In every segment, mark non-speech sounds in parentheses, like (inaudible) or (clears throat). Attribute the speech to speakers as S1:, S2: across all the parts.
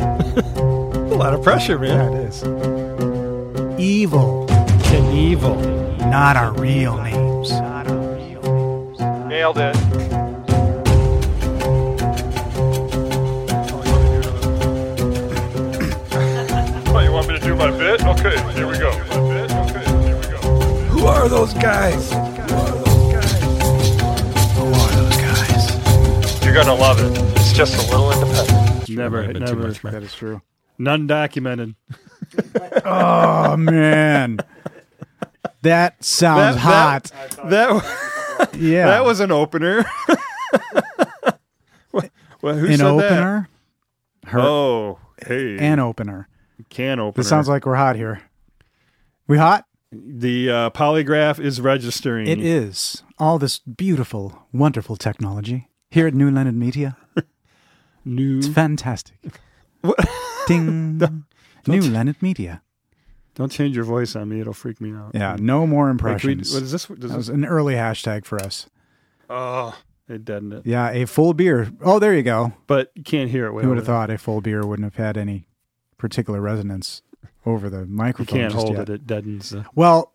S1: a lot of pressure, man.
S2: Yeah, it is. Evil,
S1: Knievel.
S2: not our real names.
S3: Nailed it. oh, you want me to do my bit? Okay, here we go. My bit? Okay, here we go.
S1: Who are those guys?
S2: Who are those guys?
S3: You're gonna love it. It's just a little independent.
S4: Never,
S1: Been
S4: never.
S1: Too much, man.
S2: That is true.
S4: None documented.
S2: Oh man, that sounds
S4: That-
S2: hot.
S4: that- That (laughs)
S2: yeah,
S4: that was an opener. (laughs) What- what- who
S2: an
S4: said that?
S2: opener. Her
S4: Oh, hey,
S2: an opener.
S4: can opener.
S2: This sounds like we're hot here. We hot?
S4: the uh, polygraph is registering.
S2: It is all this beautiful, wonderful technology here at New Leonard Media.
S4: new.
S2: It's fantastic.
S4: Mm-hmm. What? (laughs)
S2: Ding. New Leonard Media.
S4: Don't change your voice on me; it'll freak me out.
S2: Yeah, no more
S4: Like, we-
S2: impressions.
S4: what is this? Does
S2: that was
S4: this
S2: an early hashtag for us.
S4: oh, it deadened it,
S2: Yeah, a full beer. Oh, there you go.
S4: but you can't hear it.
S2: Who would have thought a full beer wouldn't have had any particular resonance over the
S4: You
S2: microphone?
S4: can't
S2: just
S4: hold
S2: yet.
S4: it; it deadens. The,
S2: Well,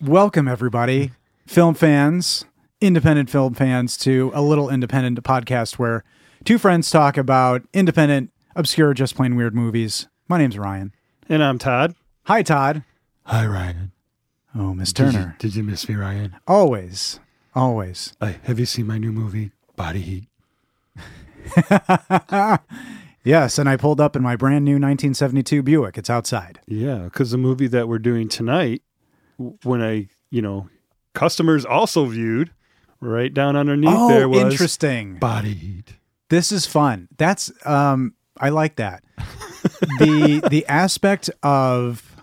S2: welcome everybody, film fans, independent film fans, to a little independent podcast where two friends talk about independent, obscure, just plain weird movies. My name's Ryan.
S4: and I'm Todd.
S2: Hi, Todd.
S4: Hi, Ryan.
S2: Oh, Miss Turner.
S4: Did you miss me, Ryan? Uh,
S2: Always, always.
S4: have you seen my new movie, Body Heat?
S2: Yes, and I pulled up in my brand new 1972 Buick. It's outside.
S4: Yeah, because the movie that we're doing tonight, w- when I, you know, customers also viewed right down underneath there
S2: Oh,
S4: was
S2: interesting.
S4: Body Heat.
S2: This is fun. That's um I like
S4: (laughs)
S2: that. the the aspect of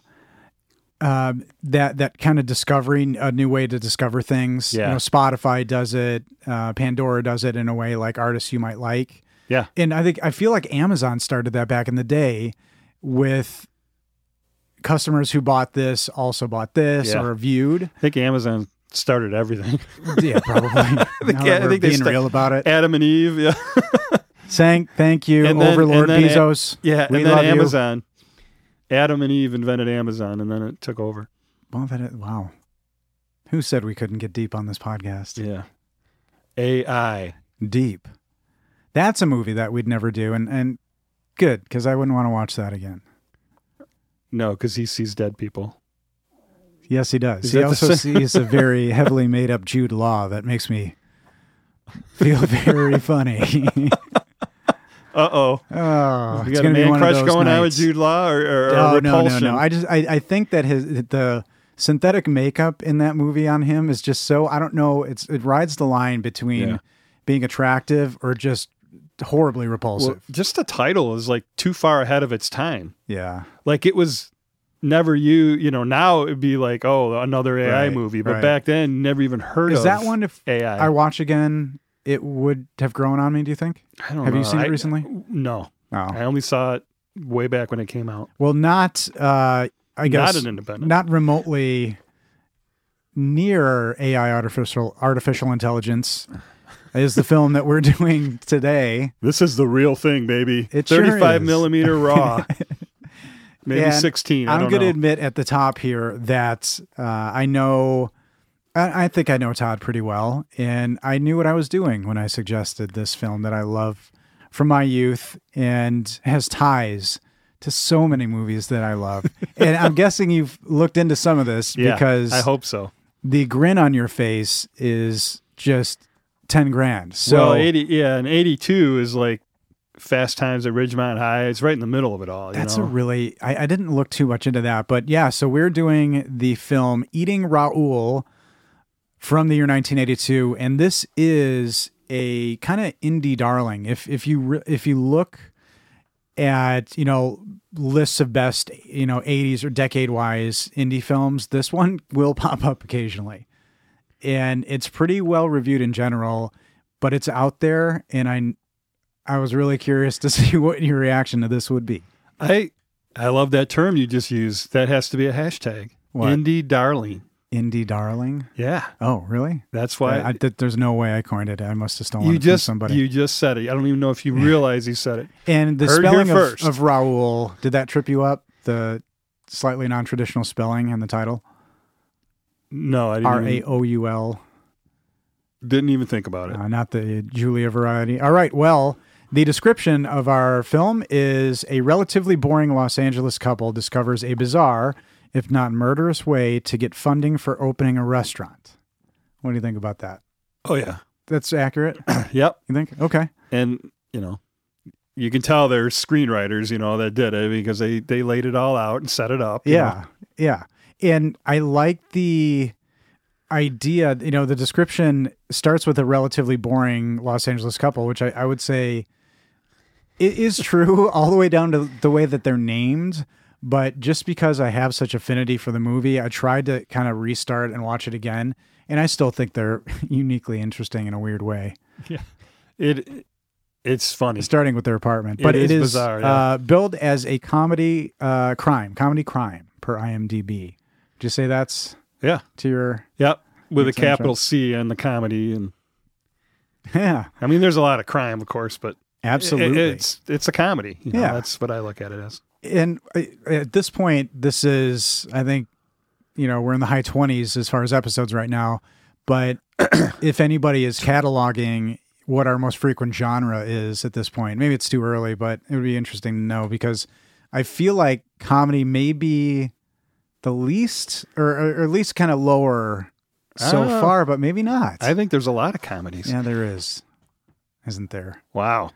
S2: um that that kind of discovering a new way to discover things. You
S4: Yeah.
S2: know, Spotify does it, uh Pandora does it in a way like artists you might like.
S4: Yeah.
S2: And I think I feel like Amazon started that back in the day with customers who bought this also bought this
S4: Yeah.
S2: or
S4: (laughs)
S2: viewed.
S4: I think Amazon started everything. (laughs)
S2: Yeah, probably. I think,
S4: yeah, I think they
S2: being
S4: sta-
S2: real about it.
S4: Adam and Eve. Yeah.
S2: Saying thank you,
S4: And then-
S2: Overlord
S4: and then-
S2: Bezos.
S4: Yeah.
S2: We
S4: and then
S2: love you.
S4: Amazon. Adam and Eve invented Amazon and then it took over.
S2: Well, that is, wow. Who said we couldn't get deep on this podcast?
S4: Yeah. AI.
S2: Deep. That's a movie that we'd never do, and and good because I wouldn't want to watch that again.
S4: No, because he sees dead people.
S2: Yes, he does.
S4: Is
S2: he
S4: that the
S2: also
S4: same-
S2: sees a
S4: (laughs)
S2: very heavily made up Jude Law that makes me feel
S4: (laughs)
S2: very funny. (laughs)
S4: Uh oh.
S2: oh, it's
S4: you got a
S2: gonna be
S4: man
S2: one
S4: crush
S2: of those
S4: going on with
S2: nights.
S4: Jude Law or, or, or
S2: Oh no, no,
S4: repulsion?
S2: no! I just I, I think that his the synthetic makeup in that movie on him is just so I don't know. It's it rides the line between
S4: Yeah.
S2: being attractive or just horribly
S4: well,
S2: repulsive.
S4: just the title is like too far ahead of its time.
S2: yeah,
S4: like it was never you you know now it'd be like oh another ai
S2: Right,
S4: movie but
S2: right.
S4: back then never even heard
S2: is
S4: of
S2: that one if
S4: ai
S2: I watch again it would have grown on me? Do you think?
S4: I don't
S2: have you
S4: know.
S2: seen it
S4: I-
S2: recently? Oh.
S4: no
S2: No.
S4: i only saw it way back when it came out
S2: Well, not. Uh, I guess
S4: not an independent
S2: not remotely near AI artificial artificial
S4: (laughs)
S2: intelligence is the film that we're doing today.
S4: this is the real thing baby
S2: It sure
S4: 35
S2: is.
S4: millimeter
S2: (laughs)
S4: raw maybe
S2: Yeah, and
S4: 16 I
S2: I'm
S4: don't
S2: going to
S4: know.
S2: admit at the top here that uh, I know, I, I think I know Todd pretty well, and I knew what I was doing when I suggested this film that I love from my youth and has ties to so many movies that I love.
S4: (laughs)
S2: and I'm guessing you've looked into some of this
S4: yeah,
S2: because
S4: i hope so
S2: the grin on your face is just ten grand. So
S4: well 80 yeah and 82 is like fast times at ridgemont high it's right in the middle of it all you
S2: That's
S4: know?
S2: a really I, I didn't look too much into that, but yeah, so we're doing the film Eating Raoul from the year 1982, and this is a kind of indie darling. If if you re- if you look at you know lists of best you know 80s or decade wise indie films, this one (laughs) will pop up occasionally, and it's pretty well reviewed in general, but it's out there, and I. I was really curious to (laughs) see what your reaction to this would be.
S4: I I love that term you just used. That has to be a hashtag.
S2: What?
S4: Indie darling.
S2: Indie Darling.
S4: Yeah,
S2: Oh, really?
S4: that's why
S2: I, I, th- there's no way I coined it. I must have stolen
S4: you
S2: it from
S4: just
S2: somebody.
S4: you just said it. I don't even know if you realize you said it.
S2: and the
S4: heard here
S2: spelling of,
S4: first.
S2: of Raul, did that trip you up? The slightly non traditional spelling in the title?
S4: No, I didn't.
S2: R A
S4: even,
S2: O U L.
S4: didn't even think about it.
S2: Uh, not the Julia variety. All right. Well, the description of our film is a relatively boring Los Angeles couple discovers a bizarre, if not murderous, way to get funding for opening a restaurant. What do you think about that?
S4: Oh yeah,
S2: That's accurate.
S4: yep.
S2: You think? Okay.
S4: And you know, you can tell they're screenwriters, you know, that did it because they they laid it all out and set it up. you know.
S2: Yeah. Yeah. And I like the idea, you know, the description starts with a relatively boring Los Angeles couple, which I, I would say it is true (laughs) all the way down to the way that they're named. But just because I have such affinity for the movie, I tried to kind of restart and watch it again. And I still think they're (laughs) uniquely interesting in a weird way,
S4: it it's funny.
S2: starting with their apartment. But
S4: It
S2: it
S4: is
S2: is,
S4: bizarre, yeah.
S2: uh, billed as a comedy uh, crime, comedy crime per IMDb. Did you say that's
S4: Yeah,
S2: to your
S4: yep. With a
S2: Makes sense,
S4: capital C and the comedy, and
S2: yeah
S4: I mean, there's a lot of crime, of course, but it-
S2: absolutely
S4: it's it's a comedy. you know,
S2: Yeah.
S4: that's what I look at it as.
S2: and uh, at this point this is i think you know we're in the high 20s as far as episodes right now but (clears throat) if anybody is cataloging what our most frequent genre is at this point maybe it's too early but it would be interesting to know because i feel like comedy may be the least or, or, or at least kind of lower so
S4: Uh,
S2: far but maybe not
S4: I think there's a lot of comedies.
S2: yeah there is isn't there
S4: Wow,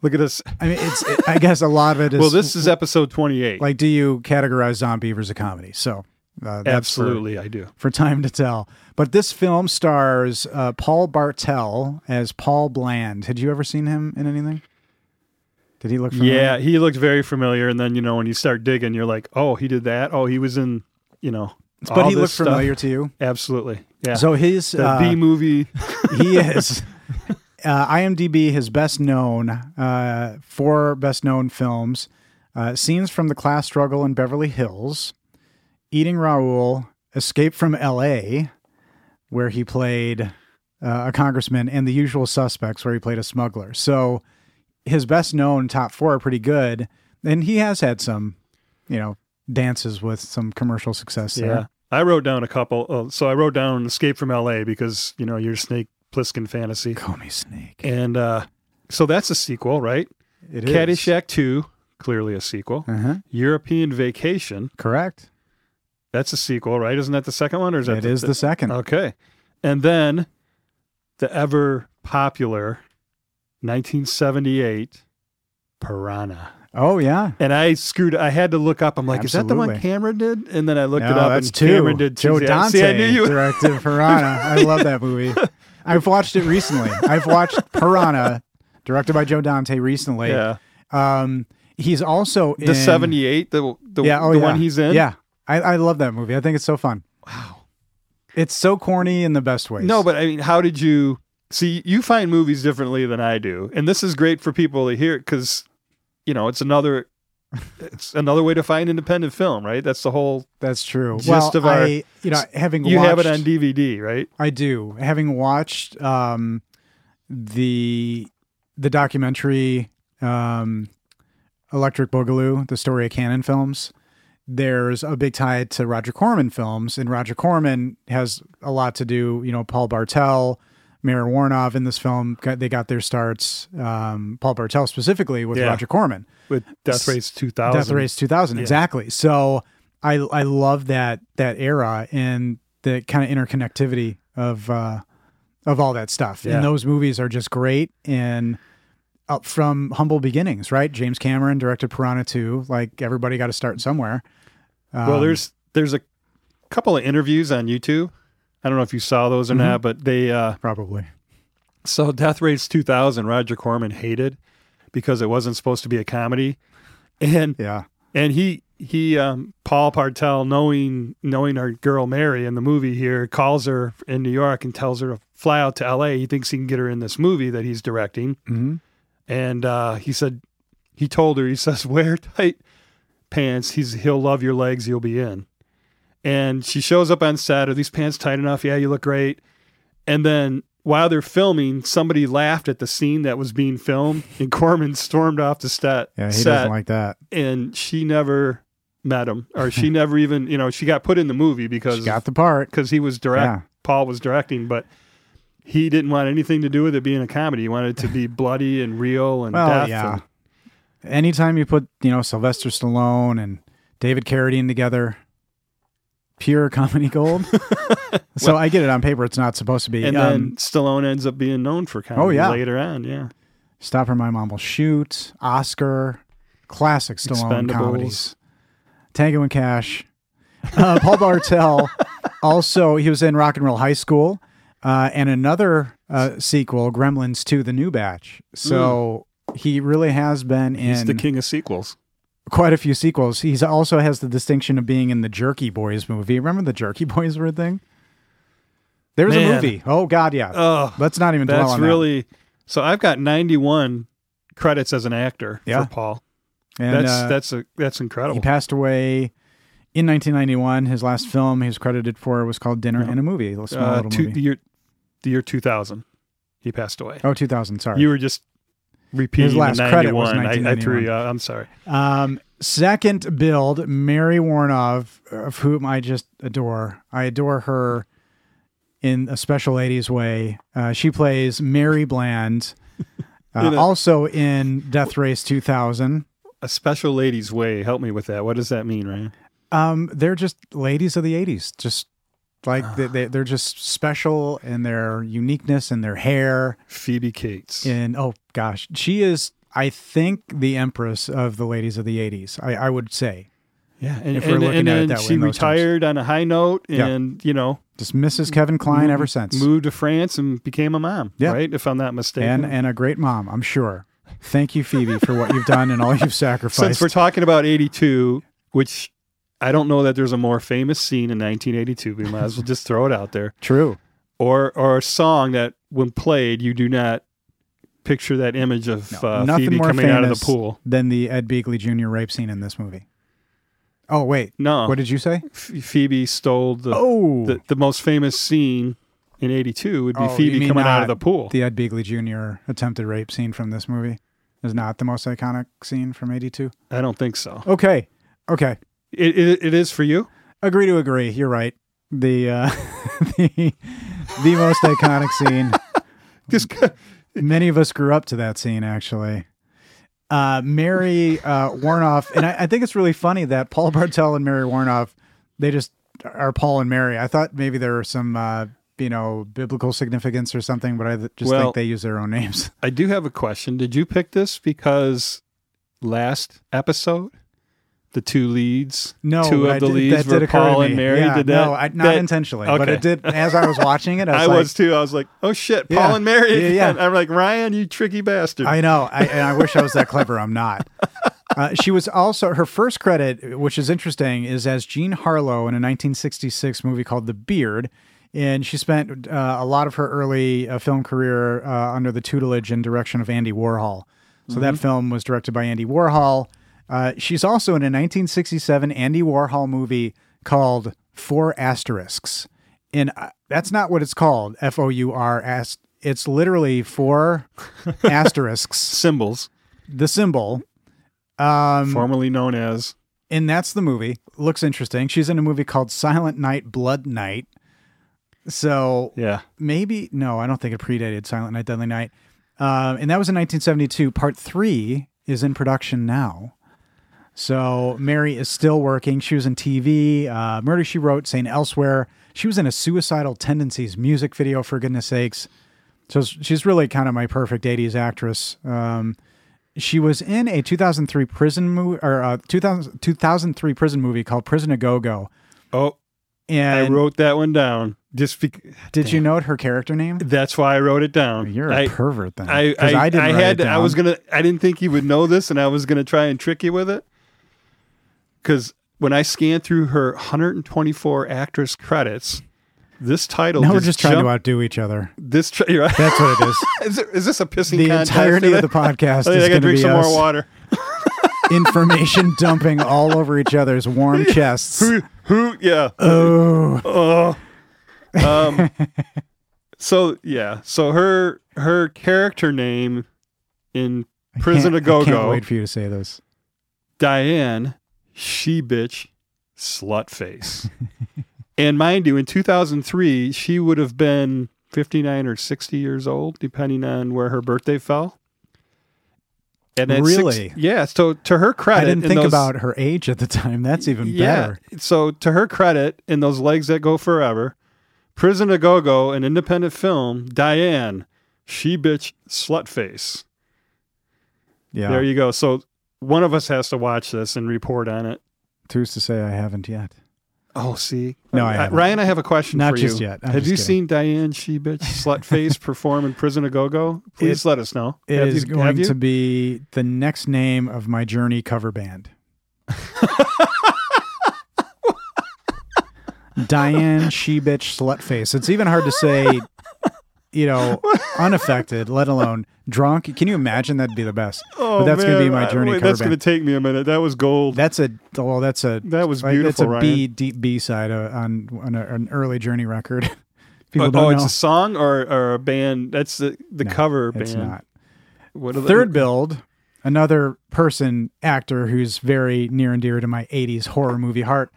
S4: look at this.
S2: i mean it's i guess a lot of it is
S4: well, this is episode 28.
S2: like do you categorize zombievers as a comedy so uh, that's
S4: Absolutely, I do.
S2: for, for time to tell but this film stars uh, paul bartel as paul bland had you ever seen him in anything did he look familiar?
S4: Yeah, he looked very familiar, and then you know when you start digging, you're like, oh, he did that. Oh, he was in, you know,
S2: but
S4: all
S2: he
S4: this
S2: looked
S4: stuff.
S2: familiar to you
S4: Absolutely, yeah.
S2: so his
S4: the
S2: uh, (laughs)
S4: B movie,
S2: he is (laughs) uh, imdb his best known uh, four best known films uh, scenes from the class struggle in beverly hills eating raoul escape from la where he played uh, a congressman and the usual suspects where he played a smuggler so his best known top four are pretty good and he has had some you know dances with some commercial success
S4: yeah.
S2: there
S4: I wrote down a couple. Uh, so I wrote down Escape from L.A. because you know your Snake Plissken fantasy,
S2: call me snake
S4: and uh, so that's a sequel, right?
S2: it is
S4: Caddyshack Two, clearly a sequel.
S2: uh-huh.
S4: European Vacation,
S2: correct
S4: that's a sequel, right? Isn't that the second one, or is that
S2: it is the second
S4: Okay. And then the ever popular 1978 Piranha.
S2: Oh yeah,
S4: And I screwed, I had to look up. I'm like, is that the one
S2: Absolutely.
S4: Cameron did? And then I looked it
S2: No,
S4: up
S2: Oh, That's
S4: and
S2: two.
S4: Cameron did
S2: Joe
S4: two. See, I-
S2: Dante
S4: See, I knew you.
S2: directed Piranha. I love
S4: (laughs)
S2: that movie. I've watched it recently. I've watched Piranha, directed by Joe Dante, recently.
S4: Yeah.
S2: Um, he's also
S4: The
S2: in,
S4: 78, the, the,
S2: Yeah, oh
S4: the
S2: yeah.
S4: one he's in?
S2: Yeah, I, I love that movie. I think it's so fun.
S4: Wow.
S2: It's so corny in the best ways.
S4: No, but I mean, how did you see? You find movies differently than I do, and this is great for people to hear because you know it's another it's another way to find independent film, right? That's the whole.
S2: that's true.
S4: Gist
S2: well,
S4: of our-
S2: I, you know, having
S4: You
S2: watched,
S4: have it on DVD, right?
S2: I do. Having watched um, the the documentary um, Electric Boogaloo, the story of Canon Films, there's a big tie to Roger Corman films, and Roger Corman has a lot to do. You know, Paul Bartel, Mayor Warnoff in this film, got, they got their starts. Um, Paul Bartel specifically with
S4: Yeah.
S2: Roger Corman.
S4: With Death
S2: S-
S4: Race two thousand.
S2: Death Race 2000,
S4: Yeah.
S2: exactly. So I I love that that era and the kind of interconnectivity of uh, of all that stuff.
S4: Yeah.
S2: And those movies are just great and up from humble beginnings, right? James Cameron directed Piranha 2. Like everybody got to start somewhere.
S4: well,
S2: Um,
S4: there's there's a couple of interviews on YouTube. I don't know if you saw those or not, but they uh
S2: probably
S4: So Death Race 2000, Roger Corman hated because it wasn't supposed to be a comedy, and
S2: yeah.
S4: and he he um, Paul Partel, knowing knowing our girl Mary in the movie here, calls her in New York and tells her to fly out to L.A. He thinks he can get her in this movie that he's directing,
S2: Mhm.
S4: and uh, he said he (laughs) told her he says wear tight pants. He's he'll love your legs. You'll be in. And she shows up on set. Are these pants tight enough? Yeah, you look great. And then while they're filming, somebody laughed at the scene that was being filmed, and (laughs) Corman stormed off the set.
S2: Yeah, he
S4: set
S2: doesn't like that.
S4: and she never met him,
S2: (laughs)
S4: or she never even, you know, she got put in the movie because
S2: She got the part.
S4: because he was direct.
S2: Yeah.
S4: Paul was directing, but he didn't want anything to do with it being a comedy. He wanted it
S2: (laughs)
S4: to be bloody and real and
S2: Well,
S4: death.
S2: yeah.
S4: and-
S2: Anytime you put, you know, Sylvester Stallone and David Carradine together, pure (laughs) comedy
S4: (laughs)
S2: gold. so I get it on paper. It's not supposed to be.
S4: And,
S2: Um,
S4: then Stallone ends up being known for comedy
S2: Oh, yeah.
S4: later on. Yeah.
S2: Stop or My Mom Will Shoot, Oscar, classic Stallone
S4: Expendables.
S2: comedies, Tango and Cash. Uh, Paul
S4: (laughs)
S2: Bartel also he was in Rock and Roll High School, uh, and another uh, sequel, Gremlins Two: The New Batch. So he really has been
S4: Mm. He's the
S2: in
S4: king of sequels.
S2: quite a few sequels. He's also has the distinction of being in the Jerky Boys movie. Remember the Jerky (laughs) Boys were a thing? There's a
S4: Man.
S2: movie. Oh God, yeah.
S4: Oh,
S2: Let's not even dwell
S4: that's
S2: on that.
S4: really. So I've got 91 credits as an actor
S2: Yeah.
S4: for Paul.
S2: And,
S4: that's
S2: uh,
S4: that's a that's incredible.
S2: He passed away in 1991. His last film he was credited for was called Dinner and a Movie, a small
S4: uh,
S2: little
S4: two, the
S2: movie.
S4: year the year 2000 he passed away
S2: Oh, 2000. Sorry.
S4: you were just repeating the
S2: last credit was
S4: 91 I, I
S2: 1991.
S4: threw you out. i'm sorry
S2: Um, second build, Mary Warnov, of whom I just adore. I adore her in a special lady's way. Uh, she plays Mary Bland, uh,
S4: (laughs) In a-
S2: also in Death Race 2000.
S4: a special lady's way help me with that what does that mean ryan
S2: Um, they're just ladies of the 80s, just like they, they, they're just special in their uniqueness and their hair.
S4: phoebe cates
S2: And oh gosh, she is, I think, the empress of the ladies of the 80s, I, I would say.
S4: yeah and,
S2: if we're
S4: and-
S2: looking
S4: and
S2: at it
S4: then
S2: that way
S4: she
S2: in those terms.
S4: retired on a high note
S2: Yeah.
S4: and you know
S2: Just misses Kevin Klein ever since.
S4: moved to france and became a mom
S2: Yeah.
S4: right if i'm not mistaken
S2: And, and a great mom, I'm sure. Thank you, Phoebe, for what you've done and all you've
S4: (laughs) since
S2: sacrificed.
S4: we're talking about 82 which i don't know that there's a more famous scene in 1982 we might as well just throw it out there
S2: True.
S4: or or a song that when played you do not picture that image of uh,
S2: Nothing
S4: Phoebe
S2: more
S4: coming
S2: famous
S4: out of the pool.
S2: than the Ed Beagley Jr. rape scene in this movie. Oh, wait.
S4: No,
S2: What did you say?
S4: Ph- Phoebe stole the,
S2: Oh,
S4: the the most famous scene in '82 would be
S2: Oh, you
S4: Phoebe
S2: mean
S4: coming out of
S2: not
S4: uh, the pool.
S2: the Ed Beagley Jr. attempted rape scene from this movie is not the most iconic scene from 82.
S4: I don't think so.
S2: Okay. Okay.
S4: It, it it is for you. (laughs)
S2: agree to agree. You're right. The uh, (laughs) the the most iconic scene.
S4: Just
S2: Many of us grew up to that scene, actually. Uh, Mary uh, Warnoff, and I, I think it's really funny that Paul Bartel and Mary Warnoff, they just are Paul and Mary. I thought maybe there were some, uh, you know, biblical significance or something, but I th- just
S4: Well-
S2: think they use their own names. (laughs)
S4: I do have a question. Did you pick this because last episode? The two leads,
S2: No,
S4: two
S2: but
S4: of
S2: I
S4: the
S2: did-
S4: leads
S2: that
S4: were
S2: did occur to
S4: Paul and
S2: me.
S4: Mary.
S2: Yeah,
S4: did that?
S2: no, I, not
S4: that-
S2: intentionally, but
S4: okay.
S2: it did. As I was watching
S4: (laughs)
S2: it, I was,
S4: I
S2: like,
S4: was too. I was like, oh shit, Paul
S2: Yeah.
S4: and Mary.
S2: Yeah, yeah.
S4: again. (laughs) I'm like, Ryan, you tricky bastard.
S2: I know. I, and I wish I was that clever. I'm not. Uh, she was also her first credit, which is interesting, is as Jean Harlow in a 1966 movie called The Beard, and she spent uh, a lot of her early uh, film career uh, under the tutelage and direction of Andy Warhol. So that film was directed by Andy Warhol. Uh, she's also in a 1967 Andy Warhol movie called Four Asterisks, and uh, that's not what it's called. F O U R S. It's literally four asterisks
S4: Symbols,
S2: the symbol. Um,
S4: formerly known as.
S2: and that's the movie. Looks interesting. She's in a movie called Silent Night, Blood Night. So
S4: Yeah.
S2: maybe no, I don't think it predated Silent Night, Deadly Night. Um, and that was in 1972. Part three is in production now. So Mary is still working. She was in TV, uh, Murder She Wrote, St. Elsewhere. She was in a Suicidal Tendencies music video, for goodness sakes. So s- she's really kind of my perfect 80s actress. Um, she was in a 2003 prison movie or uh, 2000, 2003 prison movie called Prison a Go Go.
S4: Oh, I
S2: And
S4: wrote that one down. Just bec
S2: did you note her character name?
S4: that's why I wrote it down.
S2: You're a
S4: I-
S2: pervert then.
S4: I
S2: 'Cause
S4: I, I,
S2: didn't write
S4: had
S2: it
S4: I was
S2: down.
S4: gonna I didn't think you would know this, and I was gonna try and trick you with it. Because when I scanned through her 124 actress credits, this title
S2: Now we're
S4: just
S2: just trying to
S4: jumped-
S2: outdo each other.
S4: this. Tri- you're right. (laughs)
S2: That's what it is.
S4: is, it, is this a pissing
S2: The
S4: contest
S2: entirety of the
S4: today? (laughs) I
S2: podcast
S4: think
S2: is
S4: I gotta
S2: going to
S4: drink
S2: be
S4: some
S2: us
S4: (laughs) more water. (laughs)
S2: information dumping all over each other's warm chests.
S4: Who Who? Yeah.
S2: Oh,
S4: Oh.
S2: (laughs)
S4: Um. so yeah. So her her character name in Prison
S2: I
S4: of
S2: can't- I
S4: Go
S2: Can't
S4: Go
S2: wait for you to say this.
S4: Diane she bitch
S2: (laughs)
S4: slut face. and mind you, in 2003 she would have been 59 or 60 years old, depending on where her birthday fell. And at six-
S2: Really?
S4: yeah. So to her credit,
S2: I didn't
S4: in
S2: think
S4: those-
S2: about her age at the time. That's even better.
S4: So to her credit, in those legs that go forever, Prison to Go Go, an independent film, Diane, she bitch slut face.
S2: Yeah.
S4: There you go. So one of us has to watch this and report on it.
S2: Who's to say I haven't yet?
S4: Oh, see,
S2: No,
S4: Uh,
S2: I haven't.
S4: Ryan, I have a question
S2: Not
S4: for
S2: just
S4: you.
S2: yet. I'm
S4: Have
S2: just
S4: you
S2: kidding.
S4: seen Diane she bitch slut
S2: (laughs)
S4: face perform in Prison to Go Go? Please let us know.
S2: It is
S4: have you, have
S2: going
S4: you?
S2: to be the next name of my Journey cover band. Diane she bitch slut face. It's even hard to say, you know, unaffected, let alone drunk. Can you imagine? That'd be the best.
S4: Oh,
S2: but that's going to be
S4: man.
S2: my
S4: I-
S2: Journey
S4: wait,
S2: cover
S4: That's
S2: band.
S4: going to take me a minute. That was gold.
S2: That's a well. That's a
S4: That was
S2: like, that's
S4: beautiful,
S2: a
S4: Ryan.
S2: B deep B side uh, on on a, an early Journey record. (laughs) People
S4: oh,
S2: don't
S4: oh,
S2: know.
S4: it's a song or, or a band. That's the, the
S2: No,
S4: cover band.
S2: it's not.
S4: What are the-
S2: Third build, another person actor who's very near and dear to my '80s horror movie heart,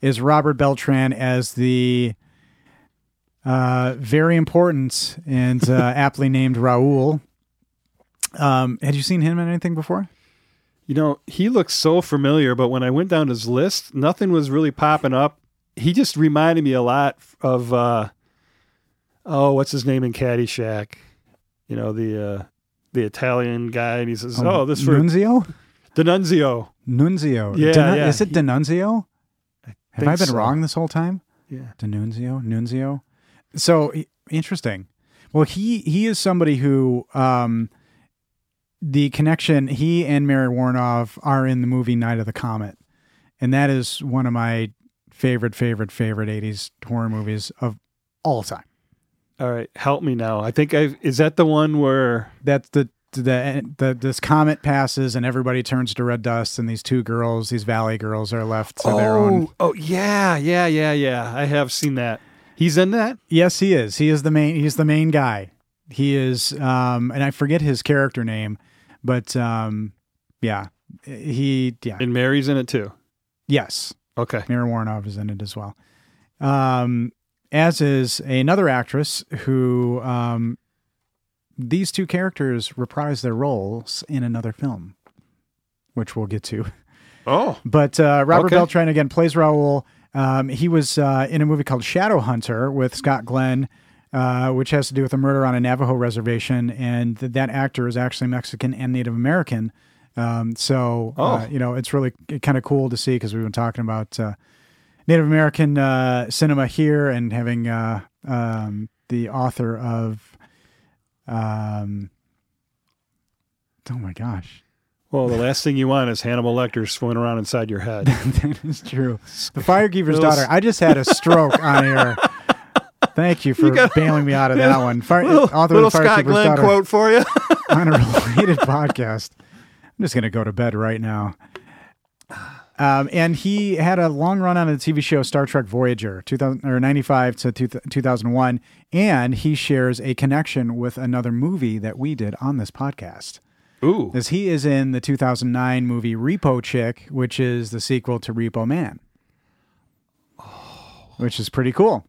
S2: is Robert Beltran as the uh, very important and uh, aptly named Raul. Um, had you seen him in anything before?
S4: You know, he looks so familiar, but when I went down his list, nothing was really popping up. He just reminded me a lot of uh oh, what's his name in Caddyshack? You know, the uh the Italian guy and he says, Oh, this for
S2: Nunzio.
S4: D'Annunzio.
S2: Nunzio.
S4: Yeah,
S2: Denu-
S4: yeah.
S2: Is it Denunzio? Have I
S4: think
S2: been
S4: so.
S2: wrong this whole time?
S4: Yeah.
S2: Denunzio, Nunzio. So i- interesting. Well, he he is somebody who um the connection he and Mary Warnoff are in the movie Night of the Comet. And that is one of my favorite favorite favorite 80s horror movies of all time.
S4: All right, help me now. I think I is that the one where
S2: that's the the, the this comet passes and everybody turns to red dust and these two girls these valley girls are left to their own
S4: Oh, oh yeah, yeah, yeah, yeah. I have seen that. He's in that?
S2: Yes, he is. He is the main. He's the main guy. He is, um, and I forget his character name, but um, yeah, he yeah
S4: And Mary's in it too.
S2: yes,
S4: Okay.
S2: Mira Warnoff is in it as well. Um, as is another actress who um, these two characters reprise their roles in another film, which we'll get to.
S4: Oh.
S2: But uh, Robert
S4: Okay.
S2: Beltran again plays Raul. Um, he was uh, in a movie called Shadow Hunter with Scott Glenn, uh, which has to do with a murder on a Navajo reservation, and th- that actor is actually Mexican and Native American. Um, so uh,
S4: Oh.
S2: you know it's really kind of cool to see because we've been talking about uh, Native American uh, cinema here and having uh, um, the author of. Um, oh my gosh.
S4: Well, the last thing you want is Hannibal Lecter swimming around inside your head.
S2: that is true. The firekeeper's
S4: Those-
S2: daughter. I just had a stroke on air. Thank you for bailing me out of that one. Fire, author of the firekeeper's daughter
S4: for you.
S2: (laughs) on a related podcast. I'm just gonna go to bed right now. Um, and he had a long run on the TV show Star Trek Voyager, 2000 or 95 to 2000 2001, and he shares a connection with another movie that we did on this podcast
S4: Ooh.
S2: as he is in the 2009 movie Repo Chick, which is the sequel to Repo Man, which is pretty cool.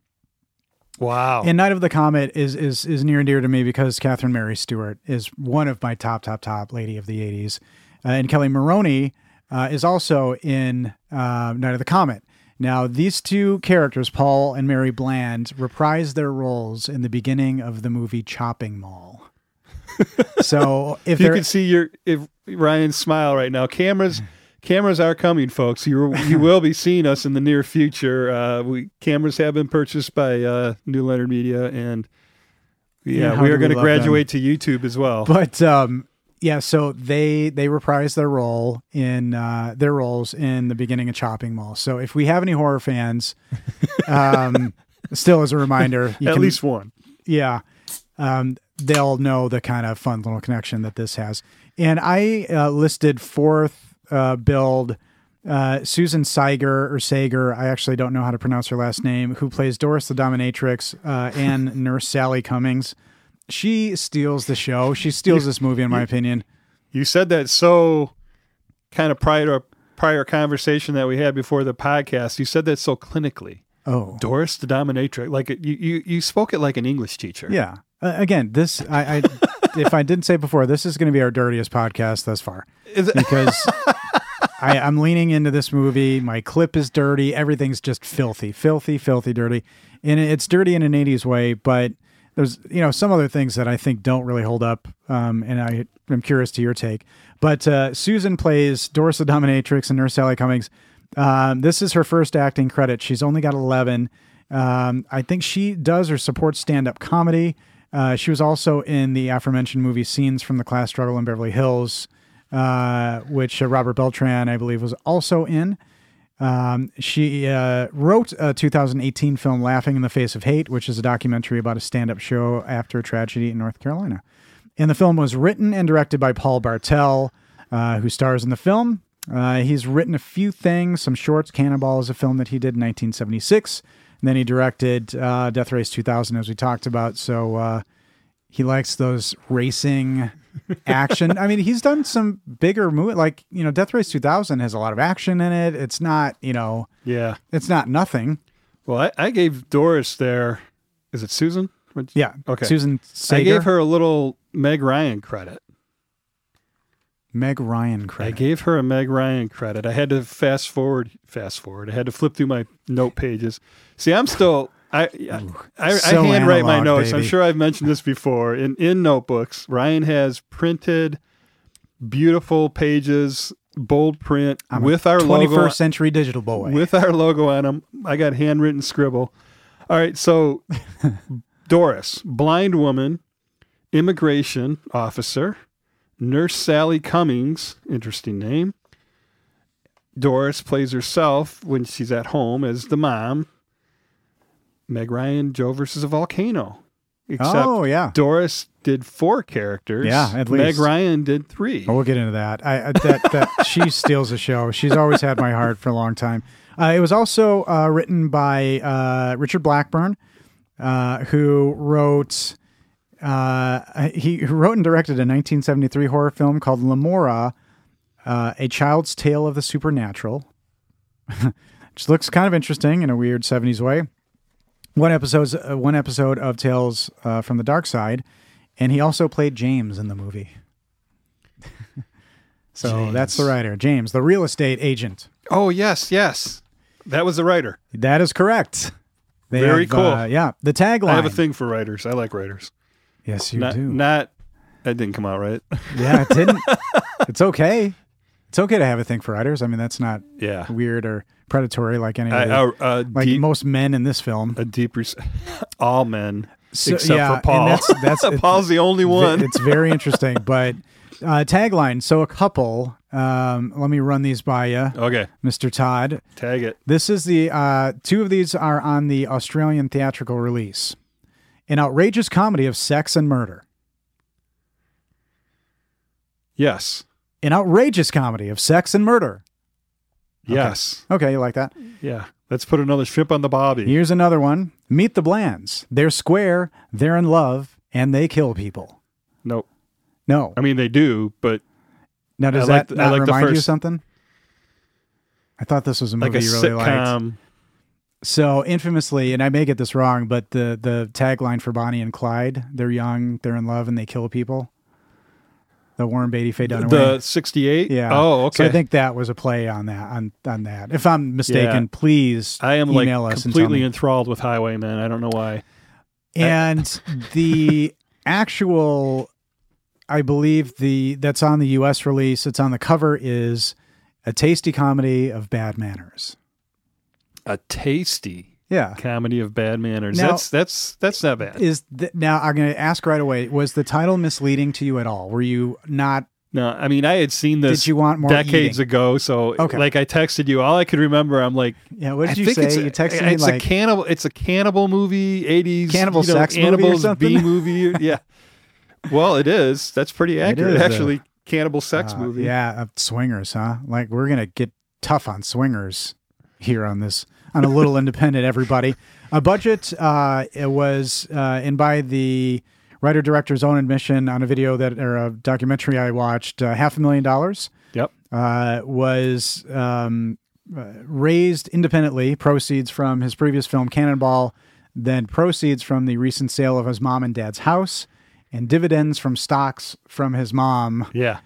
S4: Wow.
S2: And Night of the Comet is is is near and dear to me because Catherine Mary Stewart is one of my top top top lady of the 80s, uh, and Kelly Maroney uh, is also in uh, Night of the Comet. Now these two characters, Paul and Mary Bland, reprise their roles in the beginning of the movie Chopping Mall. so if
S4: if you
S2: there
S4: can see your if Ryan's smile right now, cameras cameras are coming, folks. You you will be seeing us in the near future. Uh, we cameras have been purchased by uh, New Leonard Media, and yeah,
S2: Yeah, how
S4: we
S2: do
S4: are
S2: we
S4: going to
S2: love them.
S4: graduate to YouTube as well.
S2: but um yeah so they they reprise their role in uh their roles in the beginning of chopping mall so if we have any horror
S4: (laughs)
S2: fans um still as a reminder you
S4: At
S2: can-
S4: least one.
S2: yeah um they'll know the kind of fun little connection that this has and i uh, listed fourth uh build uh, Susan Seiger or Sager, I actually don't know how to pronounce her last name, who plays Doris the Dominatrix uh, and Nurse Sally Cummings. She steals the show. She steals this movie, in my opinion.
S4: You said that so kind of prior to our prior conversation that we had before the podcast. You said that so clinically.
S2: Oh,
S4: Doris the dominatrix, like it- you, you, you spoke it like an English teacher.
S2: yeah. Uh, again, this I, I if I didn't say before, this is going to be our dirtiest podcast thus far
S4: Is it-
S2: because I, I'm leaning into this movie. My clip is dirty. Everything's just filthy, filthy, filthy, dirty, and it's dirty in an '80s way. But there's you know some other things that I think don't really hold up, um, and I am curious to your take. But uh, Susan plays Doris the Dominatrix and Nurse Sally Cummings. Um, this is her first acting credit. She's only got 11. Um, I think she does or supports stand up comedy. Uh, she was also in the aforementioned movie Scenes from the Class Struggle in Beverly Hills, uh, which uh, Robert Beltran, I believe, was also in. Um, she uh, wrote a 2018 film, Laughing in the Face of Hate, which is a documentary about a stand up show after a tragedy in North Carolina. And the film was written and directed by Paul Bartel, uh, who stars in the film. Uh, he's written a few things, some shorts. Cannonball is a film that he did in 1976. And then he directed uh, Death Race 2000, as we talked about. So uh, he likes those racing action. I mean, he's done some bigger movie, like you know, Death Race 2000 has a lot of action in it. It's not you know,
S4: yeah.
S2: it's not nothing.
S4: Well, I, I gave Doris there. Is it Susan? What-
S2: Yeah.
S4: Okay.
S2: Susan Sager,
S4: I gave her a little Meg Ryan credit.
S2: Meg Ryan
S4: I
S2: credit.
S4: gave her a Meg Ryan credit. I had to fast forward, fast forward. I had to flip through my note pages. See, I'm still. I I, I,
S2: So
S4: I handwrite my
S2: analog,
S4: notes. I'm
S2: baby.
S4: sure I've mentioned this before. In in notebooks, Ryan has printed beautiful pages, bold print
S2: I'm a
S4: with our
S2: 21st
S4: logo
S2: century digital boy.
S4: (laughs) with our logo on them. I got handwritten scribble. All
S2: (laughs)
S4: right, so Doris, blind woman, immigration officer, nurse Sally Cummings, interesting name. Doris plays herself when she's at home as the mom. Meg Ryan, Joe versus a volcano. Except
S2: oh yeah.
S4: Doris did four characters.
S2: Yeah, at
S4: Meg
S2: least. Oh.
S4: Ryan did three.
S2: Well, we'll get into that. I, I that that (laughs) she steals the show. She's always had my heart for a long time. Uh, it was also uh, written by uh, Richard Blackburn, uh, who wrote. Uh, he wrote and directed a 1973 horror film called Lamora, uh, A Child's Tale of the Supernatural, (laughs) which looks kind of interesting in a weird 70s way. One episode's uh, one episode of Tales uh, from the Dark Side, and he also played James in the movie. So that's the
S4: James.
S2: writer, James, the real estate agent.
S4: Oh, yes, yes. That was the writer.
S2: That is correct. They
S4: Very
S2: have,
S4: cool.
S2: uh, yeah, the tagline.
S4: I have a thing for writers. I like writers.
S2: Yes, you
S4: not,
S2: do.
S4: not that didn't come out right. (laughs)
S2: Yeah, it didn't. it's okay. It's okay to have a thing for writers. I mean, that's not
S4: Yeah.
S2: weird or predatory like any
S4: I,
S2: of the,
S4: I, a
S2: like
S4: deep,
S2: most men in this film.
S4: a deep res- (laughs) all men
S2: So,
S4: except
S2: yeah,
S4: for Paul.
S2: and that's-
S4: (laughs)
S2: that's- it-
S4: Paul's the only
S2: Ve-
S4: one.
S2: it's very
S4: (laughs)
S2: interesting, but uh, tagline. So a couple. Um, let me run these by you,
S4: okay,
S2: Mr. Todd.
S4: tag it.
S2: This is the uh, two of these are on the Australian theatrical release. An outrageous comedy of sex and murder.
S4: Yes.
S2: An outrageous comedy of sex and murder.
S4: Yes.
S2: Okay, you like that?
S4: Yeah. Let's put another strip on the Bobby.
S2: Here's another one. Meet the Blands. They're square, they're in love, and they kill people.
S4: Nope.
S2: No.
S4: I mean they do, but
S2: Now does
S4: I like
S2: that
S4: the- I
S2: not
S4: like the
S2: remind you of
S4: first-
S2: something? I thought this was a
S4: like
S2: movie
S4: a
S2: you really liked.
S4: sitcom.
S2: So infamously, and I may get this wrong, but the the tagline for Bonnie and Clyde, they're young, they're in love, and they kill people. The Warren Beatty Faye Dunaway.
S4: The '68.
S2: yeah.
S4: Oh, okay.
S2: So I think that was a play on that on on that. If I'm mistaken, please
S4: I am like
S2: email us and tell
S4: completely
S2: me.
S4: enthralled with Highwaymen. I don't know why.
S2: and the actual i believe the that's on the us release it's on the cover is a tasty comedy of bad manners
S4: A tasty
S2: yeah
S4: comedy of bad manners.
S2: Now-
S4: that's that's that's not bad.
S2: is th- now i'm going to ask right away was the title misleading to you at all were you not
S4: No, I mean I had seen this
S2: did you want more
S4: decades
S2: eating?
S4: ago. So
S2: Okay.
S4: like I texted you, all I could remember, I'm like,
S2: yeah what did
S4: I
S2: you
S4: think
S2: say
S4: it's a,
S2: you texted me
S4: it's
S2: like
S4: a cannibal. It's a cannibal movie, eighties
S2: Cannibal
S4: you know,
S2: sex movie or
S4: animals,
S2: something?
S4: B
S2: (laughs)
S4: movie. Yeah. well, it is. That's pretty accurate,
S2: is, uh,
S4: actually. Cannibal sex
S2: uh,
S4: movie.
S2: yeah uh, swingers huh like we're going to get tough on swingers here on this on a little independent everybody. A budget uh, it was uh, and by the writer director's own admission on a video that or a documentary I watched, uh, half a million dollars
S4: Yep.
S2: uh, was um, uh, raised independently, proceeds from his previous film Cannonball, then proceeds from the recent sale of his mom and dad's house, and dividends from stocks from his mom,
S4: Yeah.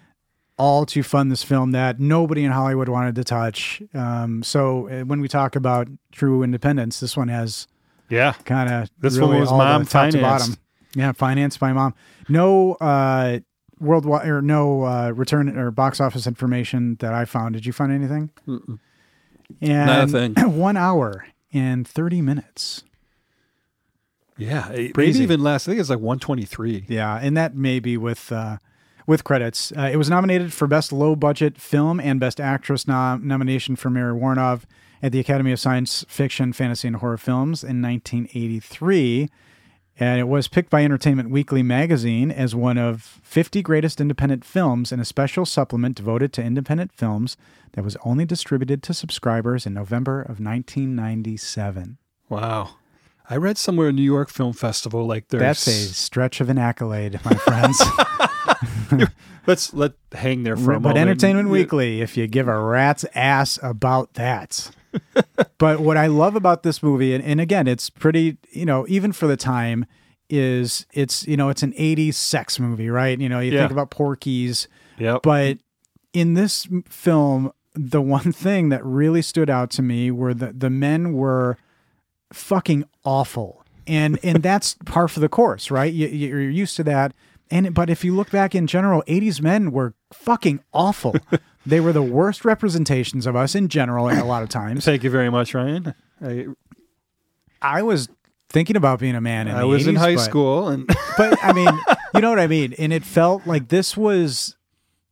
S2: all to fund this film that nobody in Hollywood wanted to touch. Um, so uh, when we talk about true independence, this one has
S4: Yeah.
S2: kind of
S4: This
S2: really
S4: one was
S2: all the
S4: mom
S2: top to
S4: financed.
S2: bottom. Yeah, financed by mom. No uh, worldwide or no uh, return or box office information that I found. Did you find anything? And
S4: Not a thing.
S2: (clears throat) One hour and thirty minutes.
S4: Yeah. It- Maybe
S2: Crazy.
S4: even less. I think it's like 123.
S2: Yeah, and that may be with uh, with credits. Uh, it was nominated for best low budget film and best actress nom- nomination for Mary Warnov at the Academy of Science Fiction, Fantasy, and Horror Films in 1983. And it was picked by Entertainment Weekly magazine as one of 50 greatest independent films in a special supplement devoted to independent films that was only distributed to subscribers in November of 1997.
S4: Wow. I read somewhere in New York Film Festival like there's
S2: That's a stretch of an accolade, my friends.
S4: let's let hang there for a
S2: Right,
S4: moment.
S2: but Entertainment
S4: Yeah.
S2: Weekly, if you give a rat's ass about that. (laughs) but what I love about this movie, and, and again, it's pretty, you know, even for the time, is it's, you know, it's an 80s sex movie, right? You know, you
S4: Yeah.
S2: think about Porky's,
S4: Yep.
S2: but in this m- film, the one thing that really stood out to me were that the men were fucking awful, and
S4: (laughs)
S2: and that's par for the course, right? You, you- you're used to that, and but if you look back in general, '80s men were fucking
S4: (laughs)
S2: awful. they were the worst representations of us in general. A lot of times,
S4: Thank you very much, Ryan. I,
S2: I was thinking about being a man. In
S4: I
S2: the
S4: was in
S2: 80s,
S4: high
S2: but-
S4: school and
S2: but I mean, you know what I mean. And it felt like this was.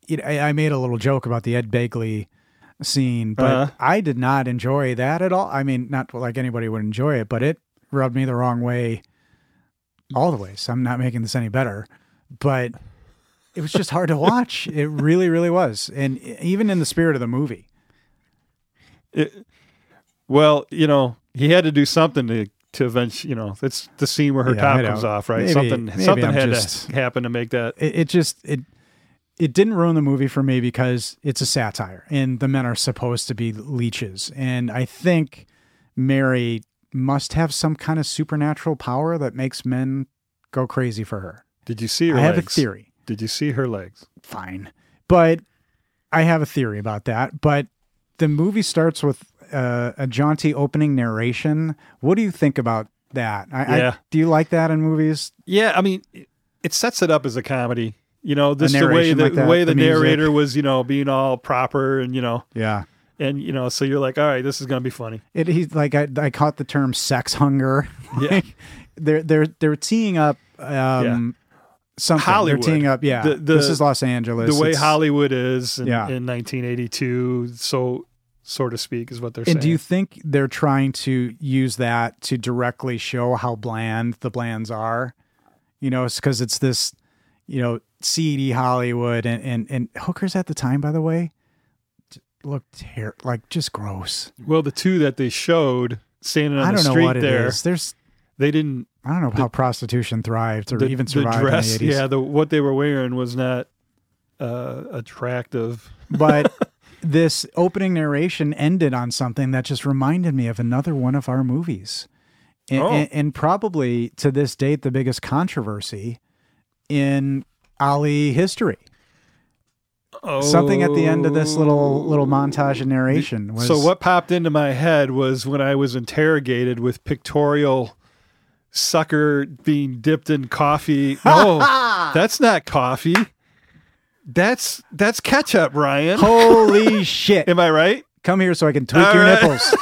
S2: It, I, I made a little joke about the Ed Begley scene, but
S4: Uh-huh.
S2: I did not enjoy that at all. I mean, not like anybody would enjoy it, but it rubbed me the wrong way all the way. So I'm not making this any better, but it was just hard to watch. it really, really was, and e, even in the spirit of the movie.
S4: well, you know, he had to do something to to eventually, you know, it's the scene where her
S2: Yeah, I
S4: top
S2: know.
S4: comes off, right?
S2: Maybe-
S4: something
S2: maybe
S4: something
S2: I'm
S4: had
S2: just-
S4: to happen to make that.
S2: it, it just it it didn't ruin the movie for me because it's a satire and the men are supposed to be leeches and i think mary must have some kind of supernatural power that makes men go crazy for her
S4: Did you see her
S2: i
S4: legs?
S2: have a theory
S4: Did you see her legs?
S2: fine but i have a theory about that but the movie starts with uh, a jaunty opening narration what do you think about that I,
S4: Yeah.
S2: I, do you like that in movies
S4: Yeah, I mean, it- it sets it up as a comedy. You know, this the way
S2: narration
S4: the,
S2: like
S4: the
S2: that,
S4: way the,
S2: the music.
S4: narrator was, you know, being all proper and you know,
S2: yeah
S4: and you know, so you're like, all right, this is gonna be funny.
S2: It he's like I, I caught the term sex hunger.
S4: Yeah.
S2: Like, (laughs) they're they're they're teeing up um something.
S4: Hollywood.
S2: They're teeing up, yeah.
S4: The- the-
S2: this is Los Angeles.
S4: the way
S2: It's-
S4: Hollywood is in,
S2: Yeah.
S4: in 1982, so so to speak, is what they're saying.
S2: And do you think they're trying to use that to directly show how bland the blands are? You know, it's because it's this, you know, seedy Hollywood and and and hookers at the time, by the way, t- looked ter- like just gross.
S4: well, the two that they showed standing on
S2: I
S4: the
S2: don't know
S4: street
S2: what it
S4: there,
S2: is. There's
S4: they didn't
S2: I don't know how prostitution thrived or even survived
S4: dress,
S2: in the 80s.
S4: yeah, the what they were wearing was not uh, attractive.
S2: but
S4: (laughs)
S2: this opening narration ended on something that just reminded me of another one of our movies and,
S4: Oh.
S2: and, and probably to this date the biggest controversy in ali history something at the end of this little little montage of narration was
S4: So what popped into my head was when I was interrogated with pictorial sucker being dipped in
S2: (laughs)
S4: coffee. Oh, that's not coffee. That's that's ketchup, Ryan.
S2: holy
S4: (laughs)
S2: shit
S4: Am I right?
S2: come here so i can tweak
S4: All
S2: your
S4: right.
S2: nipples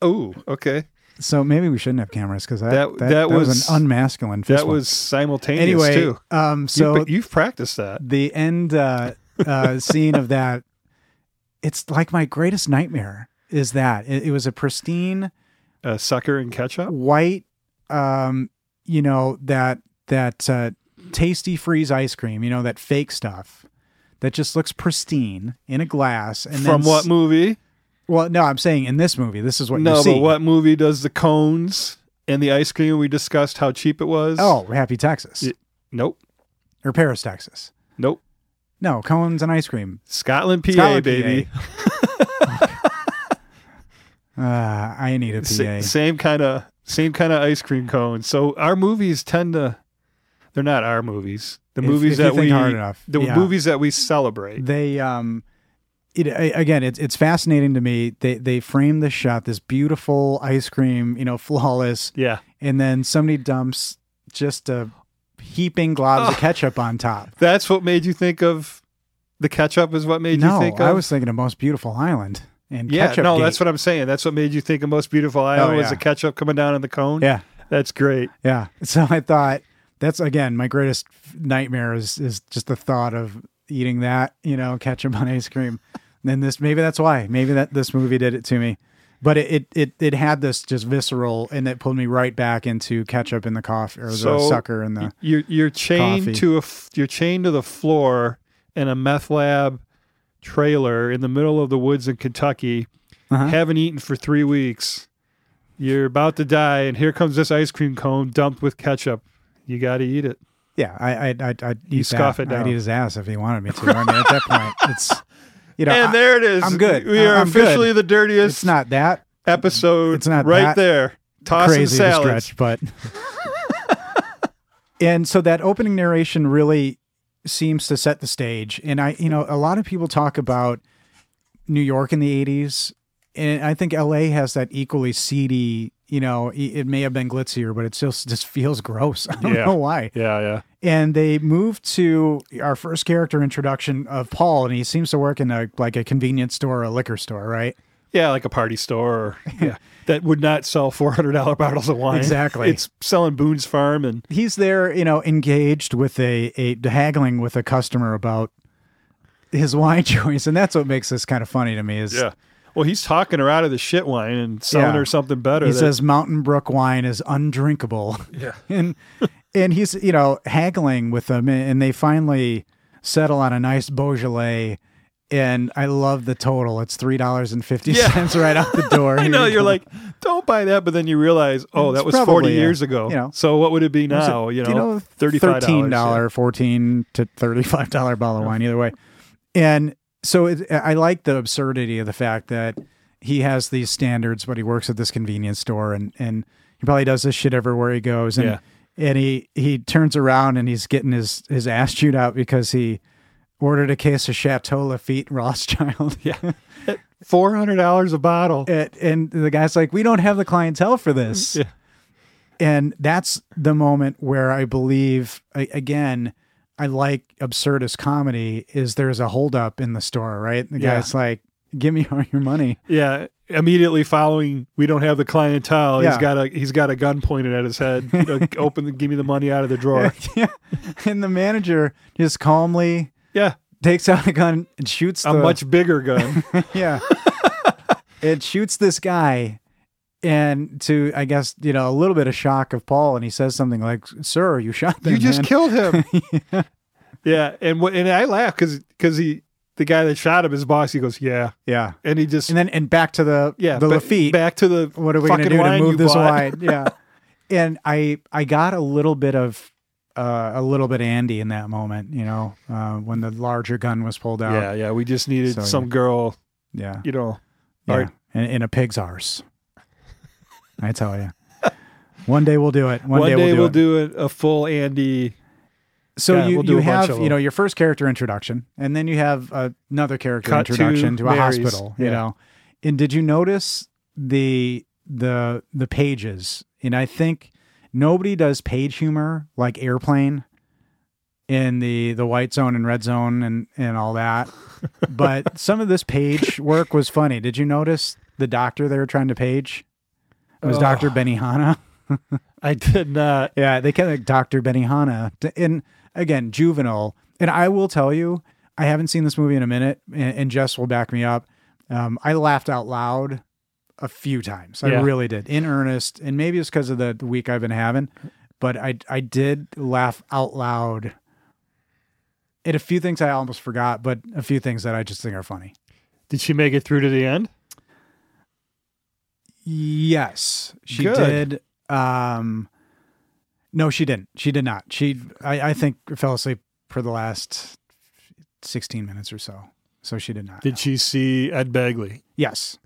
S4: Oh, okay.
S2: so maybe we shouldn't have cameras because that,
S4: That-
S2: that,
S4: that
S2: that was,
S4: was-
S2: an unmasculine fist
S4: That
S2: bump.
S4: was simultaneous
S2: anyway
S4: too.
S2: um
S4: So
S2: so
S4: you, have practiced that.
S2: the end uh, uh, scene of that, it's like my greatest nightmare is that it, it was a pristine
S4: Uh, sucker and ketchup.
S2: white, um, you know that that uh, tasty freeze ice cream, you know that fake stuff that just looks pristine in a glass. And
S4: From
S2: then,
S4: what
S2: s-
S4: movie?
S2: Well, no, I'm saying in this movie, this is what
S4: no,
S2: you see.
S4: but what movie does the cones and the ice cream we discussed how cheap it was?
S2: Oh, Happy Texas
S4: Yeah. nope,
S2: or Paris, Texas.
S4: nope.
S2: No, cones and ice cream.
S4: Scotland, PA,
S2: Scotland,
S4: baby.
S2: (laughs) Uh, I need a
S4: (laughs)
S2: PA.
S4: Sa- same kind of same kind of ice cream cone. So our movies tend to they're not our movies. The
S2: If- if
S4: movies
S2: you
S4: that
S2: think
S4: we
S2: hard enough,
S4: the
S2: yeah.
S4: movies that we celebrate.
S2: they um it I- again it's it's fascinating to me they they frame this shot this beautiful ice cream you know flawless
S4: Yeah.
S2: and then somebody dumps just a heaping globs of
S4: Oh.
S2: ketchup on top
S4: That's what made you think of the ketchup is what made you
S2: no
S4: think of
S2: i was thinking of most beautiful island and
S4: Yeah,
S2: ketchup
S4: no,
S2: Gate.
S4: that's what I'm saying. That's what made you think of most beautiful island
S2: Oh,
S4: was
S2: yeah.
S4: the ketchup coming down on the cone.
S2: yeah
S4: That's great.
S2: yeah (laughs) so i thought that's again my greatest nightmare is is just the thought of eating that you know ketchup on ice cream and then this maybe that's why maybe that this movie did it to me but it it it, it had this just visceral and it pulled me right back into ketchup in the coffee or the
S4: So,
S2: sucker in the
S4: You're you're chained
S2: Coffee.
S4: to a f- you're chained to the floor in a meth lab trailer in the middle of the woods in Kentucky.
S2: Uh-huh.
S4: Haven't eaten for three weeks. You're about to die, and here comes this ice cream cone dumped with ketchup. You got to eat it.
S2: yeah i i i i
S4: You scoff it
S2: i'd
S4: down.
S2: eat his ass if he wanted me to i mean at that
S4: (laughs)
S2: point it's you know I-
S4: and there it is.
S2: I'm good.
S4: We are
S2: I'm good.
S4: officially the dirtiest
S2: it's not that
S4: episode.
S2: it's not
S4: right
S2: that
S4: there. Toss and
S2: crazy to
S4: salads.
S2: stretch, but (laughs) and so that opening narration really seems to set the stage. And I, you know, a lot of people talk about New York in the '80s, and I think LA has that equally seedy. You know, i- it may have been glitzier, but it still s- just feels gross. (laughs) I don't
S4: Yeah.
S2: know why.
S4: Yeah, yeah.
S2: And they move to our first character introduction of Paul, and he seems to work in a like a convenience store, or a liquor store, right?
S4: Yeah, like a party store. Or, yeah, that would not sell four hundred dollar bottles of wine.
S2: Exactly.
S4: It's selling Boone's Farm and
S2: he's there, you know, engaged with a, a haggling with a customer about his wine (laughs) choice, and that's what makes this kind of funny to me. Is
S4: Well, he's talking her out of the shit wine and selling
S2: Yeah.
S4: her something better.
S2: he
S4: that-
S2: says Mountain Brook wine is undrinkable,
S4: Yeah.
S2: (laughs) and and he's you know haggling with them, and they finally settle on a nice Beaujolais. And I love the total. It's three dollars and fifty cents right out
S4: (laughs)
S2: the door.
S4: I
S2: Here
S4: know
S2: you
S4: you're
S2: go.
S4: like, don't buy that, but then you realize, oh,
S2: It's
S4: that was
S2: probably,
S4: forty
S2: yeah,
S4: years ago.
S2: you know.
S4: so what would it be
S2: Was it,
S4: now? you know, thirty five
S2: thirteen dollar, fourteen to thirty five dollar bottle
S4: Oh.
S2: of wine, either way. And so it, I like the absurdity of the fact that he has these standards, but he works at this convenience store, and and he probably does this shit everywhere he goes. And
S4: Yeah.
S2: and he he turns around and he's getting his his ass chewed out because he ordered a case of Chateau Lafitte Rothschild.
S4: (laughs) Yeah. Four hundred dollars a bottle.
S2: And, and the guy's like, we don't have the clientele for this.
S4: Yeah.
S2: And that's the moment where I believe, I, again, I like absurdist comedy is there's a holdup in the store, right? The
S4: Yeah.
S2: guy's like, give me all your
S4: (laughs)
S2: money.
S4: Yeah. Immediately following, we don't have the clientele.
S2: Yeah.
S4: He's got a he's got a gun pointed at his head. You
S2: (laughs)
S4: know, open, the, give me the money out of the drawer.
S2: yeah. And the manager just calmly
S4: Yeah,
S2: takes out a gun and shoots
S4: a
S2: the,
S4: much bigger gun.
S2: (laughs)
S4: (laughs)
S2: yeah. it shoots this guy and to I guess, you know, a little bit of shock of Paul and he says something like, Sir, you shot that
S4: you just
S2: man."
S4: killed
S2: (laughs)
S4: him. yeah. and what and I laugh because because he the guy that shot him, his boss, he goes, yeah,
S2: Yeah.
S4: and he just
S2: and then and back to the
S4: yeah,
S2: the
S4: ba-
S2: Lafitte.
S4: back to the
S2: what are we
S4: fucking
S2: gonna do to
S4: wine
S2: move
S4: you
S2: this
S4: bought. (laughs)
S2: wide? Yeah, and I I got a little bit of uh, a little bit Andy in that moment. You know, uh, when the larger gun was pulled
S4: Yeah,
S2: out.
S4: yeah, we just needed
S2: So,
S4: some girl,
S2: Yeah,
S4: you know.
S2: yeah,
S4: Alright.
S2: In, in a pig's arse. I tell you, one day we'll do it. One,
S4: One,
S2: day,
S4: day
S2: we'll do it.
S4: a full Andy.
S2: So
S4: Yeah,
S2: you,
S4: we'll do
S2: you
S4: a bunch
S2: have
S4: of
S2: you
S4: them.
S2: know your first character introduction, and then you have another character
S4: Cut to
S2: introduction to, a
S4: Mary's.
S2: hospital. You
S4: Yeah.
S2: know, and did you notice the the the pages? And I think nobody does page humor like Airplane in the the white zone and red zone and and all
S4: (laughs)
S2: that. but some of this page work was funny. Did you notice the doctor they were trying to page? It was
S4: Oh.
S2: Doctor Benihana.
S4: I did not.
S2: (laughs) Yeah, they kind of like Dr. Benihana. D- And again, juvenile. And I will tell you, I haven't seen this movie in a minute, and, and Jess will back me up. Um, I laughed out loud a few times. I
S4: Yeah.
S2: really did, in earnest. And maybe it's because of the, the week I've been having, but I I did laugh out loud and a few things I almost forgot, but a few things that I just think are funny.
S4: Did she make it through to the end?
S2: Yes, she
S4: Good.
S2: did. Um, no, she didn't. She did not. She, I, I think, fell asleep for the last sixteen minutes or so. So she did not.
S4: Did she see Ed Begley?
S2: yes,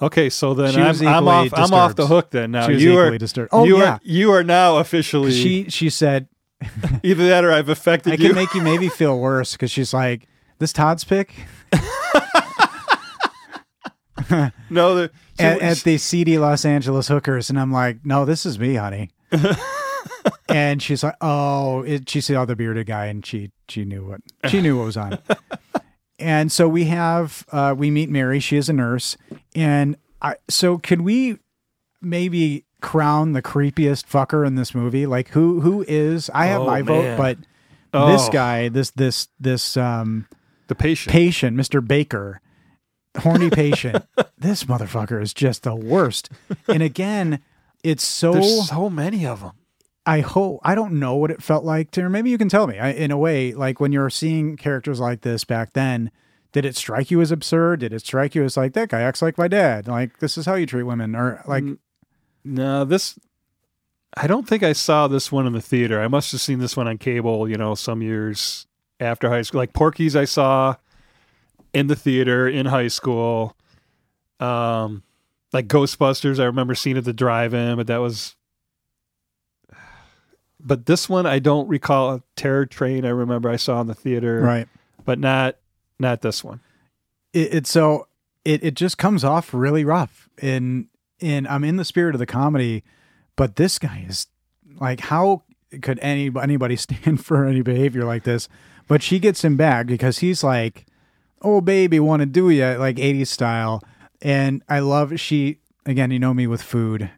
S4: Okay, so then
S2: She
S4: I'm,
S2: was
S4: I'm
S2: equally
S4: off. I'm
S2: disturbed.
S4: off the hook. Then now
S2: She was
S4: you
S2: equally
S4: are
S2: disturbed. Oh,
S4: you
S2: yeah.
S4: are you are now officially
S2: she she said
S4: either that or I've affected
S2: I
S4: you.
S2: can make you maybe feel worse because she's like this Todd's pick
S4: (laughs) no, the, she-
S2: at, at the CD Los Angeles hookers, and I'm like, no, this is me,
S4: (laughs)
S2: honey. and she's like, oh, it, she saw the bearded guy, and she she knew what she knew what was
S4: (laughs)
S2: on. it. and so we have uh, we meet Mary. She is a nurse, and I. So could we maybe crown the creepiest fucker in this movie? Like who who is? I have
S4: Oh,
S2: my
S4: man.
S2: vote, but this
S4: Oh.
S2: guy, this this this um
S4: the patient.
S2: patient, Mr. Baker, horny
S4: (laughs)
S2: patient. this motherfucker is just the worst. And again, it's so
S4: There's so many of them.
S2: I hope I don't know what it felt like to or maybe you can tell me. I, in a way, like when you're seeing characters like this back then, did it strike you as absurd? Did it strike you as like that guy acts like my dad? Like this is how you treat women or like
S4: Mm. No, this. I don't think I saw this one in the theater. I must have seen this one on cable. You know, some years after high school, like Porky's, I saw in the theater in high school. Um, like Ghostbusters, I remember seeing at the drive-in, but that was. But this one, I don't recall. Terror Train, I remember I saw in the theater,
S2: right.
S4: but not not this one.
S2: it, it so it it just comes off really rough and and I'm in the spirit of the comedy, but this guy is like how could any anybody (laughs) stand for any behavior like this? But she gets him back because he's like, "Oh baby, want to do ya like '80s style," and I love she again. You know me with
S4: (laughs)
S2: food,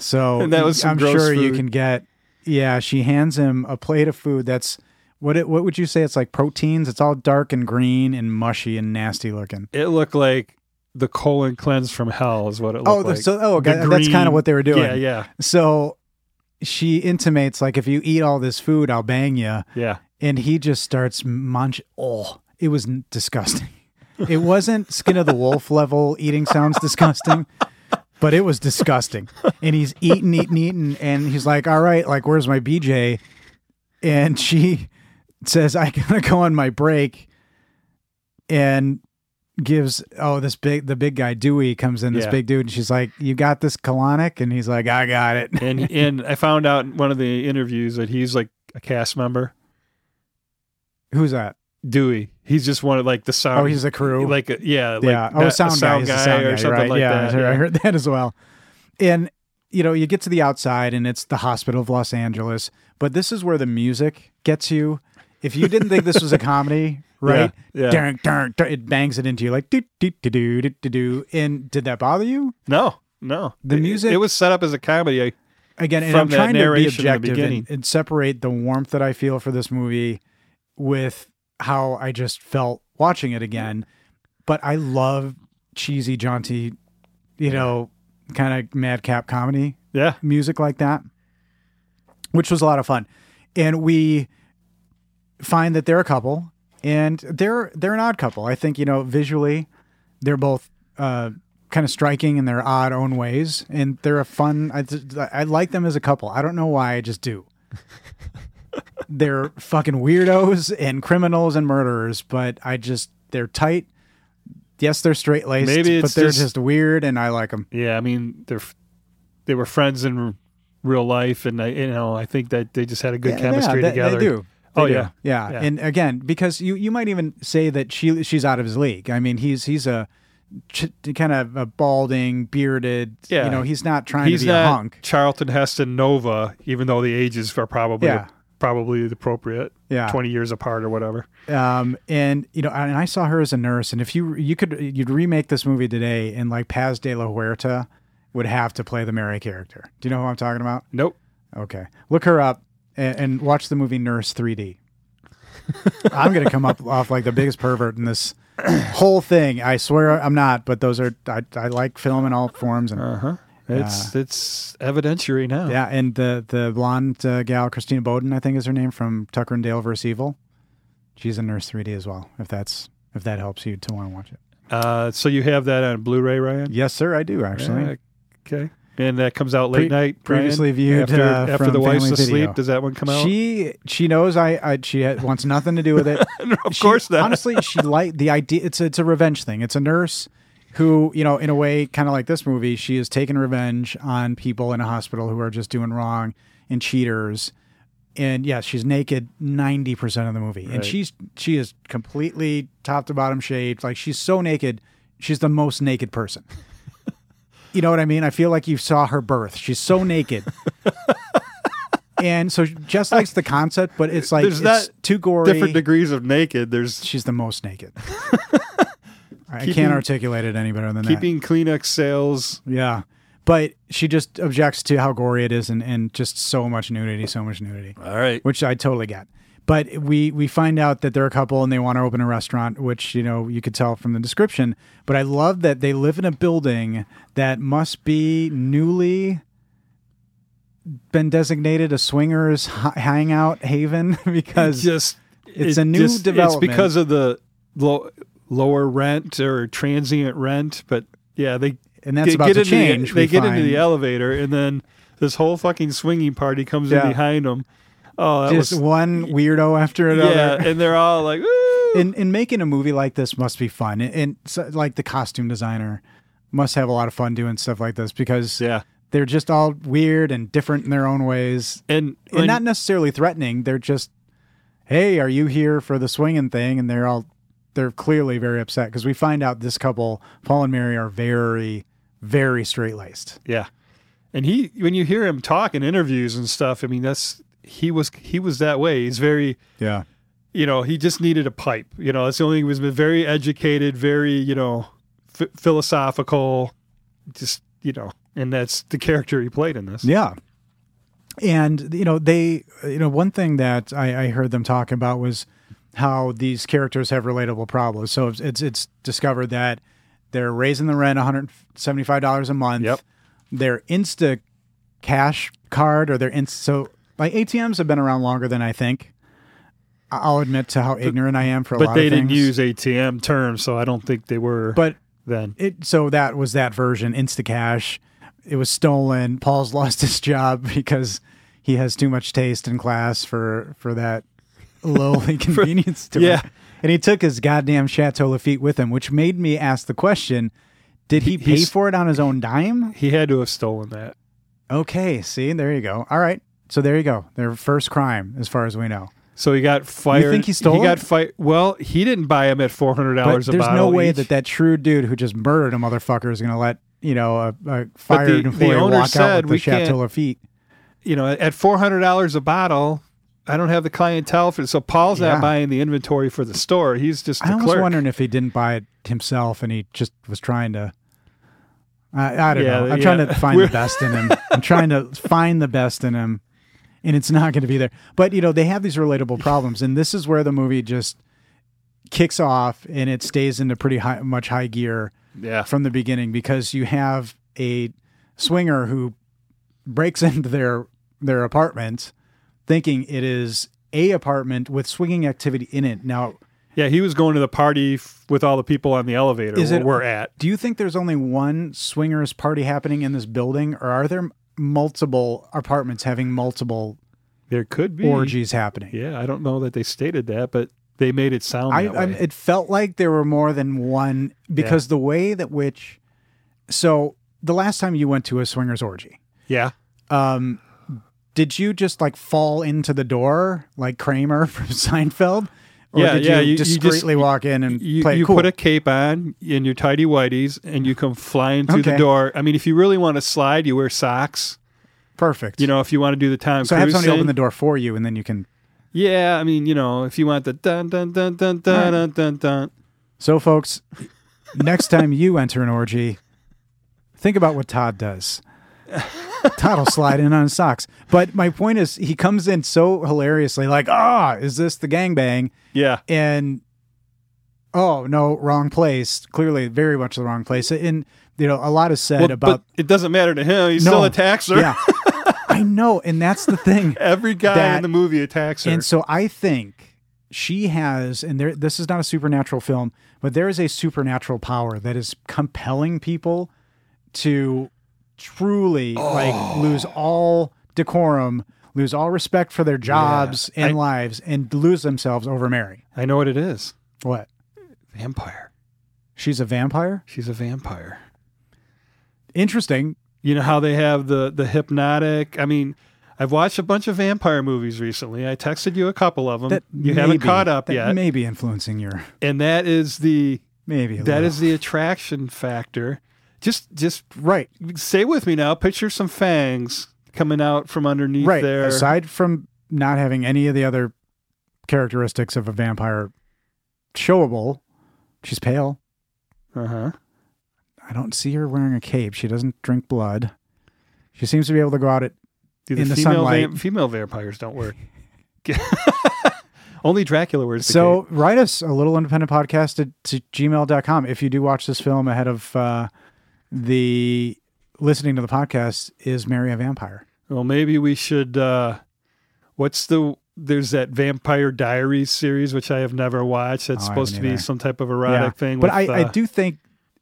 S2: so
S4: And (laughs) that was some
S2: I'm
S4: gross
S2: sure you
S4: food.
S2: can get. Yeah, she hands him a plate of food that's what it, what would you say? It's like proteins. It's all dark and green and mushy and nasty looking.
S4: It looked like the colon cleanse from hell is what it looked
S2: Oh,
S4: like.
S2: so oh,
S4: The
S2: okay, that's kind
S4: green-
S2: of what they were doing.
S4: Yeah, yeah,
S2: So she intimates like, if you eat all this food, I'll bang you.
S4: yeah.
S2: And he just starts munch. Oh, it was n- disgusting. It wasn't skin of the wolf level eating sounds disgusting, but it was disgusting. And he's eating, eating, eating, and he's like, "All right, like, where's my BJ?" And she says, "I gotta go on my break," and gives oh this big the big guy Dewey comes in this
S4: Yeah.
S2: big dude, and she's like, "You got this colonic?" And he's like, "I got it." (laughs)
S4: and and I found out in one of the interviews that he's like a cast member.
S2: Who's that?
S4: Dewey. He's just one of like the sound.
S2: Oh, he's the crew.
S4: like a, yeah, like
S2: yeah.
S4: not
S2: oh,
S4: a
S2: sound, guy, is the sound guy,
S4: or something
S2: right?
S4: like
S2: yeah,
S4: that.
S2: I heard, (laughs) I
S4: yeah.
S2: heard that as well. And you know, you get to the outside, and it's the hospital of Los Angeles. But this is where the music gets you. If you didn't think this was a comedy, right?
S4: (laughs) Yeah, yeah.
S2: Dun, dun, dun, it bangs it into you like do do do do do do do. And did that bother you?
S4: No, no.
S2: The
S4: It-
S2: music-
S4: It, was set up as a comedy. I,
S2: again, and
S4: from
S2: I'm
S4: that
S2: trying to be
S4: narration in the
S2: objective
S4: beginning.
S2: and, and separate the warmth that I feel for this movie with how I just felt watching it again. But I love cheesy, jaunty, you know, kind of madcap comedy
S4: yeah,
S2: music like that, which was a lot of fun. And we find that they're a couple, and they're they're an odd couple. I think you know visually, they're both uh, kind of striking in their odd own ways, and they're a fun. I just- I like them as a couple. I don't know why. I just
S4: (laughs)
S2: do. they're fucking weirdos and criminals and murderers, but I just they're tight. Yes, they're straight laced,
S4: Maybe
S2: but
S4: it's
S2: they're
S4: just-
S2: just weird, and I like them.
S4: yeah. I mean, they're f- they were friends in r- real life, and I, you know, I think that they just had a good
S2: Yeah,
S4: chemistry
S2: they-
S4: together.
S2: They do. They
S4: Oh,
S2: do.
S4: yeah.
S2: yeah,
S4: Yeah.
S2: And again, because you you might even say that she she's out of his league. I mean, he's he's a ch- kind of a balding, bearded.
S4: Yeah.
S2: You know, he's not trying
S4: He's
S2: to be
S4: not
S2: a hunk.
S4: Charlton Heston Nova, even though the ages are probably
S2: Yeah.
S4: probably appropriate.
S2: Yeah.
S4: twenty years apart or whatever.
S2: Um, and you know, and I saw her as a nurse. And if you you could you'd remake this movie today, and like Paz de la Huerta would have to play the Mary character. Do you know who I'm talking about?
S4: Nope.
S2: Okay. Look her up and, and watch the movie Nurse
S4: (laughs)
S2: 3D. I'm going to come up off like the biggest pervert in this whole thing. I swear I'm not, but those are, I, I like film in all forms. And
S4: Uh huh. It's it's evidentiary now.
S2: Yeah, and the the blonde uh, gal, Christina Bowden, I think is her name from Tucker and Dale versus Evil. She's in Nurse 3D as well. If that's if that helps you to want to watch it.
S4: Uh, so you have that on Blu-ray, Ryan?
S2: Yes, sir, I do actually.
S4: Yeah, okay. And that comes out
S2: Pre-
S4: late night. Brian?
S2: previously viewed,
S4: after,
S2: uh,
S4: after
S2: from
S4: the wife's
S2: Family
S4: asleep.
S2: Video.
S4: Does that one come out?
S2: she she knows I, I she had- wants nothing to do with
S4: (laughs)
S2: it.
S4: of
S2: She-
S4: course not.
S2: Honestly,
S4: (laughs)
S2: she like the idea. It's a, it's a revenge thing. It's a nurse who you know, in a way, kind of like this movie, she is taking revenge on people in a hospital who are just doing wrong and cheaters. And yes, she's naked ninety percent of the movie,
S4: Right.
S2: and she's she is completely top to bottom shaved. Like she's so naked, she's the most naked person. You know what I mean? I feel like you saw her birth. She's so
S4: (laughs)
S2: naked. and so Jess likes the concept, but it's like
S4: There's
S2: it's
S4: not
S2: too gory.
S4: Different degrees of naked. There's
S2: She's the most
S4: (laughs)
S2: naked. I
S4: Keeping-
S2: can't articulate it any better than that.
S4: keeping Kleenex sales.
S2: Yeah. But she just objects to how gory it is and, and just so much nudity, so much nudity,
S4: All right.
S2: which I totally get. But we, we find out that they're a couple and they want to open a restaurant, which, you know, you could tell from the description. But I love that they live in a building that must be newly been designated a swingers hi- hangout haven (laughs) because
S4: just
S2: It's
S4: it
S2: a new development.
S4: It's because of the low, lower rent or transient rent, but yeah, they
S2: And that's
S4: get,
S2: about
S4: get
S2: to
S4: into the- e,
S2: change,
S4: they
S2: we
S4: get into
S2: find.
S4: the elevator, and then this whole fucking swinging party comes
S2: Yeah.
S4: in behind them. Oh, that
S2: just
S4: was
S2: one weirdo (laughs) after another.
S4: yeah, and they're all like, "Woo!"
S2: (laughs) and, and making a movie like this must be fun. And, and so, like the costume designer must have a lot of fun doing stuff like this because
S4: yeah,
S2: they're just all weird and different in their own ways.
S4: and
S2: And
S4: when-
S2: not necessarily threatening. They're just, hey, are you here for the swinging thing? And they're all, they're clearly very upset because we find out this couple, Paul and Mary, are very, very straight laced.
S4: yeah, and he when you hear him talk in interviews and stuff, I mean that's he was he was that way. He's very
S2: Yeah.
S4: you know, he just needed a pipe. You know, that's the only thing. He was very educated, very, you know, f- philosophical, just, you know, and that's the character he played in this.
S2: Yeah. And you know, they you know, one thing that I, I heard them talk about was how these characters have relatable problems. So it's it's, it's discovered that they're raising the rent $175 a month.
S4: Yep.
S2: Their Insta cash card or their Insta so like ATMs have been around longer than I think. I- I'll admit to how ignorant I am for a lot
S4: But
S2: of
S4: they didn't
S2: things.
S4: use ATM terms, so I don't think they were
S2: but
S4: then.
S2: it so that was that version instacash it was stolen paul's (laughs) lost his job because he has too much taste in class for for that
S4: (laughs)
S2: (laughs) lowly convenience store
S4: yeah.
S2: and he took his goddamn chateau lafitte with him which made me ask the question did he,
S4: He-
S2: pay
S4: he's-
S2: for it on his own dime
S4: He had to have stolen that.
S2: okay see there you go all right so there you go their first crime as far as we know
S4: So he got fired.
S2: think he stole
S4: He got
S2: it?
S4: fired. Well, he didn't buy him at four hundred
S2: but
S4: dollars a
S2: there's no
S4: bottle
S2: way
S4: each.
S2: that that shrewd dude who just murdered a motherfucker is going to let you know a, a fired
S4: the
S2: employee
S4: owner
S2: walk out
S4: said
S2: with the
S4: we can't-
S2: chateau lafitte
S4: you know, at four hundred dollars a bottle. I don't have the clientele for so Paul's
S2: Yeah.
S4: not buying the inventory for the store. He's just
S2: I
S4: the
S2: was
S4: clerk.
S2: wondering if he didn't buy it himself and he just was trying to. I, I don't
S4: Yeah,
S2: know. I'm
S4: yeah.
S2: trying to find the
S4: We're-
S2: best in
S4: (laughs)
S2: him. I'm trying to find the best in him, and it's not going to be there. But you know, they have these relatable problems, and this is where the movie just kicks off and it stays into pretty high, much high gear
S4: yeah.
S2: from the beginning because you have a swinger who breaks (laughs) into their their apartment thinking it is a apartment with swinging activity in it. Now,
S4: Yeah, he was going to the party f- with all the people on the elevator
S2: Is
S4: where
S2: it-
S4: we're at.
S2: Do you think there's only one swingers party happening in this building, or are there multiple apartments having multiple
S4: There could be
S2: orgies happening?
S4: Yeah, I don't know that they stated that, but they made it sound
S2: I,
S4: that
S2: I
S4: way.
S2: it felt like there were more than one because the way that which so the last time you went to a swingers orgy,
S4: yeah.
S2: um, did you just like fall into the door like Kramer (laughs) from Seinfeld, or
S4: Yeah,
S2: did you,
S4: yeah, you- you just-
S2: discreetly walk in and
S4: You,
S2: play it
S4: you
S2: cool?
S4: put a cape on in your tidy whities and you come flying through
S2: Okay.
S4: the door. I mean, if you really want to slide, you wear socks.
S2: perfect?
S4: You know, if you want to do the time
S2: so have somebody open the door for you, and then you can
S4: Yeah, I mean, you know, if you want the dun dun dun dun dun
S2: Right.
S4: dun dun dun.
S2: So, folks, next time you enter an orgy, think about what Todd does. Todd will slide in on his socks. But my point is, he comes in so hilariously, like, ah, is this the gangbang?
S4: Yeah.
S2: And oh no, wrong place. Clearly, very much the wrong place. And you know, a lot is said
S4: Well,
S2: about
S4: but it doesn't matter to him. He
S2: no,
S4: still attacks her. (laughs)
S2: Yeah, I know, and that's the thing.
S4: Every guy
S2: That-
S4: in the movie attacks her.
S2: And so I think she has, and there, this is not a supernatural film, but there is a supernatural power that is compelling people to truly like
S4: Oh.
S2: lose all decorum, lose all respect for their jobs and lives, and lose themselves over Mary.
S4: I know what it is.
S2: What?
S4: Vampire.
S2: She's a vampire?
S4: She's a vampire.
S2: Interesting.
S4: You know how they have the the hypnotic. I mean, I've watched a bunch of vampire movies recently. I texted you a couple of them.
S2: That
S4: you
S2: may
S4: haven't
S2: be-
S4: caught up
S2: that
S4: yet.
S2: May be influencing your
S4: and that is the
S2: maybe. a
S4: that
S2: little.
S4: is the attraction factor. Just just
S2: right,
S4: stay with me now. Picture some fangs coming out from underneath
S2: right.
S4: there.
S2: Aside from not having any of the other characteristics of a vampire showable, she's pale.
S4: Uh-huh.
S2: I don't see her wearing a cape. She doesn't drink blood. She seems to be able to go out at
S4: Do the
S2: In the
S4: female
S2: sunlight.
S4: vam- female vampires don't work. (laughs) Only Dracula wears the
S2: so
S4: cape.
S2: write us a little independent podcast at, to gmail.com if you do watch this film ahead of uh, the listening to the podcast is mary a vampire
S4: Well, maybe we should. Uh, what's the? There's that Vampire Diaries series, which I have never watched. That's
S2: Oh, I
S4: supposed to
S2: haven't
S4: be
S2: either.
S4: some type of erotic thing.
S2: but
S4: with,
S2: I,
S4: uh,
S2: I do think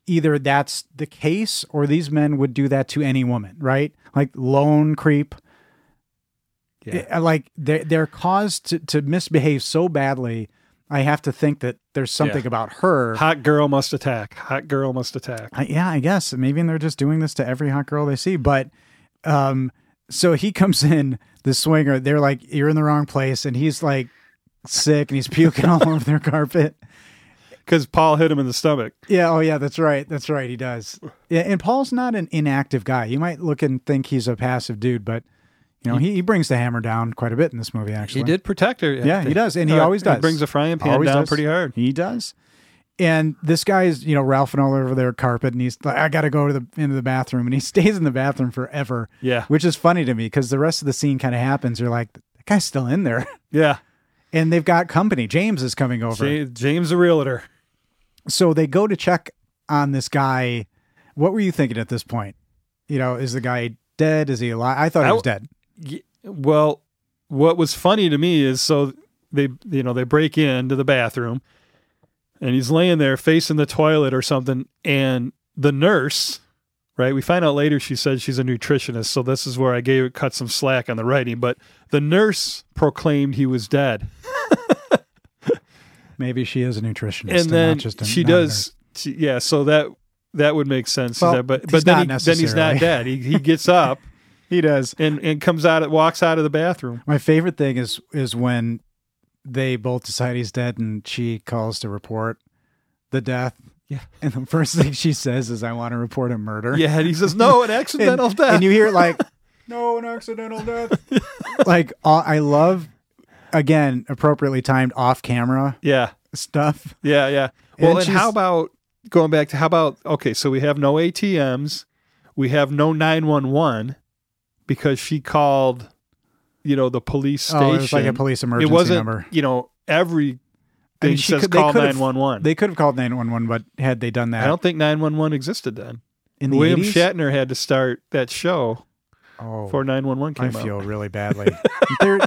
S2: either that's the case or these men would do that to any woman right like lone creep
S4: Yeah.
S2: Eh, like they're, they're caused to, to misbehave so badly i have to think that there's something about her
S4: Hot girl must attack. Hot girl must attack.
S2: I, yeah, I guess maybe they're just doing this to every hot girl they see. But um, so he (laughs) comes in, the swinger. They're like, "You're in the wrong place," and he's like sick and he's puking all (laughs) over their carpet.
S4: Because Paul hit him in the stomach.
S2: Yeah, oh yeah, that's right, that's right. He does. Yeah, and Paul's not an inactive guy. You might look and think he's a passive dude, but you know he, he brings the hammer down quite a bit in this movie. Actually,
S4: He did protect her.
S2: Yeah, he does, and he always does.
S4: Uh, He brings a frying pan
S2: Always
S4: down
S2: does.
S4: pretty hard.
S2: He does. And this guy is, you know, ralphing all over their carpet, and he's like, "I got to go to the into the bathroom," and he (laughs) stays in the bathroom forever.
S4: Yeah.
S2: which is funny to me because the rest of the scene kind of happens. You're like, "That guy's still in there," (laughs)
S4: Yeah,
S2: and they've got company. James is coming over,
S4: James, James the realtor.
S2: so they go to check on this guy. What were you thinking at this point? You know, is the guy dead? Is he alive? I thought he
S4: I-
S2: was dead.
S4: Y- Well, what was funny to me is so they you know they break into the bathroom, and he's laying there facing the toilet or something, and the nurse, right? We find out later she said she's a nutritionist, so this is where I gave cut some slack on the writing, but the nurse proclaimed he was dead,
S2: Maybe she is a nutritionist,
S4: and then
S2: not just a,
S4: she
S2: not a
S4: does, she, yeah. So that that would make sense,
S2: Well,
S4: that- but
S2: he's
S4: but then
S2: not
S4: he, then he's
S2: necessarily.
S4: not dead. He he gets up
S2: nurse. He does.
S4: and and comes out, walks out of the bathroom.
S2: My favorite thing is is when they both decide he's dead and she calls to report the death.
S4: Yeah.
S2: And the first thing she says is, I want to report a murder.
S4: (laughs) Yeah, and he says, "No, an
S2: And,
S4: accidental death."
S2: and you hear it
S4: (laughs)
S2: like, no, an accidental death. like, uh, I love, again, appropriately timed off camera
S4: yeah,
S2: stuff.
S4: yeah, yeah.
S2: And
S4: Well, and,
S2: she's-
S4: how about going back to how about okay? So we have no ATMs, we have no nine one one because she called, you know, the police station.
S2: Oh, it was like a police
S4: It
S2: emergency
S4: wasn't,
S2: number.
S4: you know, every
S2: I
S4: thing
S2: mean, she
S4: says
S2: could- they
S4: call
S2: could've-
S4: nine one one.
S2: They could have called 911, but had they done that
S4: I don't think nine one one existed then.
S2: in the
S4: William
S2: 80s?
S4: Shatner had to start that show
S2: oh,
S4: before nine one one came
S2: I
S4: out.
S2: feel really
S4: (laughs)
S2: badly. there, there-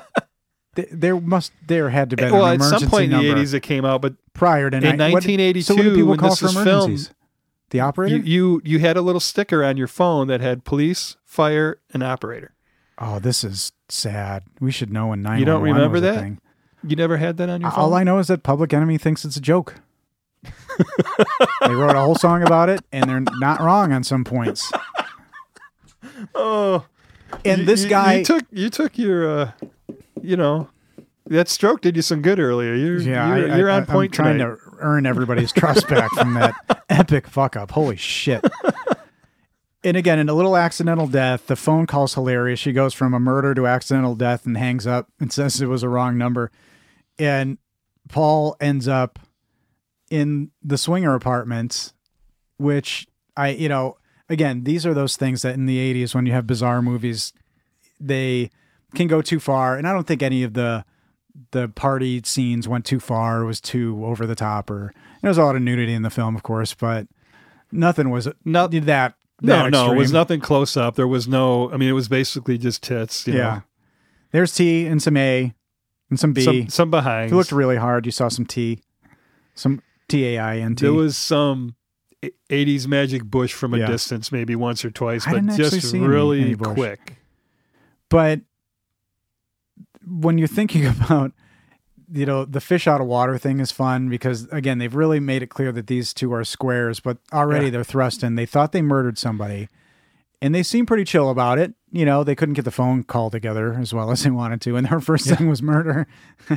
S2: there must there had to be
S4: well,
S2: an
S4: at
S2: emergency
S4: some point in
S2: number
S4: the 80s it came out, but
S2: prior to
S4: in
S2: ni- what did- So what
S4: 1982,
S2: do people
S4: when
S2: call
S4: this
S2: for
S4: was filmed,
S2: emergencies? the operator.
S4: You, you you had a little sticker on your phone that had police, fire, and operator.
S2: oh, this is sad. We should know when nine.
S4: You don't remember
S2: was a
S4: that?
S2: Thing.
S4: You never had that on your phone.
S2: All I know is that Public Enemy thinks it's a
S4: (laughs)
S2: joke. they wrote a whole song about it, and they're not wrong on some points.
S4: oh,
S2: And
S4: You-
S2: this
S4: you-
S2: guy,
S4: you took you took your, uh, you know, that stroke did you some good earlier. You're
S2: yeah,
S4: you're,
S2: I,
S4: you're
S2: I,
S4: on
S2: I'm
S4: point
S2: trying
S4: tonight.
S2: to earn everybody's trust back from
S4: (laughs)
S2: that epic fuck up. Holy shit. And again, in a little accidental death, the phone call's hilarious. She goes from a murder to accidental death and hangs up and says it was a wrong number. And Paul ends up in the swinger apartments, which I, you know, again, these are those things that in the 80s, when you have bizarre movies, they can go too far. And I don't think any of the the party scenes went too far, was too over the top, or there was a lot of nudity in the film, of course, but nothing was not that. that
S4: No, no, it was
S2: extreme.
S4: nothing close up. There was no. I mean, it was basically just tits. You
S2: Yeah, there's T and some A and some B.
S4: know. some some behind.
S2: if you looked really hard, you saw some T, some T A I N T.
S4: There was some e- '80s magic bush from a
S2: Yeah.
S4: distance, maybe once or twice,
S2: I
S4: but
S2: didn't actually
S4: just
S2: see any-
S4: really
S2: any bush.
S4: quick.
S2: but when you're thinking (laughs) about you know the fish out of water thing is fun because again they've really made it clear that these two are squares but already
S4: Yeah.
S2: they're thrust in they thought they murdered somebody and they seem pretty chill about it you know they couldn't get the phone call together as well (laughs) as they wanted to and their first thing was murder (laughs)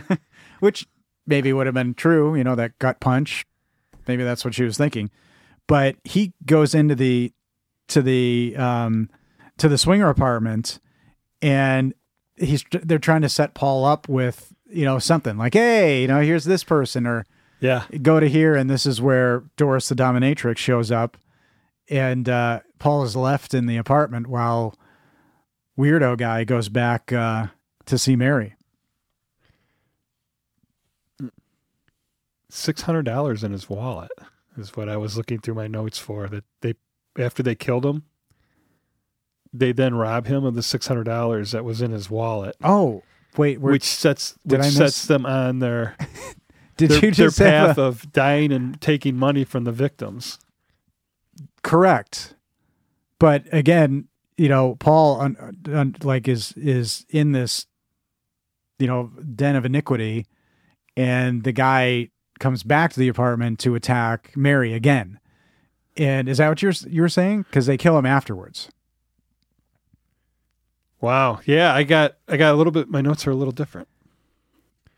S2: which maybe would have been true you know that gut punch maybe that's what she was thinking but he goes into the to the um to the swinger apartment and he's they're trying to set Paul up with you know something like hey you know here's this person or
S4: Yeah,
S2: go to here and this is where Doris the dominatrix shows up and uh, Paul is left in the apartment while weirdo guy goes back uh, to see Mary
S4: six hundred dollars in his wallet is what I was looking through my notes for. That they after they killed him, they then rob him of the six hundred dollars that was in his wallet,
S2: oh wait we're,
S4: which sets
S2: Did
S4: which
S2: I miss-
S4: sets them on their
S2: (laughs) did
S4: their,
S2: you
S4: their
S2: just have
S4: path
S2: a-
S4: of dying and taking money from the victims.
S2: correct but again you know Paul un, un, like is is in this you know den of iniquity and the guy comes back to the apartment to attack Mary again. And is that what you're you were saying? Because they kill him afterwards.
S4: Wow. Yeah, I got I got a little bit. My notes are a little different.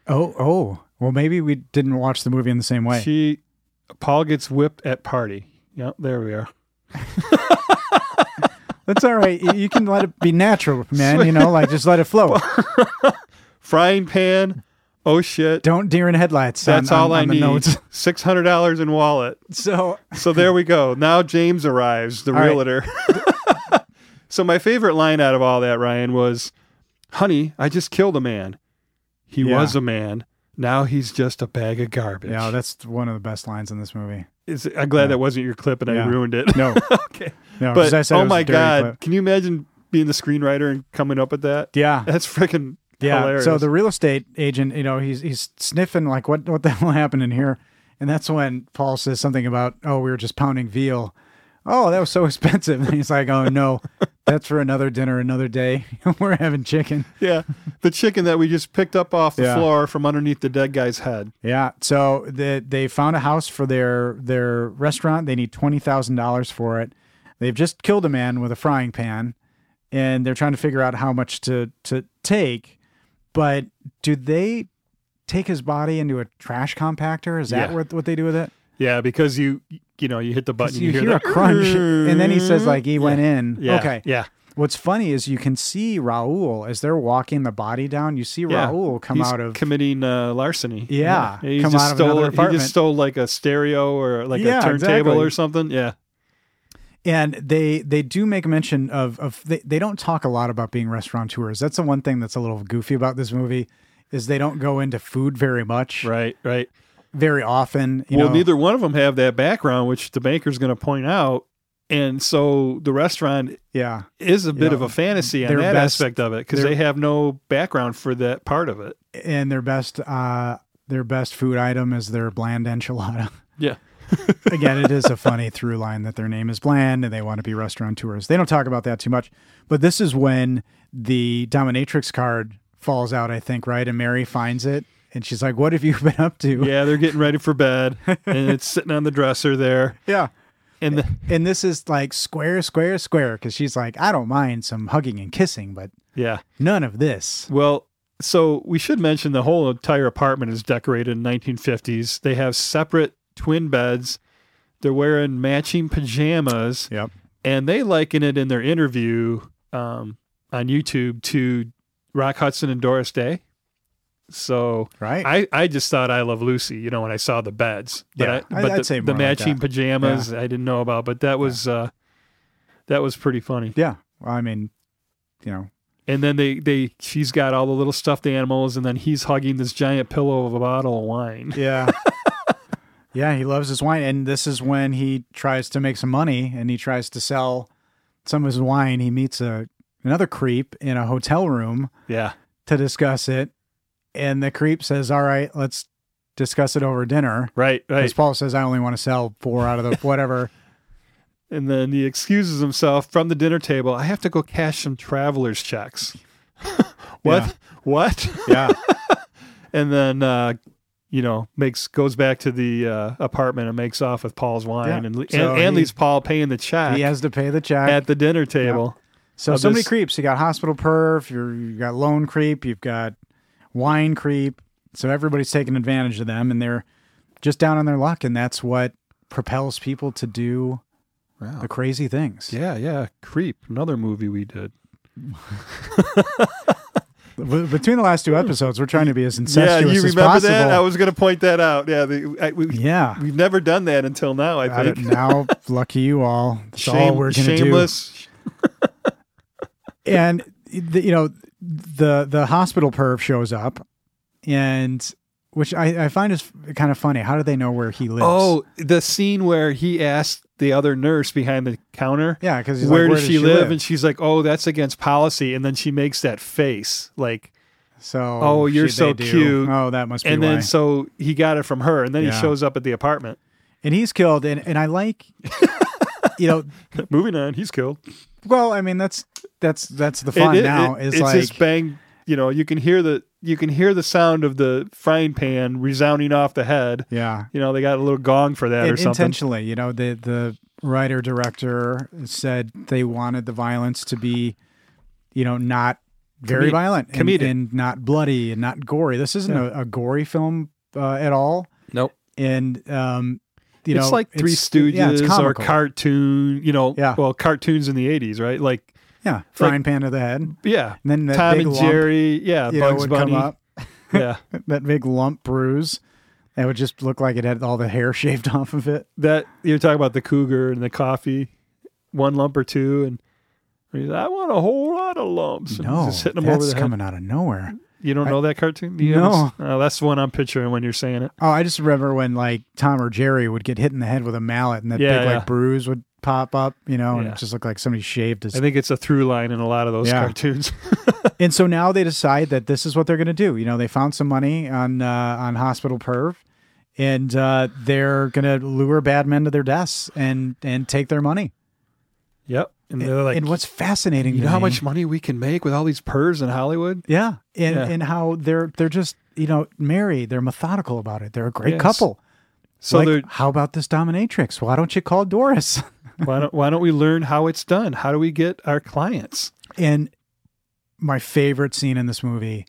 S2: Oh, oh. Well, maybe we didn't watch the movie in the same way.
S4: She Paul gets whipped at party. Yeah, there we are.
S2: That's all right. You you can let it be (laughs) natural, man. You know, like just let it flow.
S4: Frying pan. Oh shit.
S2: Don't deer in headlights. on-
S4: That's
S2: on-
S4: all I
S2: on the
S4: need.
S2: notes. (laughs)
S4: Six hundred dollars in wallet.
S2: So
S4: So there we go. Now James arrives, the
S2: right.
S4: realtor. (laughs) so my favorite line out of all that, Ryan, was, "Honey, I just killed a man. He
S2: Yeah.
S4: was a man. Now he's just a bag of garbage."
S2: yeah, that's one of the best lines in this movie.
S4: Is- I'm glad
S2: Yeah.
S4: that wasn't your clip, and
S2: Yeah.
S4: I ruined it.
S2: No,
S4: (laughs) okay,
S2: no. 'cause
S4: but
S2: I said it
S4: oh
S2: was a
S4: my
S2: dirty
S4: god,
S2: clip.
S4: can you imagine being the screenwriter and coming up with that? (laughs)
S2: Yeah,
S4: That's freaking
S2: Yeah.
S4: hilarious.
S2: So the real estate agent, you know, he's he's sniffing like what what the (laughs) hell happened in here? And that's when Paul says something about, oh, we were just pounding veal. Oh, that was so (laughs) expensive. And he's like, oh no, that's for another dinner, another day. (laughs) we're having chicken.
S4: yeah, the chicken that we just picked up off the
S2: Yeah.
S4: floor from underneath the dead guy's head.
S2: Yeah. So the, they found a house for their their restaurant. They need twenty thousand dollars for it. They've just killed a man with a frying pan, and they're trying to figure out how much to to take. But do they take his body into a trash compactor? Is that
S4: Yeah.
S2: what what they do with it?
S4: Yeah, because you you know you hit the
S2: 'Cause
S4: button,
S2: You, hear,
S4: the-
S2: a crunch, and then he says like he went in.
S4: (laughs) Yeah,
S2: Okay.
S4: yeah,
S2: What's funny is you can see Raul as they're walking the body down. You see
S4: yeah.
S2: Raul come
S4: He's
S2: out of
S4: committing uh, larceny.
S2: Yeah,
S4: he
S2: come
S4: just
S2: out of
S4: stole.
S2: another
S4: he
S2: apartment.
S4: just stole like a stereo or like
S2: Yeah,
S4: a turntable
S2: exactly.
S4: or something. Yeah,
S2: and they they do make mention of of they, they don't talk a lot about being restaurateurs that's the one thing that's a little goofy about this movie is they don't go into food very much
S4: right, right.
S2: very often you
S4: well,
S2: know
S4: neither one of them have that background, which the banker's going to point out, and so the restaurant
S2: yeah
S4: is a bit
S2: Yeah.
S4: of a fantasy on
S2: Their
S4: that
S2: best-
S4: aspect of it because
S2: their-
S4: they have no background for that part of it.
S2: and their best uh their best food item is their bland enchilada (laughs)
S4: Yeah,
S2: again, it is a funny through line that their name is bland and they want to be restaurateurs. They don't talk about that too much, but this is when the dominatrix card falls out, I think, right? And Mary finds it and she's like, "What have you been up to?" (laughs)
S4: yeah. They're getting ready for bed, and it's sitting on the dresser there,
S2: yeah. (laughs)
S4: and the,
S2: And this is like square, square, square, because she's like, "I don't mind some hugging and kissing, but
S4: yeah.
S2: none of this."
S4: Well, so we should mention the whole entire apartment is decorated in 1950s. They have separate twin beds. They're wearing matching pajamas,
S2: Yep.
S4: and they liken it in their interview um, on YouTube to Rock Hudson and Doris Day. So
S2: Right.
S4: I, I just thought I Love Lucy, you know, when I saw the beds. But
S2: Yeah,
S4: I,
S2: I-
S4: but
S2: I'd
S4: the,
S2: say
S4: the
S2: more like
S4: matching
S2: that.
S4: pajamas I didn't know about, but that was uh, that was pretty funny.
S2: yeah. Well, I mean, you know,
S4: And then they they she's got all the little stuffed animals, and then he's hugging this giant pillow of a bottle of wine.
S2: Yeah. (laughs) yeah, he loves his wine. And this is when he tries to make some money and he tries to sell some of his wine. He meets a another creep in a hotel room
S4: Yeah,
S2: to discuss it. And the creep says, All right, let's discuss it over dinner.
S4: right, right.
S2: Because Paul says, I only want to sell four out of the whatever.
S4: And then he excuses himself from the dinner table. I have to go cash some traveler's (laughs) checks. what?
S2: Yeah.
S4: What?
S2: Yeah.
S4: and then uh, you know makes goes back to the uh, apartment and makes off with Paul's wine
S2: Yeah.
S4: and and,
S2: So
S4: and
S2: he-
S4: leaves Paul paying the check
S2: he has to pay the check.
S4: at the dinner table.
S2: so
S4: of
S2: so many
S4: this-
S2: creeps. You got hospital perv, you're, you got loan creep, you've got wine creep. So everybody's taking advantage of them and they're just down on their luck. And that's what propels people to do the crazy things.
S4: Yeah, yeah. Creep, another movie we did.
S2: B- Between the last two episodes, we're trying to be as incestuous
S4: yeah, you
S2: as
S4: remember
S2: possible.
S4: that? I was going to point that out. Yeah, the, I, we,
S2: yeah.
S4: we've never done that until now. I
S2: I
S4: think
S2: don't- now, lucky you all. That's all
S4: Shame-
S2: we're going to do.
S4: shameless.
S2: and the, you know the the hospital perv shows up and which I, I find is kind of funny how do they know where he lives
S4: Oh, the scene where he asked the other nurse behind the counter,
S2: yeah because he's
S4: "Where
S2: like,
S4: does she, live? And she's like, "Oh, that's against policy." And then she makes that face, like,
S2: so
S4: Oh, you're
S2: she-
S4: so
S2: they do.
S4: cute.
S2: oh that must be
S4: and
S2: why.
S4: then so he got it from her, and then
S2: Yeah.
S4: he shows up at the apartment. (laughs)
S2: and he's killed and and i like you know
S4: Moving on, he's killed.
S2: well i mean that's that's that's the fun
S4: It- it-
S2: now
S4: it-
S2: is
S4: it's
S2: like
S4: just bang. You know, you can hear the you can hear the sound of the frying pan resounding off the head.
S2: yeah
S4: You know, they got a little gong for that
S2: And
S4: or something.
S2: intentionally you know the the writer director said they wanted the violence to be you know not very
S4: Comed-
S2: violent and,
S4: comedic.
S2: and not bloody and not gory this isn't a, a gory film uh, at all
S4: Nope.
S2: and um you
S4: it's
S2: know
S4: like Three
S2: it's-
S4: Stooges
S2: yeah, it's
S4: or
S2: comical.
S4: cartoon. You know,
S2: Yeah.
S4: well, cartoons in the eighties, right? Like,
S2: yeah frying pan to the head and
S4: yeah,
S2: then that
S4: Tom
S2: big
S4: and
S2: lump,
S4: Jerry. Yeah,
S2: you know,
S4: Bugs
S2: would
S4: Bunny.
S2: come up (laughs)
S4: yeah,
S2: that big lump bruise that would just look like it had all the hair (laughs) shaved off of it
S4: that you're talking about the cougar and the coffee, one lump or two, and he's, I want a whole lot of lumps. And he's
S2: no
S4: just hitting them
S2: that's
S4: over the head.
S2: coming out of nowhere
S4: You don't know that cartoon? You
S2: No.
S4: haven't s- Oh, that's the one I'm picturing when you're saying it.
S2: Oh, I just remember when like Tom or Jerry would get hit in the head with a mallet and that
S4: Yeah,
S2: big
S4: yeah.
S2: like bruise would pop up, you know, and
S4: Yeah.
S2: it just looked like somebody shaved his.
S4: I think it's a through line in a lot of those
S2: Yeah.
S4: cartoons. (laughs)
S2: And so now they decide that this is what they're going to do. You know, they found some money on uh, on hospital perv, and uh, they're going to lure bad men to their deaths and and take their money.
S4: yep. And they're like,
S2: and what's fascinating,
S4: you
S2: to
S4: know how
S2: me-
S4: much money we can make with all these purrs in Hollywood?
S2: yeah, and
S4: Yeah.
S2: and how they're they're just you know married, they're methodical about it. They're a great
S4: Yes.
S2: couple.
S4: So
S2: like,
S4: they're
S2: how about this dominatrix? Why don't you call Doris?
S4: why don't why don't we learn how it's done? How do we get our clients?
S2: And my favorite scene in this movie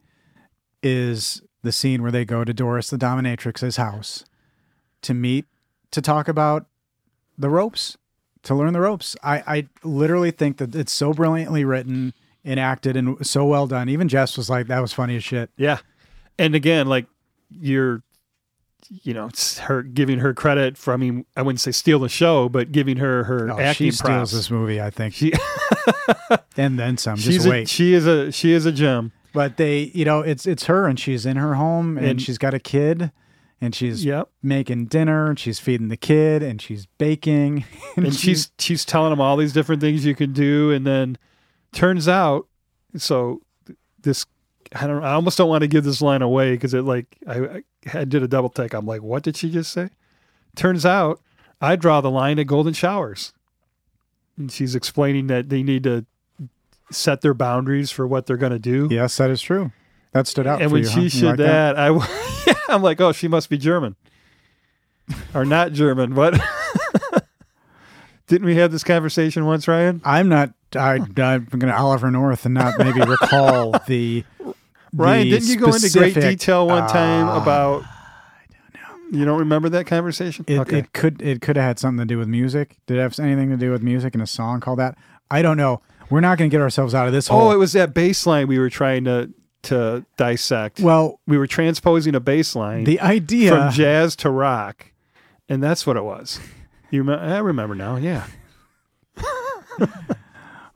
S2: is the scene where they go to Doris the dominatrix's house to meet to talk about the ropes, to learn the ropes. I, I literally think that it's so brilliantly written and acted and so well done. Even Jess was like, that was funny as shit.
S4: Yeah. And again, like you're you know, it's her giving her credit for I mean, I wouldn't say steal the show, but giving her her
S2: Oh,
S4: acting
S2: she steals
S4: props.
S2: this movie, I think. (laughs)
S4: She-
S2: and then some.
S4: She's
S2: Just
S4: a,
S2: wait.
S4: she is a she is a gem.
S2: but they, you know, it's it's her and she's in her home and,
S4: And-
S2: she's got a kid and she's
S4: Yep.
S2: making dinner and she's feeding the kid and she's baking (laughs)
S4: (laughs) and she's she's telling him all these different things you can do and then turns out so th- this i don't i almost don't want to give this line away because it like I, I I did a double take i'm like what did she just say turns out i draw the line at golden showers and she's explaining that they need to set their boundaries for what they're going to do
S2: yes that is true that stood out
S4: and
S2: for
S4: when
S2: you, huh?
S4: she
S2: You
S4: said
S2: like
S4: that, I (laughs) w- yeah, i'm like oh she must be german or not german but (laughs) didn't we have this conversation once ryan
S2: i'm not I, i'm gonna oliver north and not maybe recall
S4: (laughs)
S2: the
S4: Ryan,
S2: the
S4: didn't you go into great
S2: specific-
S4: detail one time
S2: Ah,
S4: about? You uh, don't remember that conversation?
S2: it,
S4: okay.
S2: it could it could have had something to do with music did it have anything to do with music and a song called that i don't know we're not gonna get ourselves out of this
S4: oh,
S2: hole
S4: it was that baseline we were trying to to dissect.
S2: well
S4: we were transposing a baseline
S2: the idea
S4: from jazz to rock, and that's what it was. You remember? I remember now. Yeah.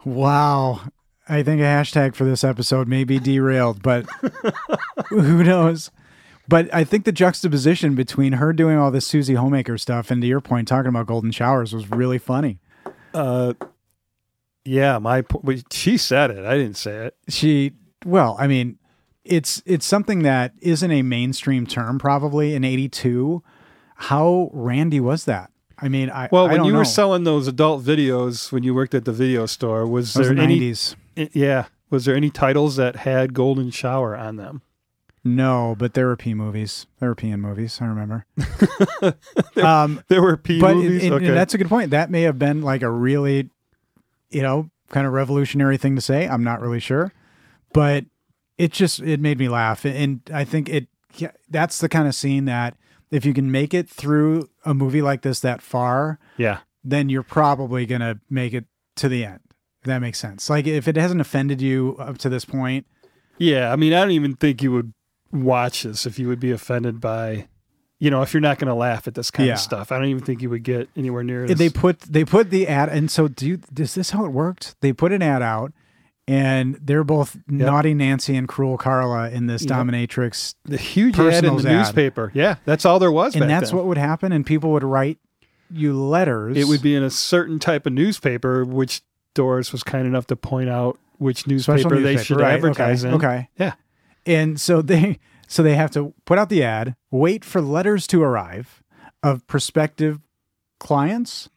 S2: Wow. I think a hashtag for this episode may be derailed, but (laughs) who knows? But I think the juxtaposition between her doing all this Susie Homemaker stuff and to your point, talking about golden showers was really funny.
S4: Uh, yeah, my po- but she said it. I didn't say it.
S2: She, well, I mean, it's it's something that isn't a mainstream term probably in '82. How randy was that? I mean, I
S4: Well,
S2: I
S4: when
S2: don't
S4: you
S2: know.
S4: were selling those adult videos when you worked at the video store, was
S2: That was
S4: there
S2: the
S4: any?
S2: 90s.
S4: i- Yeah, was there any titles that had "Golden Shower" on them?
S2: No, but there were P movies. There were P in movies. I remember. (laughs) um,
S4: (laughs) There were P
S2: but
S4: movies.
S2: and- and-
S4: okay,
S2: and that's a good point. That may have been like a really, you know, kind of revolutionary thing to say. I'm not really sure, but it just it made me laugh, and I think it yeah, that's the kind of scene that if you can make it through a movie like this that far,
S4: yeah.
S2: then you're probably going to make it to the end. If that makes sense. Like if it hasn't offended you up to this point,
S4: Yeah, I mean, I don't even think you would watch this if you would be offended by, you know, if you're not going to laugh at this kind
S2: Yeah.
S4: of stuff. I don't even think you would get anywhere near this.
S2: they put they put the ad and so do you, is this how it worked? They put an ad out and they're both naughty Nancy and cruel Carla in this dominatrix
S4: the huge ad in
S2: Personals
S4: the
S2: ad.
S4: newspaper. Yeah, that's all there was.
S2: and
S4: back
S2: that's
S4: then.
S2: what would happen and people would write you letters.
S4: it would be in a certain type of newspaper, which Doris was kind enough to point out which newspaper,
S2: special
S4: they
S2: newspaper,
S4: should
S2: right,
S4: advertise
S2: okay,
S4: in.
S2: Okay.
S4: Yeah.
S2: And so they so they have to put out the ad, wait for letters to arrive of prospective clients,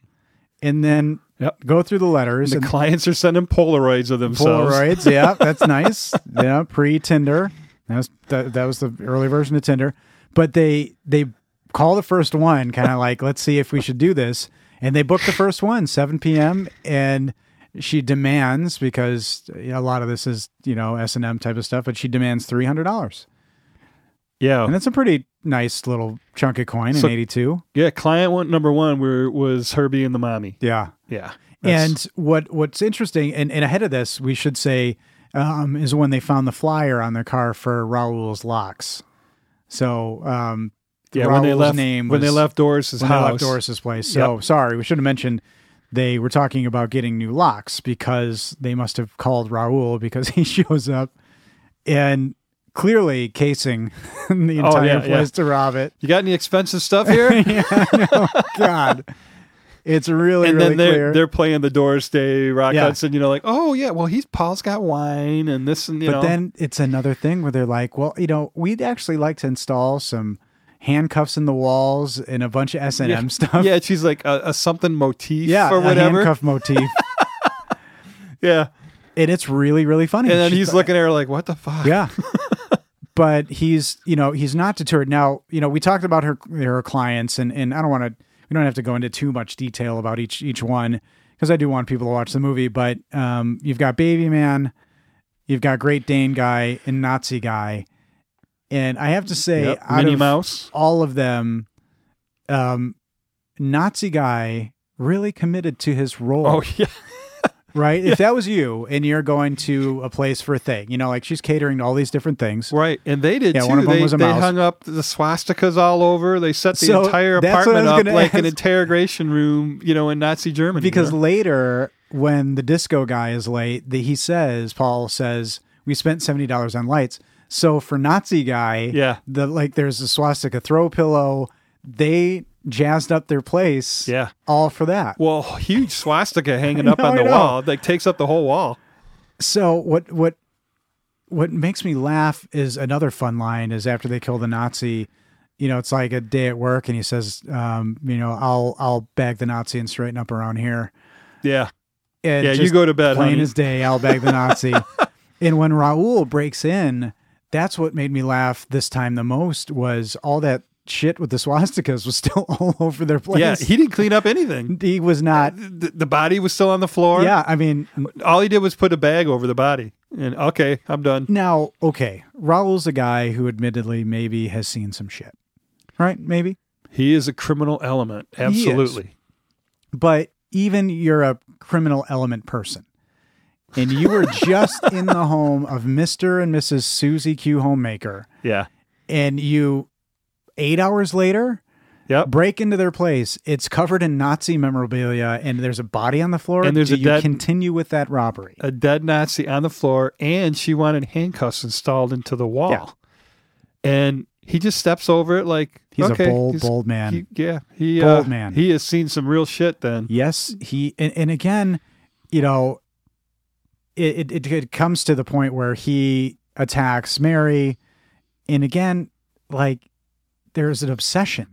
S2: and then
S4: Yep.
S2: go through the letters
S4: The
S2: and
S4: clients are sending Polaroids of themselves.
S2: Polaroids. yeah,
S4: (laughs)
S2: that's nice. Yeah, pre Tinder. That was that, that was the early version of Tinder. But they they call the first one, kind of like, let's see if we should do this. And they book the first one, 7 p.m. And she demands because you know, a lot of this is you know S and M type of stuff, but she demands three hundred dollars,
S4: Yeah,
S2: and that's a pretty nice little chunk of coin
S4: So-
S2: in '82.
S4: yeah. Client one number one were, was Herbie and the mommy.
S2: Yeah,
S4: Yeah, That's-
S2: And what what's interesting, and, and ahead of this, we should say, um, is when they found the flyer on their car for Raul's locks. So um,
S4: yeah. When they
S2: Raoul's
S4: left,
S2: name
S4: when they
S2: was-
S4: left Doris's
S2: when they
S4: house,
S2: left Doris's place. So sorry, we should have mentioned they were talking about getting new locks because they must have called Raul because (laughs) he shows up and clearly casing (laughs) the entire
S4: Oh, yeah, yeah.
S2: place to rob it. (laughs)
S4: You got any expensive stuff here?
S2: yeah, I know. God, it's really
S4: and
S2: really
S4: then they're
S2: clear.
S4: they're playing the Doris Day Rock
S2: Yeah.
S4: Hudson. You know, like oh yeah, well he's Paul's got wine and this and you
S2: but
S4: know.
S2: then it's another thing where they're like, well, you know, we'd actually like to install some handcuffs in the walls and a bunch of S and M stuff.
S4: yeah, she's like a, a something motif
S2: yeah,
S4: or
S2: a
S4: whatever.
S2: handcuff
S4: (laughs)
S2: motif,
S4: Yeah,
S2: and it's really really funny.
S4: and then
S2: She's
S4: he's
S2: like-
S4: looking at her like, what the fuck?
S2: yeah. but he's you know he's not deterred. Now you know we talked about her her clients, and and I don't want to we don't have to go into too much detail about each each one because I do want people to watch the movie. But um, you've got Baby Man, you've got Great Dane guy and Nazi guy, and I have to say,
S4: Yep.
S2: out
S4: Minnie
S2: of- (laughs)
S4: Mouse.
S2: all of them, um, Nazi guy really committed to his role,
S4: Oh yeah,
S2: right? If that was you and you're going to a place for a thing, you know, like she's catering to all these different things.
S4: right. And they did
S2: Yeah,
S4: too.
S2: one of them
S4: they
S2: was a
S4: they
S2: mouse.
S4: hung up the swastikas all over. They set the
S2: So
S4: entire
S2: that's what I
S4: apartment
S2: was
S4: up
S2: gonna
S4: like an
S2: ask.
S4: interrogation room. You know, in Nazi Germany.
S2: Because
S4: you know?
S2: later, when the disco guy is late, the, he says, Paul says, we spent $70 on lights. So for Nazi guy,
S4: Yeah.
S2: the like there's a swastika throw pillow. They jazzed up their place
S4: yeah.
S2: all for that.
S4: Well, huge swastika hanging up
S2: know, (laughs)
S4: on
S2: I
S4: the
S2: know.
S4: wall. Like takes up the whole wall.
S2: So what what what makes me laugh is another fun line is after they kill the Nazi, you know, it's like a day at work and he says, um, you know, I'll I'll bag the Nazi and straighten up around here.
S4: Yeah.
S2: And
S4: Yeah, you
S2: just
S4: go to bed,
S2: Plain
S4: honey.
S2: as day, I'll bag the Nazi.
S4: (laughs)
S2: and when Raul breaks in, that's what made me laugh this time the most was all that shit with the swastikas was (laughs) still all over their place.
S4: Yeah. He didn't clean up anything.
S2: he was not
S4: The, the body was still on the floor.
S2: Yeah, I mean
S4: All he did was put a bag over the body. And okay, I'm done.
S2: Now, okay, Raul's a guy who admittedly maybe has seen some shit, right? Maybe.
S4: He is a criminal element.
S2: is.
S4: Absolutely.
S2: But even you're a criminal element person. And you were
S4: (laughs)
S2: just in the home of Mr. and Mrs. Susie Q. Homemaker.
S4: Yeah.
S2: And you, eight hours later,
S4: Yep.
S2: break into their place. It's covered in Nazi memorabilia, and there's a body on the floor.
S4: And there's
S2: Do
S4: a
S2: you
S4: dead-
S2: continue with that robbery?
S4: a dead Nazi on the floor, and she wanted handcuffs installed into the wall.
S2: Yeah.
S4: And he just steps over it like
S2: He's
S4: okay,
S2: a bold,
S4: he's-
S2: bold man.
S4: he- yeah, he
S2: Bold
S4: uh,
S2: man.
S4: He has seen some real shit. Then
S2: yes, he and, and again, you know, it, it it comes to the point where he attacks Mary, and again, like there's an obsession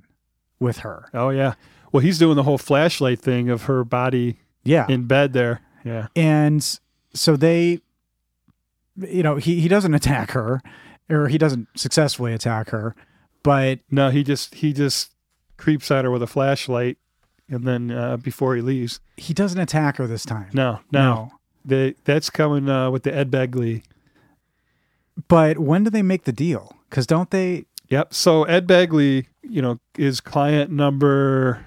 S2: with her.
S4: oh yeah, well he's doing the whole flashlight thing of her body
S2: Yeah,
S4: in bed there. Yeah,
S2: and so they you know he, he doesn't attack her or he doesn't successfully attack her but
S4: no, he just he just creeps at her with a flashlight, and then uh, before he leaves,
S2: he doesn't attack her this time
S4: no, no, They, that's coming uh, with the Ed Begley
S2: but when do they make the deal because don't they
S4: Yep. So Ed Begley, you know, is client number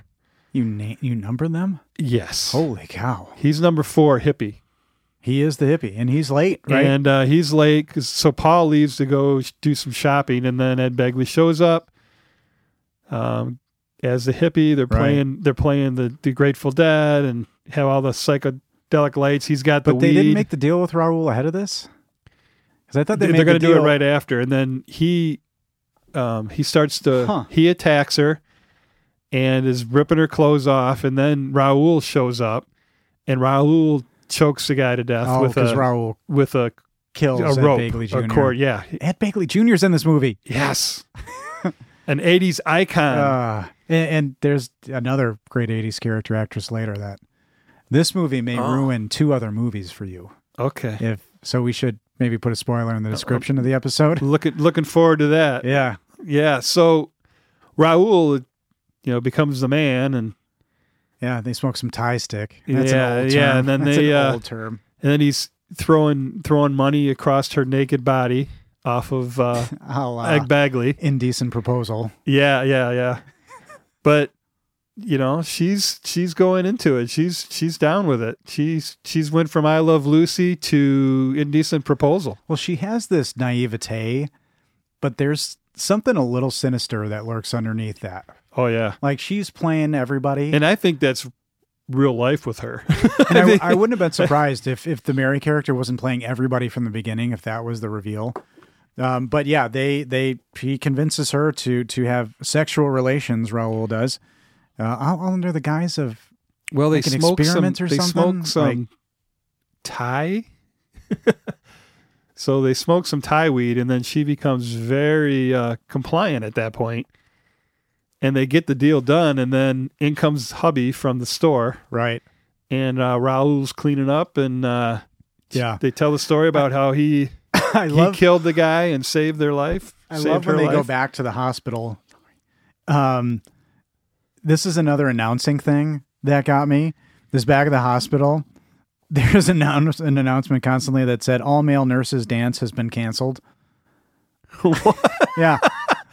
S2: you na- you number them
S4: yes.
S2: holy cow
S4: He's number four, hippie,
S2: he is the hippie and he's late right
S4: and uh, he's late. 'cause- so Paul leaves to go sh- do some shopping, and then Ed Begley shows up. Um, as the hippie, they're
S2: Right.
S4: playing. They're playing the, the Grateful Dead and have all the psychedelic lights. He's got the
S2: but they
S4: weed.
S2: didn't make the deal with Raul ahead of this because i thought they
S4: They
S2: made
S4: are
S2: the
S4: going to do it
S2: deal-
S4: right after, and then he um, he starts to
S2: Huh.
S4: he attacks her and is ripping her clothes off, and then Raul shows up, and Raul chokes the guy to death
S2: oh
S4: with a
S2: because Raul
S4: with a,
S2: kills
S4: a
S2: Ed
S4: rope,
S2: Bagley Jr.
S4: a cord. Yeah,
S2: Ed Bagley Jr.'s in this movie
S4: (laughs) yes, an '80s icon.
S2: Uh, and, and there's another great 80s character actress later that this movie may
S4: Oh.
S2: ruin two other movies for you.
S4: okay,
S2: If so, we should maybe put a spoiler in the description of the episode. (laughs)
S4: looking looking forward to that.
S2: Yeah.
S4: Yeah, so Raul, you know, becomes the man, and
S2: Yeah. They smoke some tie stick. That's
S4: Yeah,
S2: an old term.
S4: yeah, and
S2: (laughs)
S4: then
S2: That's
S4: they,
S2: an
S4: uh,
S2: old term.
S4: and then he's throwing throwing money across her naked body off of (laughs) uh,
S2: I'll, uh,
S4: Egg Bagley.
S2: indecent proposal.
S4: Yeah, yeah, yeah. But you know, she's she's going into it. She's she's down with it. She's she's went from I Love Lucy to Indecent Proposal.
S2: Well, she has this naivete, but there's something a little sinister that lurks underneath that.
S4: Oh yeah.
S2: Like she's playing everybody.
S4: And I think that's real life
S2: (laughs)
S4: with her.
S2: And I, I wouldn't have been surprised if if the Mary character wasn't playing everybody from the beginning, if that was the reveal. Um, but yeah, they they he convinces her to to have sexual relations. Raul does, uh, all, all under the guise of
S4: well,
S2: they like an smoke some- experiment or they something? smoke some
S4: Thai. (laughs) so they smoke some Thai weed, and then she becomes very uh, compliant at that point. And they get the deal done, and then in comes hubby from the store.
S2: right.
S4: and uh, Raul's cleaning up, and uh,
S2: Yeah,
S4: they tell the story about how he
S2: (laughs) I
S4: he
S2: love
S4: killed the guy and saved their life.
S2: I
S4: saved
S2: love when
S4: her
S2: they go
S4: life.
S2: back to the hospital. Um, this is another announcing thing that got me. This back at the hospital, (laughs) there's an, announce- an announcement constantly that said all male nurses dance has been
S4: (laughs)
S2: canceled. what? Yeah.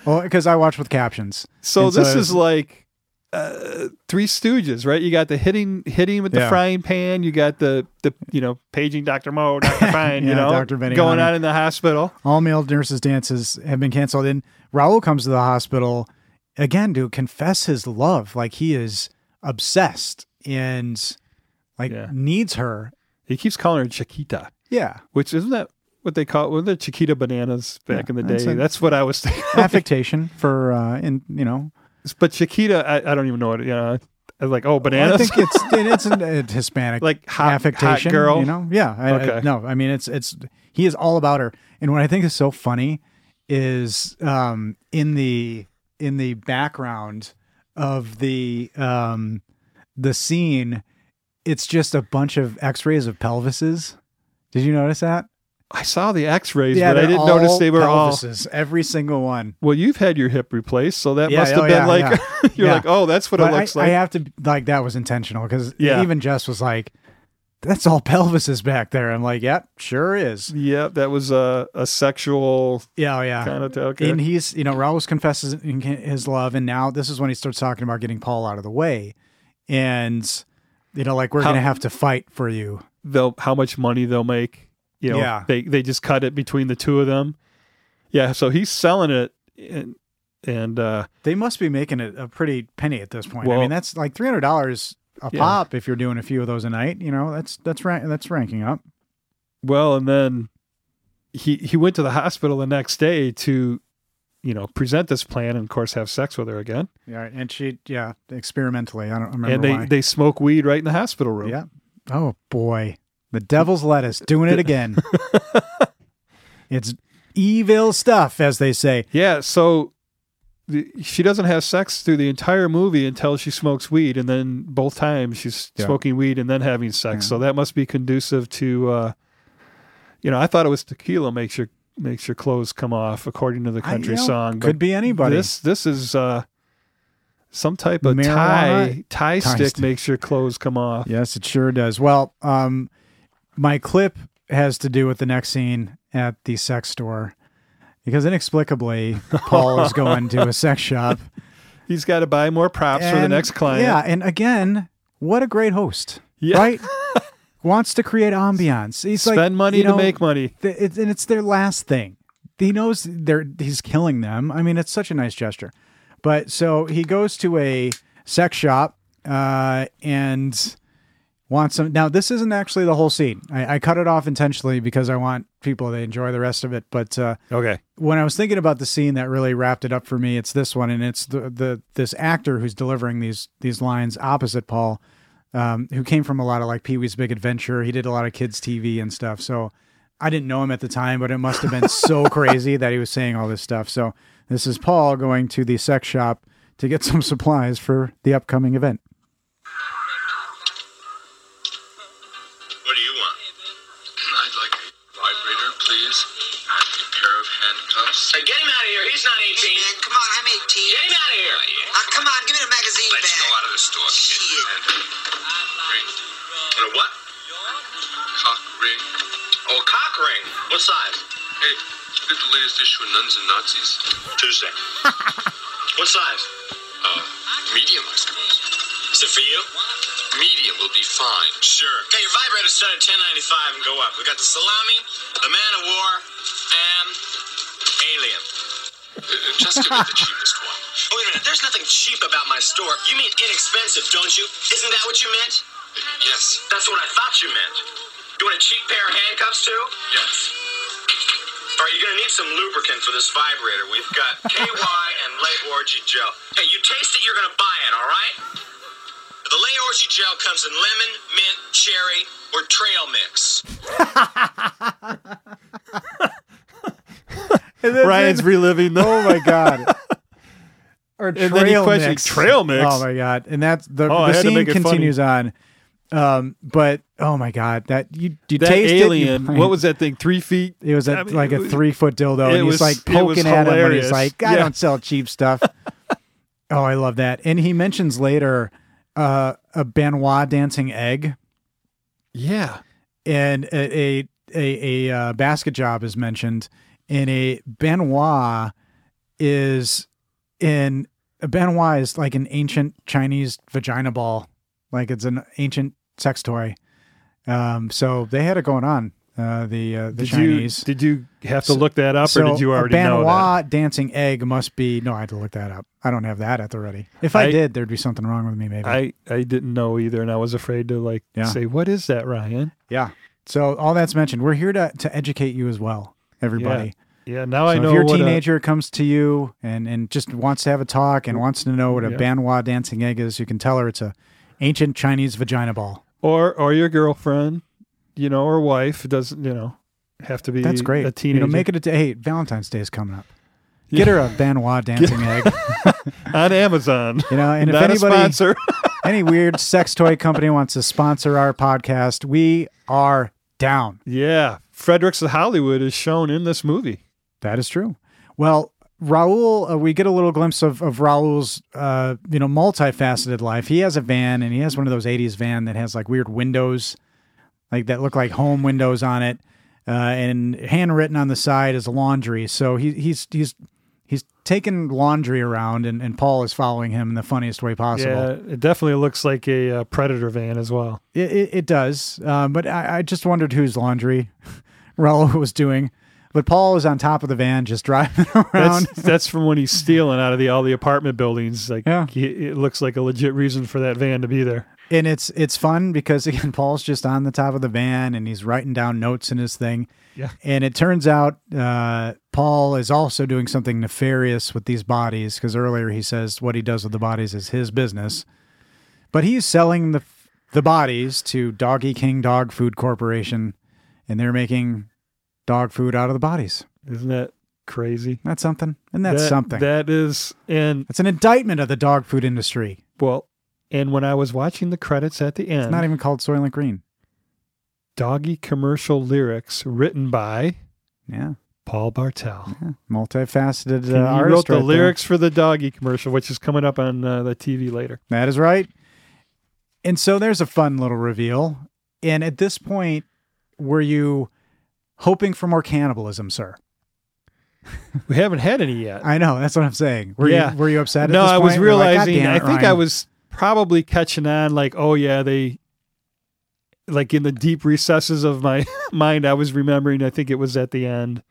S2: Well, because I watch with captions.
S4: So
S2: and so
S4: this
S2: it was-
S4: is like uh, Three Stooges, right? You got the hitting hitting with the
S2: Yeah.
S4: frying pan. You got the the you know paging Doctor
S2: (laughs)
S4: Mo, Doctor Fine, you
S2: Yeah,
S4: know,
S2: Dr. Benny
S4: going
S2: Hunter.
S4: on in the hospital.
S2: All male nurses dances have been canceled. And Raul comes to the hospital again to confess his love. Like he is obsessed and like
S4: Yeah.
S2: needs her.
S4: He keeps calling her Chiquita,
S2: Yeah.
S4: which isn't that what they call were the Chiquita bananas back in the day?
S2: that's
S4: That's,
S2: it.
S4: what I
S2: (laughs)
S4: was thinking.
S2: affectation for uh in you know
S4: but Chiquita, I, I don't even know what you know. I was like, oh, bananas.
S2: I think it's it's an uh, Hispanic
S4: (laughs) like hot,
S2: affectation
S4: hot girl.
S2: you know yeah I, I-
S4: Okay.
S2: no I mean it's it's he is all about her and what I think is so funny is um in the in the background of the um the scene it's just a bunch of x-rays of pelvises did you notice that
S4: I saw the X-rays, but I
S2: they're
S4: didn't notice
S2: all
S4: they were all.
S2: pelvises, every single one
S4: Well, you've had your hip replaced, so that
S2: Yeah,
S4: must have
S2: oh,
S4: been
S2: yeah,
S4: like (laughs) you're
S2: Yeah.
S4: like, oh, that's what
S2: but
S4: it looks
S2: I,
S4: like.
S2: I have to like that was intentional because
S4: Yeah.
S2: even Jess was like, "That's all pelvises back there." I'm like, "Yep, sure is."
S4: yeah, that was a a sexual
S2: Yeah, oh, yeah.
S4: kind of okay.
S2: And he's you know Raul's confesses in- his love, and now this is when he starts talking about getting Paul out of the way, and you know like we're
S4: How-
S2: gonna have to fight for you.
S4: They'll how much money they'll make. You know,
S2: Yeah.
S4: they they just cut it between the two of them. Yeah, so he's selling it, and And uh,
S2: They must be making a, a pretty penny at this point. I
S4: Well-
S2: mean, that's like three hundred dollars a
S4: Yeah.
S2: pop if you're doing a few of those a night. You know, that's that's rank, that's ranking up.
S4: well, and then he he went to the hospital the next day to, you know, present this plan and of course have sex with her again.
S2: Yeah, and she, yeah, experimentally. I don't remember
S4: and they
S2: why.
S4: they smoke weed right in the hospital room.
S2: yeah. Oh boy, the devil's lettuce doing it
S4: (laughs)
S2: again. it's evil stuff, as they say.
S4: Yeah, so the, she doesn't have sex through the entire movie until she smokes weed, and then both times she's
S2: Yeah. Mm-hmm.
S4: smoking weed and then having sex.
S2: Yeah.
S4: So that must be conducive to, uh, you know, I thought it was tequila makes your makes your clothes come off, according to the
S2: I-
S4: country
S2: you know,
S4: song.
S2: Could be anybody.
S4: This this is uh, some type of
S2: Marijuana?
S4: tie tie
S2: Tie
S4: stick
S2: stick.
S4: makes your clothes come off.
S2: Yes, it sure does. Well, um, my clip has to do with the next scene at the sex store because
S4: (laughs)
S2: inexplicably Paul is going to a sex shop
S4: He's got to buy more props for the
S2: And-
S4: next client.
S2: Yeah, and again, what a great host,
S4: Yeah.
S2: right? (laughs) Wants to create ambiance. He's
S4: spend
S2: like,
S4: money
S2: you
S4: to
S2: know,
S4: make money.
S2: th- it's- and it's their last thing. He knows they're he's killing them. I mean, it's such a nice gesture. But so he goes to a sex shop uh, and wants some. Now this isn't actually the whole scene. I, I cut it off intentionally because I want people to enjoy the rest of it. But uh,
S4: Okay.
S2: when I was thinking about the scene that really wrapped it up for me, it's this one, and it's the, the this actor who's delivering these these lines opposite Paul, um, who came from a lot of like Pee Wee's Big Adventure. He did a lot of kids TV and stuff. So I didn't know him at the time, but it must have been so (laughs) crazy that he was saying all this stuff. So this is Paul going to the sex shop to get some supplies for the upcoming event.
S5: What do you want? I'd like a vibrator, please. A pair of handcuffs.
S6: Hey, get him out of here. He's not 18.
S7: Man, come on, I'm 18.
S6: Get him out of here.
S7: Ah, come on, give me the magazine
S5: Let's
S7: bag.
S5: go out of the store. kid.
S7: Shit.
S5: And and a what? Cock ring.
S6: Oh, a cock ring. What size?
S5: Hey, get the latest issue of Nuns and Nazis.
S6: Tuesday. what size?
S5: Uh, medium, I suppose.
S6: Is it for you?
S5: Medium will be fine.
S6: Sure. Okay, your vibrator set at 1095 and go up. We got the salami, the man of war, and alien.
S5: Uh, uh, Just give me the cheapest one.
S6: Oh, wait a minute. There's nothing cheap about my store. You mean inexpensive, don't you? Isn't that what you meant?
S5: Yes,
S6: That's what I thought you meant. You want a cheap pair of handcuffs, too?
S5: yes.
S6: All right, you're gonna need some lubricant for this vibrator. We've
S5: (laughs)
S6: got KY and Lay Orgy Gel. Hey, you taste it, you're gonna buy it, all right? The Lay Orgy Gel comes in lemon, mint, cherry, or trail mix.
S4: Ryan's reliving the
S2: (laughs) Oh my god.
S4: (laughs)
S2: Or
S4: then he questioned trail mix?
S2: Oh my god! And that's the,
S4: Oh, I
S2: the
S4: had to
S2: scene
S4: make it
S2: continues on, um, but oh my god, that you you
S4: that
S2: taste
S4: alien.
S2: It, (laughs) you-
S4: what was that thing? Three feet.
S2: it? Was a,
S4: I mean,
S2: like
S4: it
S2: a
S4: was-
S2: three foot dildo,
S4: it
S2: and he's
S4: was-
S2: like
S4: it was
S2: poking at him, and he's
S4: hilarious.
S2: like, "I
S4: Yeah.
S2: don't sell cheap
S4: (laughs)
S2: stuff." oh, I love that. And he mentions later uh, a Benoit dancing egg
S4: Yeah.
S2: and a a, a, a uh, basket job is mentioned, and a Benoit is in a Benoit is like an ancient Chinese vagina ball, like it's an ancient sex toy. Um, so they had it going on. Uh, the uh, the
S4: Did
S2: Chinese.
S4: you did you have to
S2: So-
S4: look that up,
S2: so
S4: or did you
S2: a
S4: already know
S2: Benoit
S4: that?
S2: dancing egg must be. No, I had to look that up. I don't have that at the ready. If I,
S4: I-
S2: did, there'd be something wrong with me. Maybe.
S4: I I didn't know either, and I was afraid to like
S2: Yeah.
S4: say what is that, Ryan?
S2: yeah. So all that's mentioned. We're here to to educate you as well, everybody.
S4: Yeah. Now I
S2: So
S4: know
S2: if your
S4: what a-
S2: teenager comes to you and, and just wants to have a talk and wants to know what a
S4: Yeah.
S2: banwa dancing egg is, you can tell her it's a ancient Chinese vagina ball.
S4: or or your girlfriend, you know, or wife doesn't you know have to be
S2: That's great.
S4: a
S2: You
S4: teenager
S2: know, make it a day. Hey, Valentine's Day is coming up. Get her a
S4: (laughs)
S2: banwa dancing egg.
S4: on Amazon.
S2: You know, (laughs) and if
S4: (laughs) Not
S2: anybody,
S4: a sponsor.
S2: any weird sex toy company wants to sponsor our podcast, we are down.
S4: yeah, Fredericks of Hollywood is shown in this movie.
S2: That is true. Well, Raul, uh, we get a little glimpse of, of Raul's, uh, you know, multifaceted life. He has a van and he has one of those 80s van that has like weird windows, like that look like home windows on it. Uh, and handwritten on the side is laundry. So he, he's, he's, he's taking laundry around and, and Paul is following him in the funniest way possible.
S4: Yeah, it definitely looks like a uh, predator van as well.
S2: uh, It, it, it does. Um, but I, I just wondered whose laundry (laughs) Raul was doing. But Paul is on top of the van, just (laughs) driving around. (laughs)
S4: That's, that's from when he's stealing out of the all the apartment buildings. Like,
S2: Yeah.
S4: he, it looks like a legit reason for that van to be there.
S2: and it's it's fun because (laughs) again paul's just on the top of the van and he's writing down notes in his thing
S4: Yeah.
S2: and it turns out uh, paul is also doing something nefarious with these bodies because earlier he says what he does with the bodies is his business but he's selling the the bodies to doggy king dog food corporation and they're making dog food out of the bodies
S4: Isn't that crazy?
S2: that's something and that's
S4: That-
S2: something
S4: That is, and
S2: that's an indictment of the dog food industry
S4: well, and when I was watching the credits at the end,
S2: it's not even called soylent green
S4: doggy commercial lyrics written by
S2: yeah
S4: Paul Bartel.
S2: multifaceted uh,
S4: he
S2: artist
S4: wrote the
S2: right there.
S4: lyrics for the doggy commercial, which is coming up on uh, the TV later.
S2: That is right. And so there's a fun little reveal. And at this point, were you hoping for more cannibalism, sir?
S4: We haven't had any yet.
S2: I know that's what I'm saying. Were
S4: Yeah.
S2: you were you upset? At
S4: no,
S2: this
S4: I
S2: point?
S4: was
S2: You're like, "God
S4: realizing.
S2: damn
S4: I
S2: it,
S4: think I
S2: Ryan."
S4: was probably catching on. Like, oh yeah, they, like in the deep recesses of my (laughs) mind, I was remembering. I think it was at the end,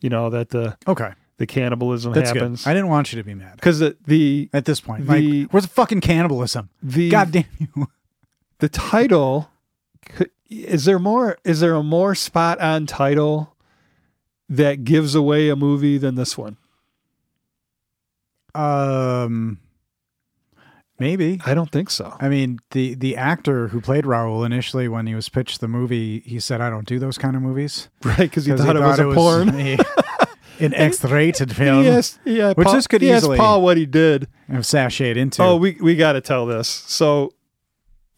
S4: you know, that the
S2: okay.
S4: the cannibalism
S2: That's
S4: happens
S2: good. I didn't want you to be mad
S4: because the the
S2: at this point.
S4: The-
S2: like, where's the fucking cannibalism?
S4: the,
S2: God damn you! (laughs)
S4: the title. could- Is there more? Is there a more spot on title that gives away a movie than this one?
S2: Um, maybe.
S4: I don't think so. (laughs)
S2: I mean, the the actor who played Raul initially when he was pitched the movie, he said, "I don't do those kind of movies."
S4: Right? Because he thought,
S2: 'Cause
S4: it was a
S2: (laughs)
S4: porn. (laughs)
S2: a- (laughs) an X-rated film.
S4: Yes, yeah.
S2: Which
S4: Paul,
S2: this could
S4: he asked
S2: easily-
S4: Paul what he did.
S2: I'm sashayed into.
S4: Oh, we we got to tell this. So,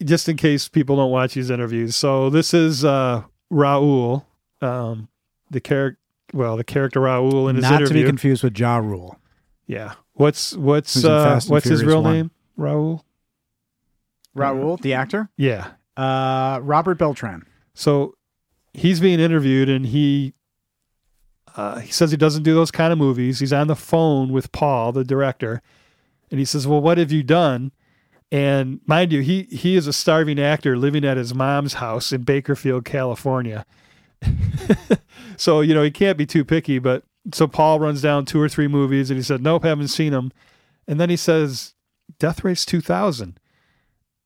S4: just in case people don't watch these interviews, so this is uh, Raul, um, the character. Well, the character Raul in his
S2: not to
S4: interview.
S2: be confused with Ja Rule.
S4: yeah. What's what's
S2: Who's in
S4: uh,
S2: Fast and
S4: what's his
S2: Furious
S4: real
S2: one.
S4: name? Raul.
S2: Raul, the actor,
S4: Yeah.
S2: uh, Robert Beltran.
S4: So he's being interviewed, and he uh, he says he doesn't do those kind of movies. He's on the phone with Paul, the director, and he says, "Well, what have you done?" And mind you, he he is a starving actor living at his mom's house in Bakerfield, California. (laughs) so you know he can't be too picky. But so Paul runs down two or three movies, and he said, "Nope, haven't seen them." And then he says, "Death Race 2000,"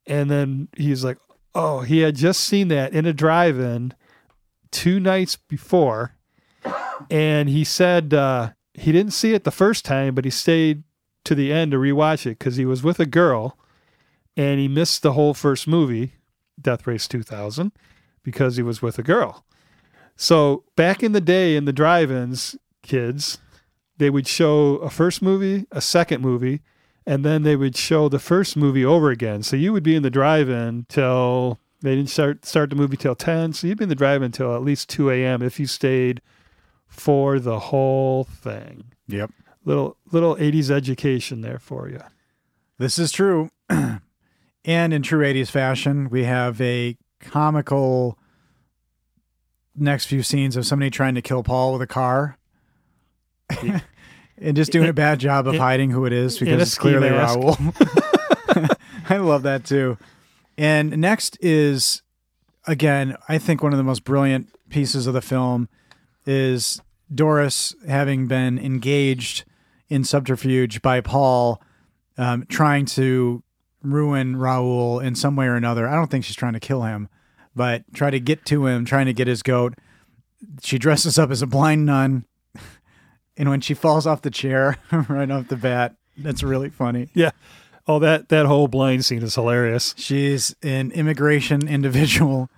S4: and then he's like, "Oh, he had just seen that in a drive-in two nights before." and he said uh, he didn't see it the first time, but he stayed to the end to rewatch it because he was with a girl, and he missed the whole first movie, Death Race 2000, because he was with a girl. So back in the day, in the drive-ins, kids, they would show a first movie, a second movie, and then they would show the first movie over again. So you would be in the drive-in till they didn't start start the movie till ten. So you'd be in the drive-in till at least two a.m. if you stayed for the whole thing.
S2: Yep,
S4: Little little 80s education there for you.
S2: this is true. (clears throat) and in true '80s fashion, we have a comical next few scenes of somebody trying to kill Paul with a car. (laughs) And just doing a bad job of hiding who it is because
S4: a
S2: it's clearly
S4: ski mask. (laughs)
S2: Raul. (laughs) I love that too. And next is, again, I think one of the most brilliant pieces of the film is Doris having been engaged in subterfuge by Paul, um, trying to ruin Raul in some way or another. I don't think she's trying to kill him, but try to get to him, trying to get his goat. She dresses up as a blind nun. (laughs) And when she falls off the chair (laughs) right off the bat, that's really funny.
S4: Yeah. Oh, that that whole blind scene is hilarious.
S2: She's an immigration individual,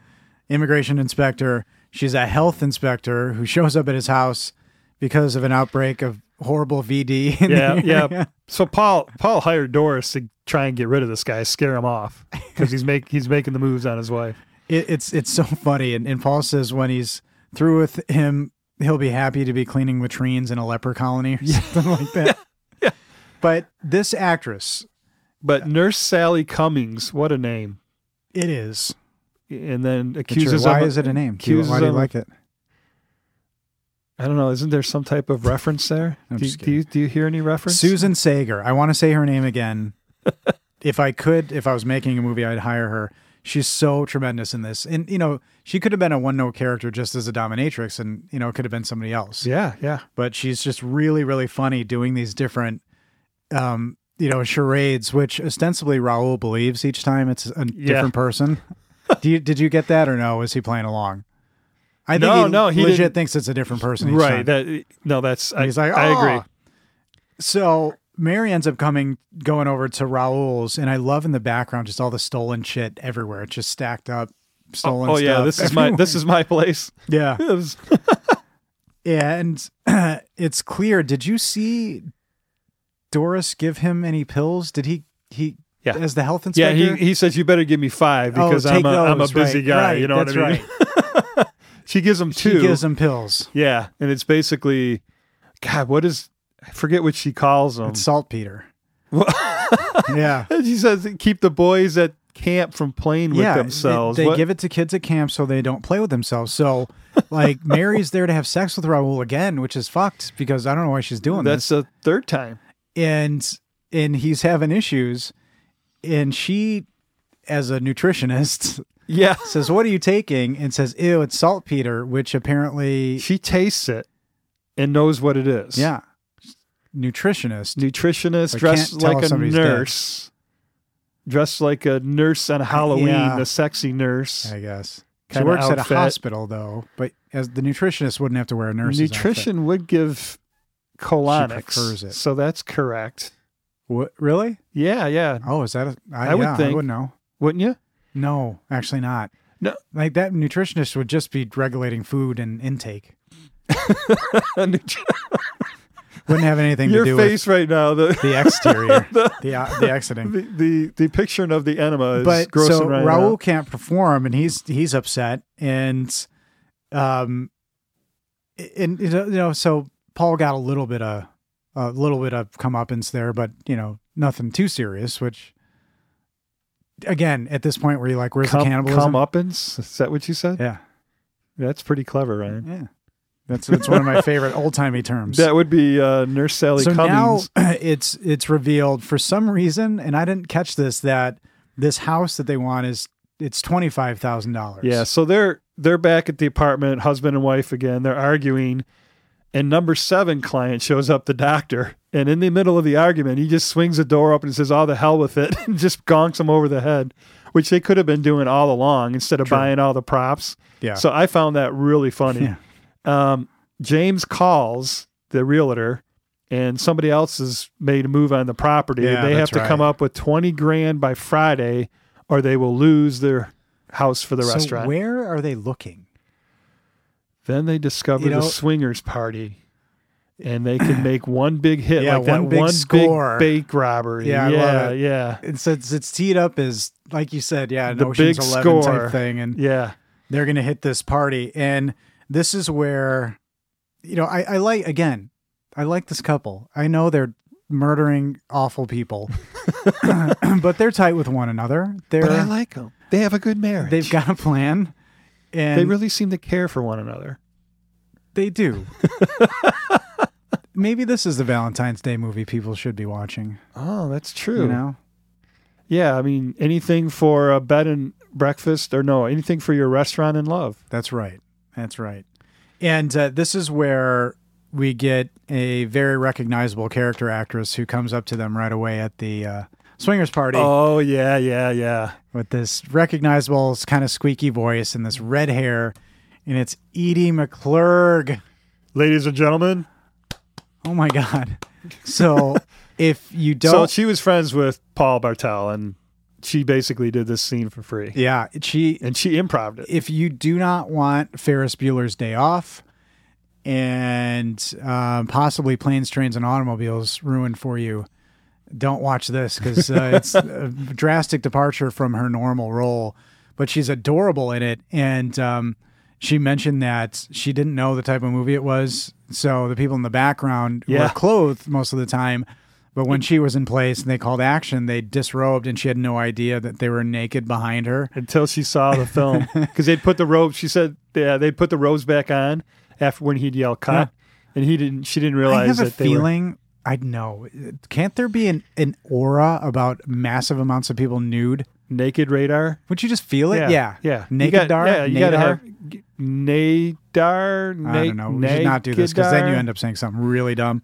S2: immigration inspector. She's a health inspector who shows up at his house because of an outbreak of horrible VD. in the
S4: (laughs) Yeah,
S2: area.
S4: yeah. So Paul Paul hired Doris to try and get rid of this guy, scare him off because he's make he's making the moves on his wife.
S2: It, it's it's so (laughs) funny. And, and Paul says when he's through with him, he'll be happy to be cleaning latrines in a leper colony or (laughs) something like that. But this actress,
S4: But Nurse Sally Cummings, what a name!
S2: it is.
S4: And then
S2: Sure,
S4: accuses
S2: why
S4: him.
S2: is it a name? Do you-
S4: accuses
S2: Why do you
S4: him-
S2: like it?
S4: I don't know. Isn't there some type of reference there?
S2: I'm
S4: do, you-
S2: just
S4: do you do you hear any reference?
S2: Susan Sager. I want to say her name again. if I could, if I was making a movie, I'd hire her. She's so tremendous in this. And, you know, she could have been a one note character just as a dominatrix and, you know, it could have been somebody else.
S4: Yeah, yeah.
S2: But she's just really, really funny doing these different, um, you know, charades, which ostensibly Raul believes each time it's a different
S4: (laughs)
S2: person. Do you, did you get that or no? Is he playing along? I think
S4: No,
S2: he
S4: no, he
S2: legit
S4: didn't-
S2: thinks it's a different person. Each time.
S4: Right. That no, that's I,
S2: And he's like,
S4: I
S2: "Ah."
S4: agree.
S2: So Mary ends up coming, going over to Raul's, and I love in the background just all the stolen shit everywhere. It's just stacked up, stolen.
S4: Oh yeah,
S2: stuff
S4: this is my
S2: everywhere.
S4: this is my place. (laughs)
S2: (laughs) yeah,
S4: It was-
S2: and (clears throat) it's clear. Did you see Doris give him any pills? Did he he
S4: Yeah.
S2: as the health
S4: yeah,
S2: inspector?
S4: he, he says you better give me five
S2: Oh,
S4: because
S2: take
S4: I'm a am a
S2: those,
S4: busy
S2: right,
S4: guy.
S2: right,
S4: you know what I
S2: that's
S4: mean? (laughs) she gives him two. (laughs)
S2: She gives him pills.
S4: yeah, and it's basically, God, what is? I forget what she calls him.
S2: It's saltpeter. yeah.
S4: she says keep the boys at camp from playing (laughs) with
S2: yeah, they-
S4: themselves.
S2: They,
S4: What-
S2: give it to kids at camp so they don't play with themselves. So,
S4: (laughs)
S2: like, Mary's there to have sex with Raul again, which is fucked because I don't know why she's doing
S4: that's
S2: this.
S4: the third time.
S2: And and he's having issues, and she, as a nutritionist,
S4: Yeah,
S2: says, "What are you taking?" And says, "Ew, it's saltpeter," which apparently,
S4: she tastes it and knows what it is.
S2: yeah, nutritionist.
S4: nutritionist
S2: But
S4: dressed
S2: can't tell
S4: like
S2: if
S4: a
S2: somebody's dead.
S4: nurse, dressed like a nurse on Halloween,
S2: yeah.
S4: a sexy nurse.
S2: I guess she
S4: Kinda
S2: works at a
S4: outfit.
S2: hospital though, but as the nutritionist wouldn't have to wear a nurse's outfit.
S4: Nutrition would give
S2: prefers
S4: colonics,
S2: it.
S4: so that's correct.
S2: Wha- really?
S4: Yeah, yeah.
S2: Oh, is that? A, I,
S4: I would
S2: yeah, I
S4: think-
S2: would know. (laughs)
S4: Wouldn't you?
S2: No, actually not.
S4: No.
S2: Like that nutritionist would just be regulating food and intake.
S4: Nutri-
S2: Wouldn't have anything to
S4: Your
S2: do
S4: face right now,
S2: (laughs)
S4: the,
S2: with the
S4: (laughs)
S2: exterior, the the, uh, the exiting.
S4: the the the picture of the enema is
S2: But
S4: grossing
S2: so
S4: right
S2: Raul
S4: out.
S2: can't perform and he's he's upset and um and you know- you know so Paul got a little bit of a little bit of comeuppance there, but you know nothing too serious. Which again, at this point, where you're like, "Where's the
S4: Come,
S2: cannibalism?"
S4: come uppins. Is that what you said?
S2: Yeah,
S4: That's pretty clever, Ryan.
S2: yeah. That's that's one of my favorite old timey terms.
S4: That would be uh, Nurse Sally
S2: so
S4: Cummings.
S2: now (clears throat) it's it's revealed for some reason, and I didn't catch this that this house that they want is it's twenty five thousand dollars.
S4: Yeah, so they're they're back at the apartment, husband and wife again. They're arguing, and number seven client shows up, the doctor, and in the middle of the argument, he just swings the door open and says, "All the hell with it," (laughs) and just gonks him over the head, which they could have been doing all along instead of buying all the props.
S2: Yeah.
S4: So I found that really funny.
S2: Yeah.
S4: Um, James calls the realtor, and somebody else has made a move on the property.
S2: Yeah,
S4: they have
S2: that's
S4: to come
S2: right.
S4: up with twenty grand by Friday, or they will lose their house for the
S2: so
S4: restaurant.
S2: where are they looking?
S4: Then they discover
S2: You know-
S4: the swingers party, and they can make one big hit,
S2: Yeah,
S4: like that
S2: one big
S4: one
S2: score.
S4: big bank robbery.
S2: Yeah, I
S4: Yeah,
S2: love
S4: yeah,
S2: it.
S4: yeah,
S2: And since it's teed up as like you said, yeah, an
S4: The
S2: Ocean's
S4: big
S2: Eleven type
S4: score.
S2: thing, and they're gonna hit this party, and this is where, you know, I, I like again, I like this couple. I know they're murdering awful
S4: (laughs)
S2: people, (clears throat) but they're tight with one another. They're
S4: But I like them. They have a good marriage.
S2: They've got a plan, and
S4: they really seem to care for one another.
S2: they
S4: (laughs)
S2: do. Maybe this is the Valentine's Day movie people should be watching.
S4: Oh, that's true.
S2: You know,
S4: Yeah, I mean, anything for a bed and breakfast, or no, anything for your restaurant and love.
S2: that's right. That's right. And uh, this is where we get a very recognizable character actress who comes up to them right away at the uh, swingers party
S4: Oh yeah, yeah, yeah.
S2: with this recognizable kind of squeaky voice and this red hair, and it's Edie McClurg.
S4: Ladies and gentlemen,
S2: Oh my god!
S4: (laughs)
S2: So if you don't,
S4: so she was friends with Paul Bartel, and she basically did this scene for free,
S2: yeah, she
S4: and she improved it.
S2: if you do not want Ferris Bueller's Day Off and um, possibly planes, trains, and automobiles ruined for you, don't watch this because uh, it's a drastic departure from her normal role. But she's adorable in it, and um, she mentioned that she didn't know the type of movie it was, so the people in the background were
S4: Yeah.
S2: clothed most of the time. But when she was in place and they called action, they disrobed, and she had no idea that they were naked behind her.
S4: until she saw
S2: (laughs)
S4: the film because they'd put the robes. She said, "Yeah, they'd put the robes back on after when he'd yell cut." And he didn't. She didn't realize
S2: I have a
S4: that they were-
S2: feeling. I know. Can't there be an, an aura about massive amounts of people nude?
S4: naked radar.
S2: Would you just feel it? Yeah.
S4: yeah. You
S2: Naked
S4: got-
S2: dar?
S4: Yeah, you gotta
S2: Nadar?
S4: have g- nadar. Na-
S2: I don't know. We should not do this because then you
S4: nakedar?
S2: end up saying something really
S4: (laughs)
S2: dumb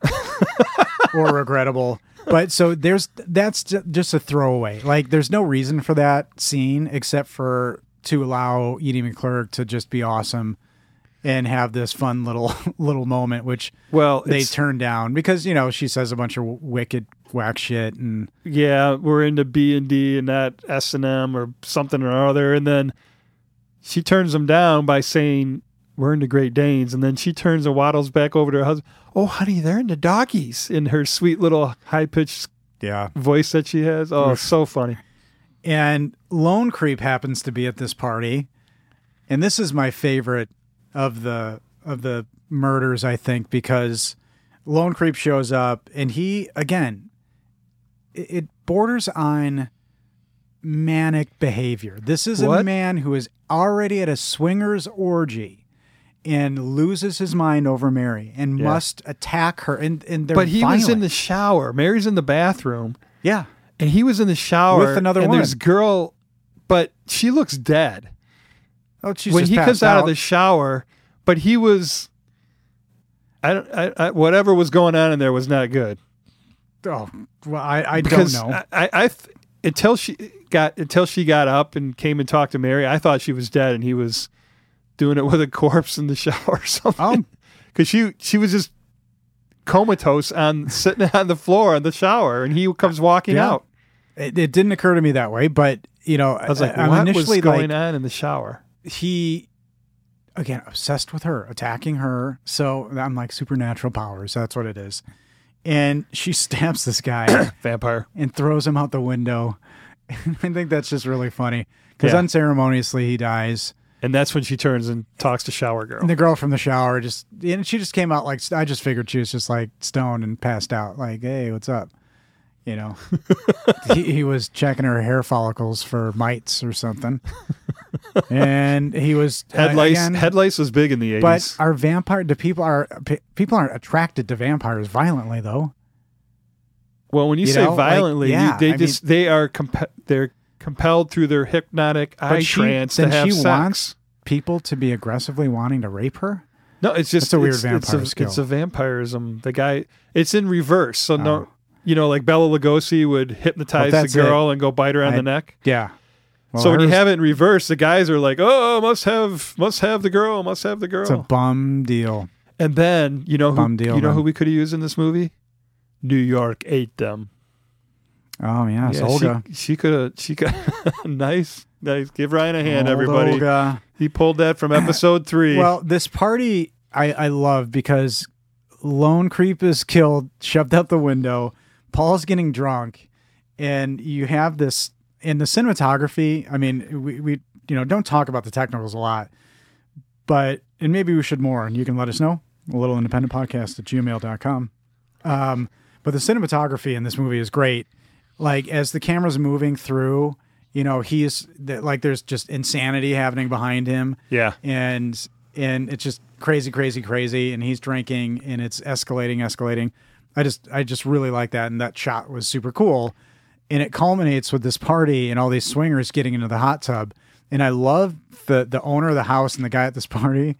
S2: or regrettable. But so there's that's ju- just a throwaway. Like there's no reason for that scene except for to allow Edie McClurg to just be awesome and have this fun little (laughs) little moment, which
S4: Well,
S2: they
S4: it's-
S2: turn down because you know she says a bunch of wicked whack shit and
S4: yeah, we're into B and D and not S and M or something or other. And then she turns them down by saying we're into Great Danes. And then she turns and waddles back over to her husband. Oh, honey, they're into doggies in her sweet little high pitched
S2: yeah.
S4: voice that she has. Oh, so funny.
S2: And Lone Creep happens to be at this party. And this is my favorite of the of the murders, I think, because Lone Creep shows up and he again it, it borders on manic behavior. This is a
S4: What?
S2: man who is already at a swingers orgy and loses his mind over Mary and must attack her and and they're
S4: But he was in
S2: violent.
S4: the shower. Mary's in the bathroom.
S2: Yeah.
S4: and he was in the shower
S2: With another
S4: and There's
S2: woman.
S4: girl, but she looks dead
S2: Oh, she's
S4: when
S2: just
S4: he comes
S2: passed
S4: out, of the shower. But he was, I don't, I, I, whatever was going on in there was not good
S2: Oh, well, I, I don't
S4: because
S2: know.
S4: I, I, I th- until she got until she got up and came and talked to Mary, I thought she was dead, and he was doing it with a corpse in the (laughs) shower or
S2: Oh.
S4: something. Because she she was just comatose on sitting (laughs) on the floor in the shower, and he comes walking
S2: Yeah.
S4: out.
S2: (laughs) it, it didn't occur to me that way, but you know,
S4: I was like,
S2: I'm
S4: what was
S2: initially
S4: going
S2: like
S4: on in the shower?
S2: he again obsessed with her, attacking her. So I'm like supernatural powers. That's what it is. And she (laughs) stabs this guy
S4: (coughs) Vampire.
S2: and throws him out the window. (laughs) I think that's just really funny because
S4: Yeah.
S2: unceremoniously he dies.
S4: And that's when she turns and talks to Shower Girl.
S2: And the girl from the shower just and she just came out like I just figured she was just like stoned and passed out. Like, hey, what's up? You
S4: (laughs)
S2: know, he, he was checking her hair follicles for mites or something, and he was uh,
S4: Head lice,
S2: again,
S4: head lice was big in the
S2: but
S4: eighties.
S2: our vampire? Do people are pe- people aren't attracted to vampires violently though?
S4: Well, when you,
S2: you
S4: say
S2: know, like,
S4: violently, you-
S2: yeah,
S4: they
S2: I
S4: just they are comp- they're compelled through their hypnotic eye
S2: she-
S4: trance to
S2: then
S4: have
S2: she
S4: sex.
S2: wants- People to be aggressively wanting to rape her?
S4: no, it's just
S2: That's a weird
S4: it's,
S2: vampire
S4: it's a,
S2: skill.
S4: It's a vampirism. The guy, it's in reverse. So
S2: Oh.
S4: no, you know, like Bella Lugosi would hypnotize the
S2: that's it.
S4: girl and go bite her on
S2: I-
S4: the neck.
S2: Yeah. Well,
S4: so when you
S2: hers-
S4: have it in reverse, the guys are like, "Oh, must have, must have the girl, must have the girl."
S2: it's a bum deal.
S4: and then you know who
S2: bum deal,
S4: you know
S2: man.
S4: who we could have used in this movie. New York ate them.
S2: Oh yeah,
S4: Yeah,
S2: so Olga.
S4: She, she could have. She could. (laughs) nice, nice. Give Ryan a hand,
S2: Old
S4: everybody.
S2: Olga.
S4: He pulled that from episode three.
S2: Well, this party I, I love because Lone Creep is killed, shoved out the window. Paul's getting drunk, and you have this in the cinematography. I mean, we, we you know don't talk about the technicals a lot, but and maybe we should more. And you can let us know a little independent podcast at gmail.com. Um, but the cinematography in this movie is great. Like as the camera's moving through, you know, he's like there's just insanity happening behind him
S4: yeah,
S2: and and it's just crazy, crazy, crazy. And he's drinking, and it's escalating, escalating. I just I just really like that, and that shot was super cool. And it culminates with this party and all these swingers getting into the hot tub. And I love the the owner of the house and the guy at this (laughs) party.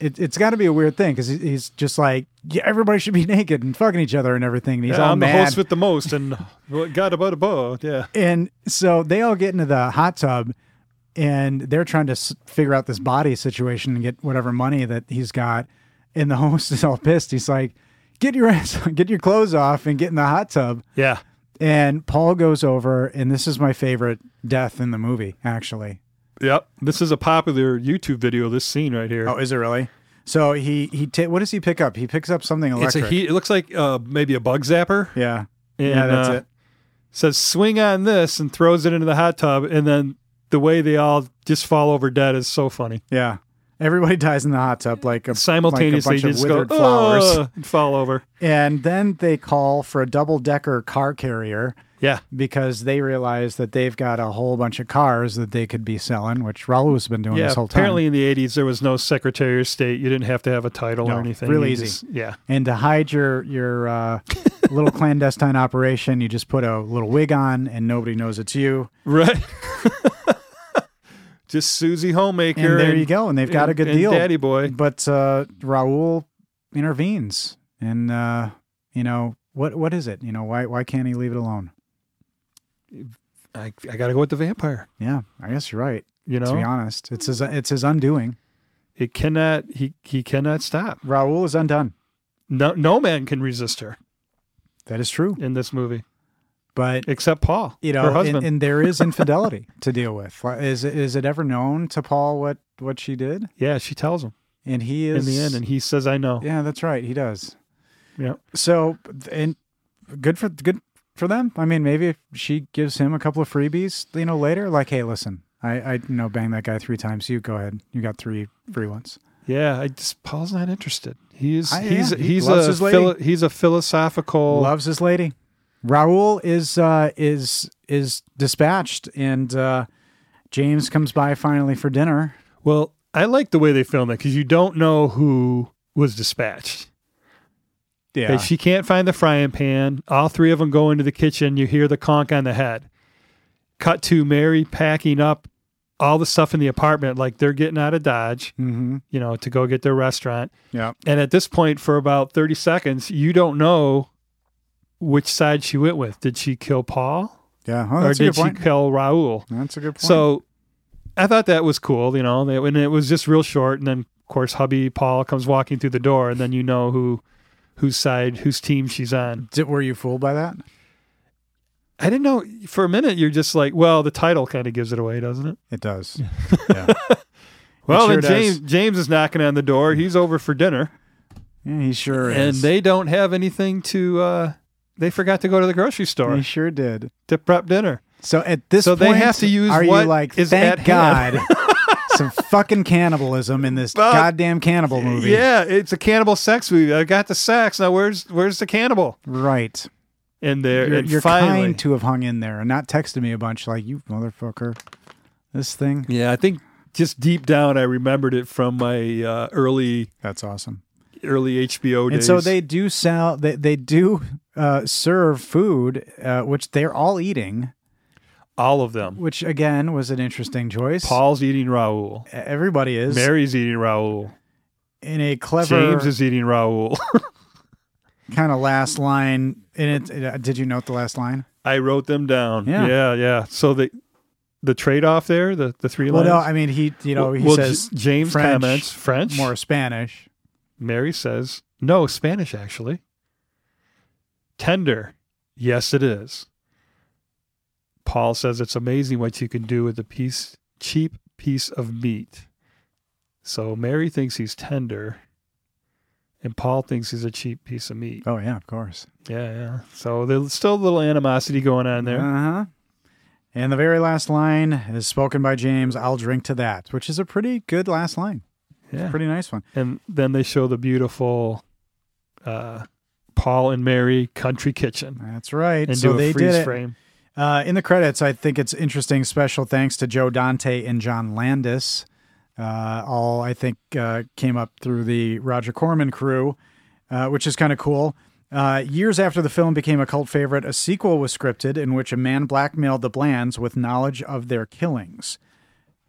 S2: It, it's got to be a weird thing because he's just like yeah, everybody should be (laughs) naked and fucking each other and everything. And he's
S4: Yeah,
S2: all
S4: I'm
S2: mad.
S4: the host with the most, and what got about a bow. Yeah,
S2: And so they all get into the hot tub and they're trying to s- figure out this body situation and get whatever money that he's got. And the (laughs) host is all pissed. He's like, get your (laughs) ass, get your clothes off and get in the hot tub.
S4: yeah.
S2: And Paul goes over, and this is my favorite death in the movie, actually.
S4: Yep. This is a popular YouTube video. This scene right here.
S2: Oh, is it really? So he, he, ta- what does he pick up? He picks up something
S4: it's
S2: electric.
S4: a heat. It looks like uh, maybe a bug zapper.
S2: Yeah.
S4: And,
S2: yeah, that's
S4: uh,
S2: it.
S4: Says swing on this and throws it into the hot tub, and then the way they all just fall over dead is so funny.
S2: Yeah. Everybody (laughs) dies in the hot tub like a,
S4: Simultaneously,
S2: like a bunch
S4: they
S2: of
S4: just go
S2: withered flowers.
S4: "Oh," and fall over.
S2: And then they call for a double decker car carrier
S4: Yeah.
S2: because they realize that they've got a whole bunch of cars that they could be selling, which Raul has been doing
S4: Yeah,
S2: this whole time.
S4: apparently in the '80s there was no Secretary of State. You didn't have to have a title
S2: No,
S4: or anything.
S2: really
S4: You
S2: easy.
S4: just- yeah,
S2: And to hide your your uh, little clandestine operation, you just put a little wig on, and nobody knows it's you.
S4: right. (laughs) Just Susie Homemaker.
S2: and there you go. And they've got a good
S4: and
S2: deal.
S4: Daddy boy.
S2: But uh, Raul intervenes, and uh, you know what? What is it? You know why? Why can't he leave it alone?
S4: I, I got to go with the vampire.
S2: Yeah, I guess you're right.
S4: You
S2: To be
S4: know,
S2: honest, it's his it's his undoing.
S4: it cannot. He he cannot stop.
S2: Raul is undone.
S4: No no man can resist her
S2: That is true.
S4: in this movie
S2: But
S4: except Paul,
S2: you
S4: her
S2: know, and,
S4: husband.
S2: and there is
S4: (laughs)
S2: infidelity to deal with. Like, Is it- is it ever known to Paul what what she did?
S4: yeah, she tells him
S2: And he
S4: in
S2: is
S4: the end, and he says, "I know."
S2: yeah, that's right. He does.
S4: Yeah.
S2: So and good for good for them. I mean, maybe if she gives him a couple of freebies, you know, later. Like, hey, listen, I I you know bang that guy three times. You go ahead. You got three free ones.
S4: Yeah, I just Paul's not interested. He's
S2: I-
S4: he's
S2: yeah, he
S4: he's
S2: loves
S4: a
S2: his lady.
S4: philo- he's a philosophical.
S2: Loves his lady. Raul is uh is is dispatched, and uh James comes by finally for dinner.
S4: Well, I like the way they film it because you don't know who was dispatched.
S2: Yeah,
S4: And she can't find the frying pan. All three of them go into the kitchen. You hear the conk on the head. Cut to Mary packing up all the stuff in the apartment, like they're getting out of Dodge,
S2: mm-hmm.
S4: you know, to go get their restaurant.
S2: Yeah.
S4: And at this point, for about 30 seconds, you don't know which side she went with. Did she kill Paul
S2: Yeah, well, Oh,
S4: or
S2: that's a good
S4: did she
S2: point.
S4: kill Raul?
S2: That's a good point.
S4: So I thought that was cool, you know, and it was just real short. And then, of course, hubby Paul comes walking through the door, and then you know who, whose side, whose team she's on.
S2: Did, were you fooled by that?
S4: I didn't know. For a minute, you're just like, well, the title kind of gives it away, doesn't it?
S2: It (laughs) does. Yeah. It
S4: Well,
S2: sure
S4: then James
S2: does.
S4: James is knocking on the door. He's over for dinner,
S2: Yeah, he sure
S4: and
S2: is.
S4: they don't have anything to. uh They forgot to go to the grocery store
S2: he sure did.
S4: to prep dinner.
S2: So at this
S4: So they
S2: point,
S4: have to use
S2: are
S4: what
S2: you like,
S4: is
S2: thank
S4: at hand."
S2: God, (laughs) some fucking cannibalism in (laughs) this
S4: Well,
S2: goddamn cannibal movie.
S4: Yeah, it's a cannibal sex movie. I got the sex. Now where's where's the cannibal?
S2: Right.
S4: And there,
S2: You're,
S4: and
S2: you're
S4: finally,
S2: kind to have hung in there and not texted me a bunch like, you motherfucker, this thing.
S4: Yeah, I think just deep down, I remembered it from my uh, early
S2: That's awesome.
S4: early HBO
S2: And
S4: days.
S2: so they do sell, they, they do uh, serve food, uh, which they're all eating,
S4: all of them.
S2: which again was an interesting choice. E,
S4: Paul's eating Raul.
S2: Everybody is.
S4: Mary's eating Raul.
S2: in a clever
S4: James is eating Raul.
S2: kind of last line. And it, uh, did you note the last line?
S4: (laughs) I wrote them down.
S2: Yeah.
S4: yeah. yeah. So the the trade off there, the the three
S2: Well,
S4: lines.
S2: no, I mean he. You know, he
S4: Well, J-
S2: says
S4: James
S2: French,
S4: comments French.
S2: more Spanish.
S4: Mary says no Spanish actually. Tender, yes it is. Paul says it's amazing what you can do with a piece cheap piece of meat. So Mary thinks he's tender, and Paul thinks he's a cheap piece of meat.
S2: Oh yeah, of course.
S4: Yeah, yeah. So there's still a little animosity going on
S2: Uh
S4: there.
S2: huh. And the very last line is spoken by James. I'll drink to that, which is a pretty good last line.
S4: yeah.
S2: Pretty nice one.
S4: And then they show the beautiful uh, Paul and Mary country kitchen
S2: That's right.
S4: and
S2: so
S4: do a
S2: they
S4: freeze
S2: did it.
S4: frame.
S2: Uh, in the credits, I think it's interesting. Special thanks to Joe Dante and John Landis. Uh, all I think uh, came up through the Roger Corman crew, uh, which is kind of cool. Uh, years after the film became a cult favorite, a sequel was scripted in which a man blackmailed the Blands with knowledge of their killings.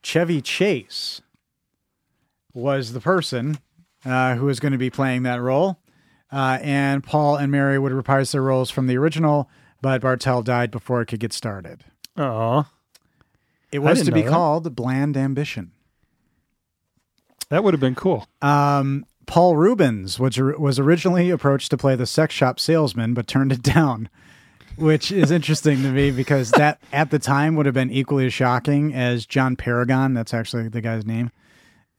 S2: Chevy Chase was the person uh, who was going to be playing that role. Uh, and Paul and Mary would reprise their roles from the original, but Bartel died before it could get started.
S4: Aw.
S2: It was
S4: didn't
S2: to be
S4: know that.
S2: called Bland Ambition.
S4: That would have been cool.
S2: Um, Paul Rubens which or- was originally approached to play the sex shop salesman, but turned it down, which is interesting to me because that at the time would have been equally as shocking as John Paragon. That's actually the guy's name.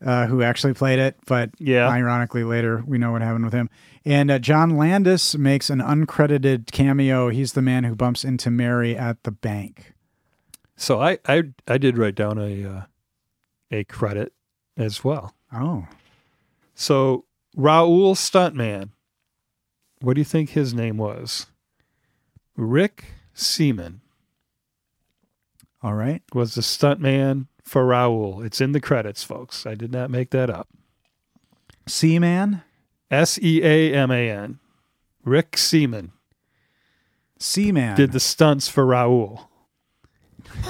S2: Uh, who actually played it, but
S4: Yeah.
S2: ironically later we know what happened with him. And uh, John Landis makes an uncredited cameo. He's the man who bumps into Mary at the bank.
S4: So I I, I did write down a uh, a credit as well.
S2: Oh,
S4: So Raul Stuntman, what do you think his name was? Rick Seaman
S2: all right.
S4: was the stuntman for Raul. It's in the credits, folks. I did not make that up.
S2: Seaman,
S4: S E A M A N. Rick Seaman
S2: Seaman.
S4: did the stunts for Raul. (laughs)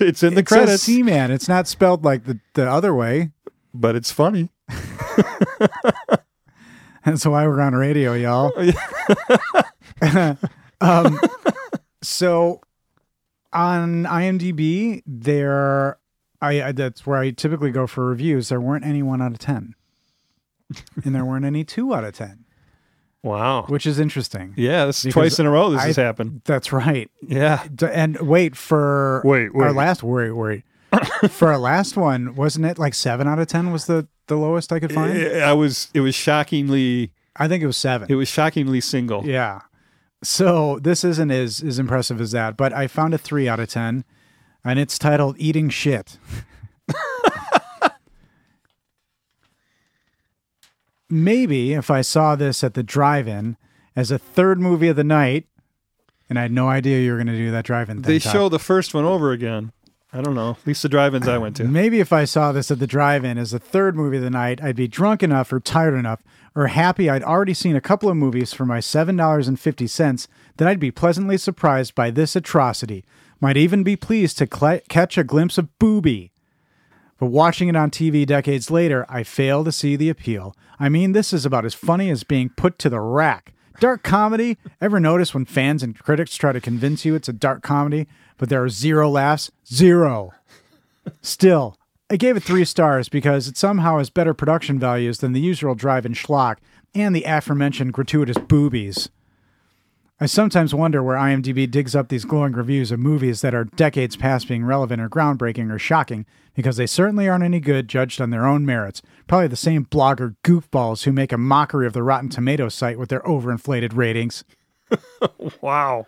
S4: It's in the
S2: it says
S4: credits,
S2: Seaman. It's not spelled like the, the other way.
S4: but it's funny.
S2: (laughs) That's why we're on radio,
S4: (laughs)
S2: y'all. (laughs) um, so on IMDb, there, I, I that's where I typically go for reviews. There weren't any one out of ten, and there weren't any two out of ten,
S4: Wow.
S2: which is interesting.
S4: Yeah, this is
S2: Because
S4: twice in a row this has
S2: I-
S4: happened.
S2: That's right.
S4: Yeah.
S2: D- And wait for
S4: Wait,
S2: our
S4: wait.
S2: last worry worry. for our last one, wasn't it like seven out of ten was the the lowest I could
S4: (laughs)
S2: find?
S4: I was it was shockingly
S2: I think it was seven.
S4: it was shockingly single.
S2: Yeah. So this isn't as, as impressive as that, but I found a three out of 10, and it's titled Eating Shit. (laughs) Maybe if I saw this at the drive in as a third movie of the night, and I had no idea you were going to do that drive in thing.
S4: They
S2: Todd.
S4: show the first one over again. I don't know. At least the drive-ins I
S2: (laughs)
S4: went to.
S2: Maybe if I saw this at the drive in as the third movie of the night, I'd be drunk enough or tired enough or happy I'd already seen a couple of movies for my $7.50 that I'd be pleasantly surprised by this atrocity. Might even be pleased to cla catch a glimpse of booby. But watching it on TV decades later, I fail to see the appeal. I mean, this is about as funny as being put to the rack. Dark comedy? Ever notice when fans and critics try to convince you it's a dark comedy, but there are zero laughs? Zero. Still, I gave it three stars because it somehow has better production values than the usual drive and schlock and the aforementioned gratuitous boobies. I sometimes wonder where IMDb digs up these glowing reviews of movies that are decades past being relevant or groundbreaking or shocking, because they certainly aren't any good judged on their own merits. Probably the same blogger goofballs who make a mockery of the Rotten Tomatoes site with their overinflated ratings.
S4: Wow.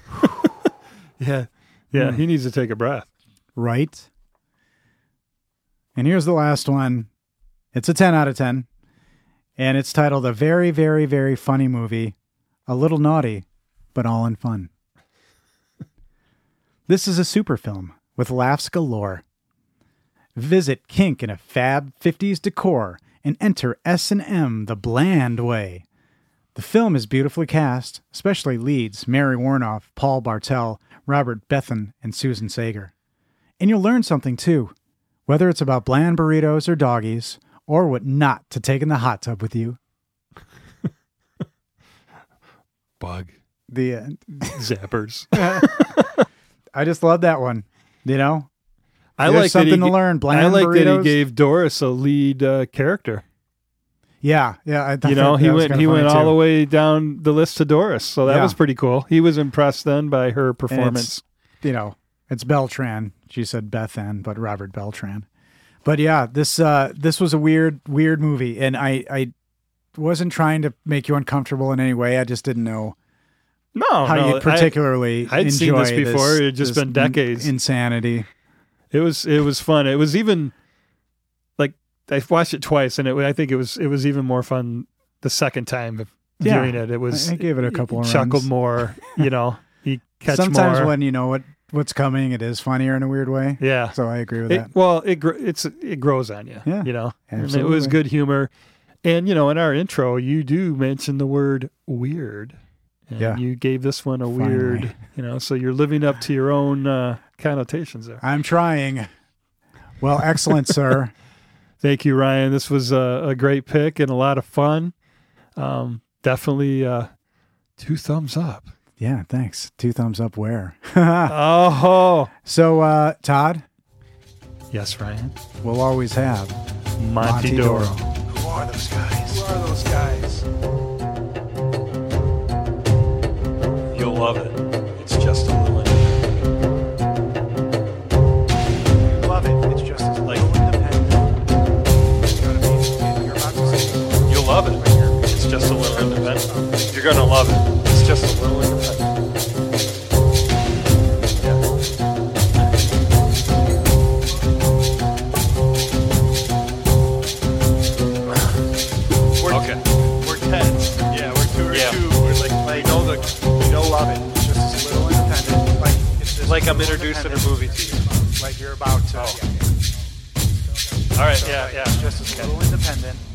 S4: (laughs) yeah. Yeah,
S2: Hmm.
S4: he needs to take a breath.
S2: right? And here's the last one. It's a 10 out of 10. And it's titled A Very, Very, Very Funny Movie. A little naughty, but all in fun. (laughs) This is a super film with laughs galore. Visit Kink in a fab 50s decor and enter S&M the bland way. The film is beautifully cast, especially leads Mary Warnoff, Paul Bartel, Robert Bethan, and Susan Sager. And you'll learn something too, whether it's about bland burritos or doggies, or what not to take in the hot tub with you.
S4: (laughs) Bug
S2: The end. (laughs)
S4: zappers.
S2: I just love that one. You know,
S4: I
S2: There's
S4: like that he
S2: something to
S4: g-
S2: learn,
S4: I
S2: bland
S4: like that he
S2: burritos.
S4: gave Doris a lead uh, character.
S2: yeah, yeah. I thought
S4: You know,
S2: that
S4: he
S2: was
S4: went
S2: kinda
S4: he
S2: funny,
S4: went all
S2: too.
S4: the way down the list to Doris, so that
S2: Yeah.
S4: was pretty cool. He was impressed then by her performance.
S2: You know, it's Beltran. She said Beth Ann, but Robert Beltran. But yeah, this uh, this was a weird, weird movie, and I I wasn't trying to make you uncomfortable in any way. I just didn't know
S4: No,
S2: how
S4: Oh, no,
S2: you
S4: I-
S2: particularly
S4: I'd
S2: enjoy
S4: seen this before. It had just
S2: this
S4: been decades.
S2: insanity.
S4: It was it was fun. It was even like I watched it twice, and it, I think it was it was even more fun the second time of
S2: Yeah.
S4: viewing it. It was
S2: I- I gave it a couple
S4: you
S2: of
S4: chuckled
S2: runs.
S4: more. You know,
S2: (laughs)
S4: you catch
S2: Sometimes
S4: more.
S2: when you know what what's coming, it is funnier in a weird way. (laughs)
S4: yeah.
S2: So I agree with
S4: It-
S2: that.
S4: well, it gr- it's it grows on you.
S2: Yeah,
S4: you know, and it was
S2: absolutely.
S4: good humor, and you know, in our intro, you do mention the word weird. And
S2: Yeah.
S4: you gave this one a
S2: Finally.
S4: weird, you know, so you're living up to your own uh, connotations there.
S2: I'm trying. Well, excellent,
S4: (laughs)
S2: sir.
S4: Thank you, Ryan. This was a, a great pick and a lot of fun. Um, definitely uh, two thumbs up.
S2: Yeah, thanks. Two thumbs up. Where? (laughs)
S4: Oh,
S2: so, uh, Todd,
S4: yes, Ryan.
S2: we'll always have
S4: Monty,
S2: Monty
S4: Doro.
S2: Doro.
S1: Who are those guys? Who are those guys? You'll love it. It's just a little independent. You love it. It's just a little independent. You know what I mean? You're about to say- You'll love it. It's just a little independent. You're gonna love it. It's just a little independent. Yeah.
S8: We're,
S1: Okay.
S8: We're tense.
S1: Yeah, we're two or
S8: Yeah.
S1: two. We're like,
S8: We
S1: like,
S8: know the. We know love it. It's just a little independent. Like it's just
S1: like I'm introducing a movie to you.
S8: Like you're about to.
S1: Oh.
S8: yeah, yeah.
S1: All right,
S8: So,
S1: yeah,
S8: like,
S1: yeah.
S8: Just a little independent.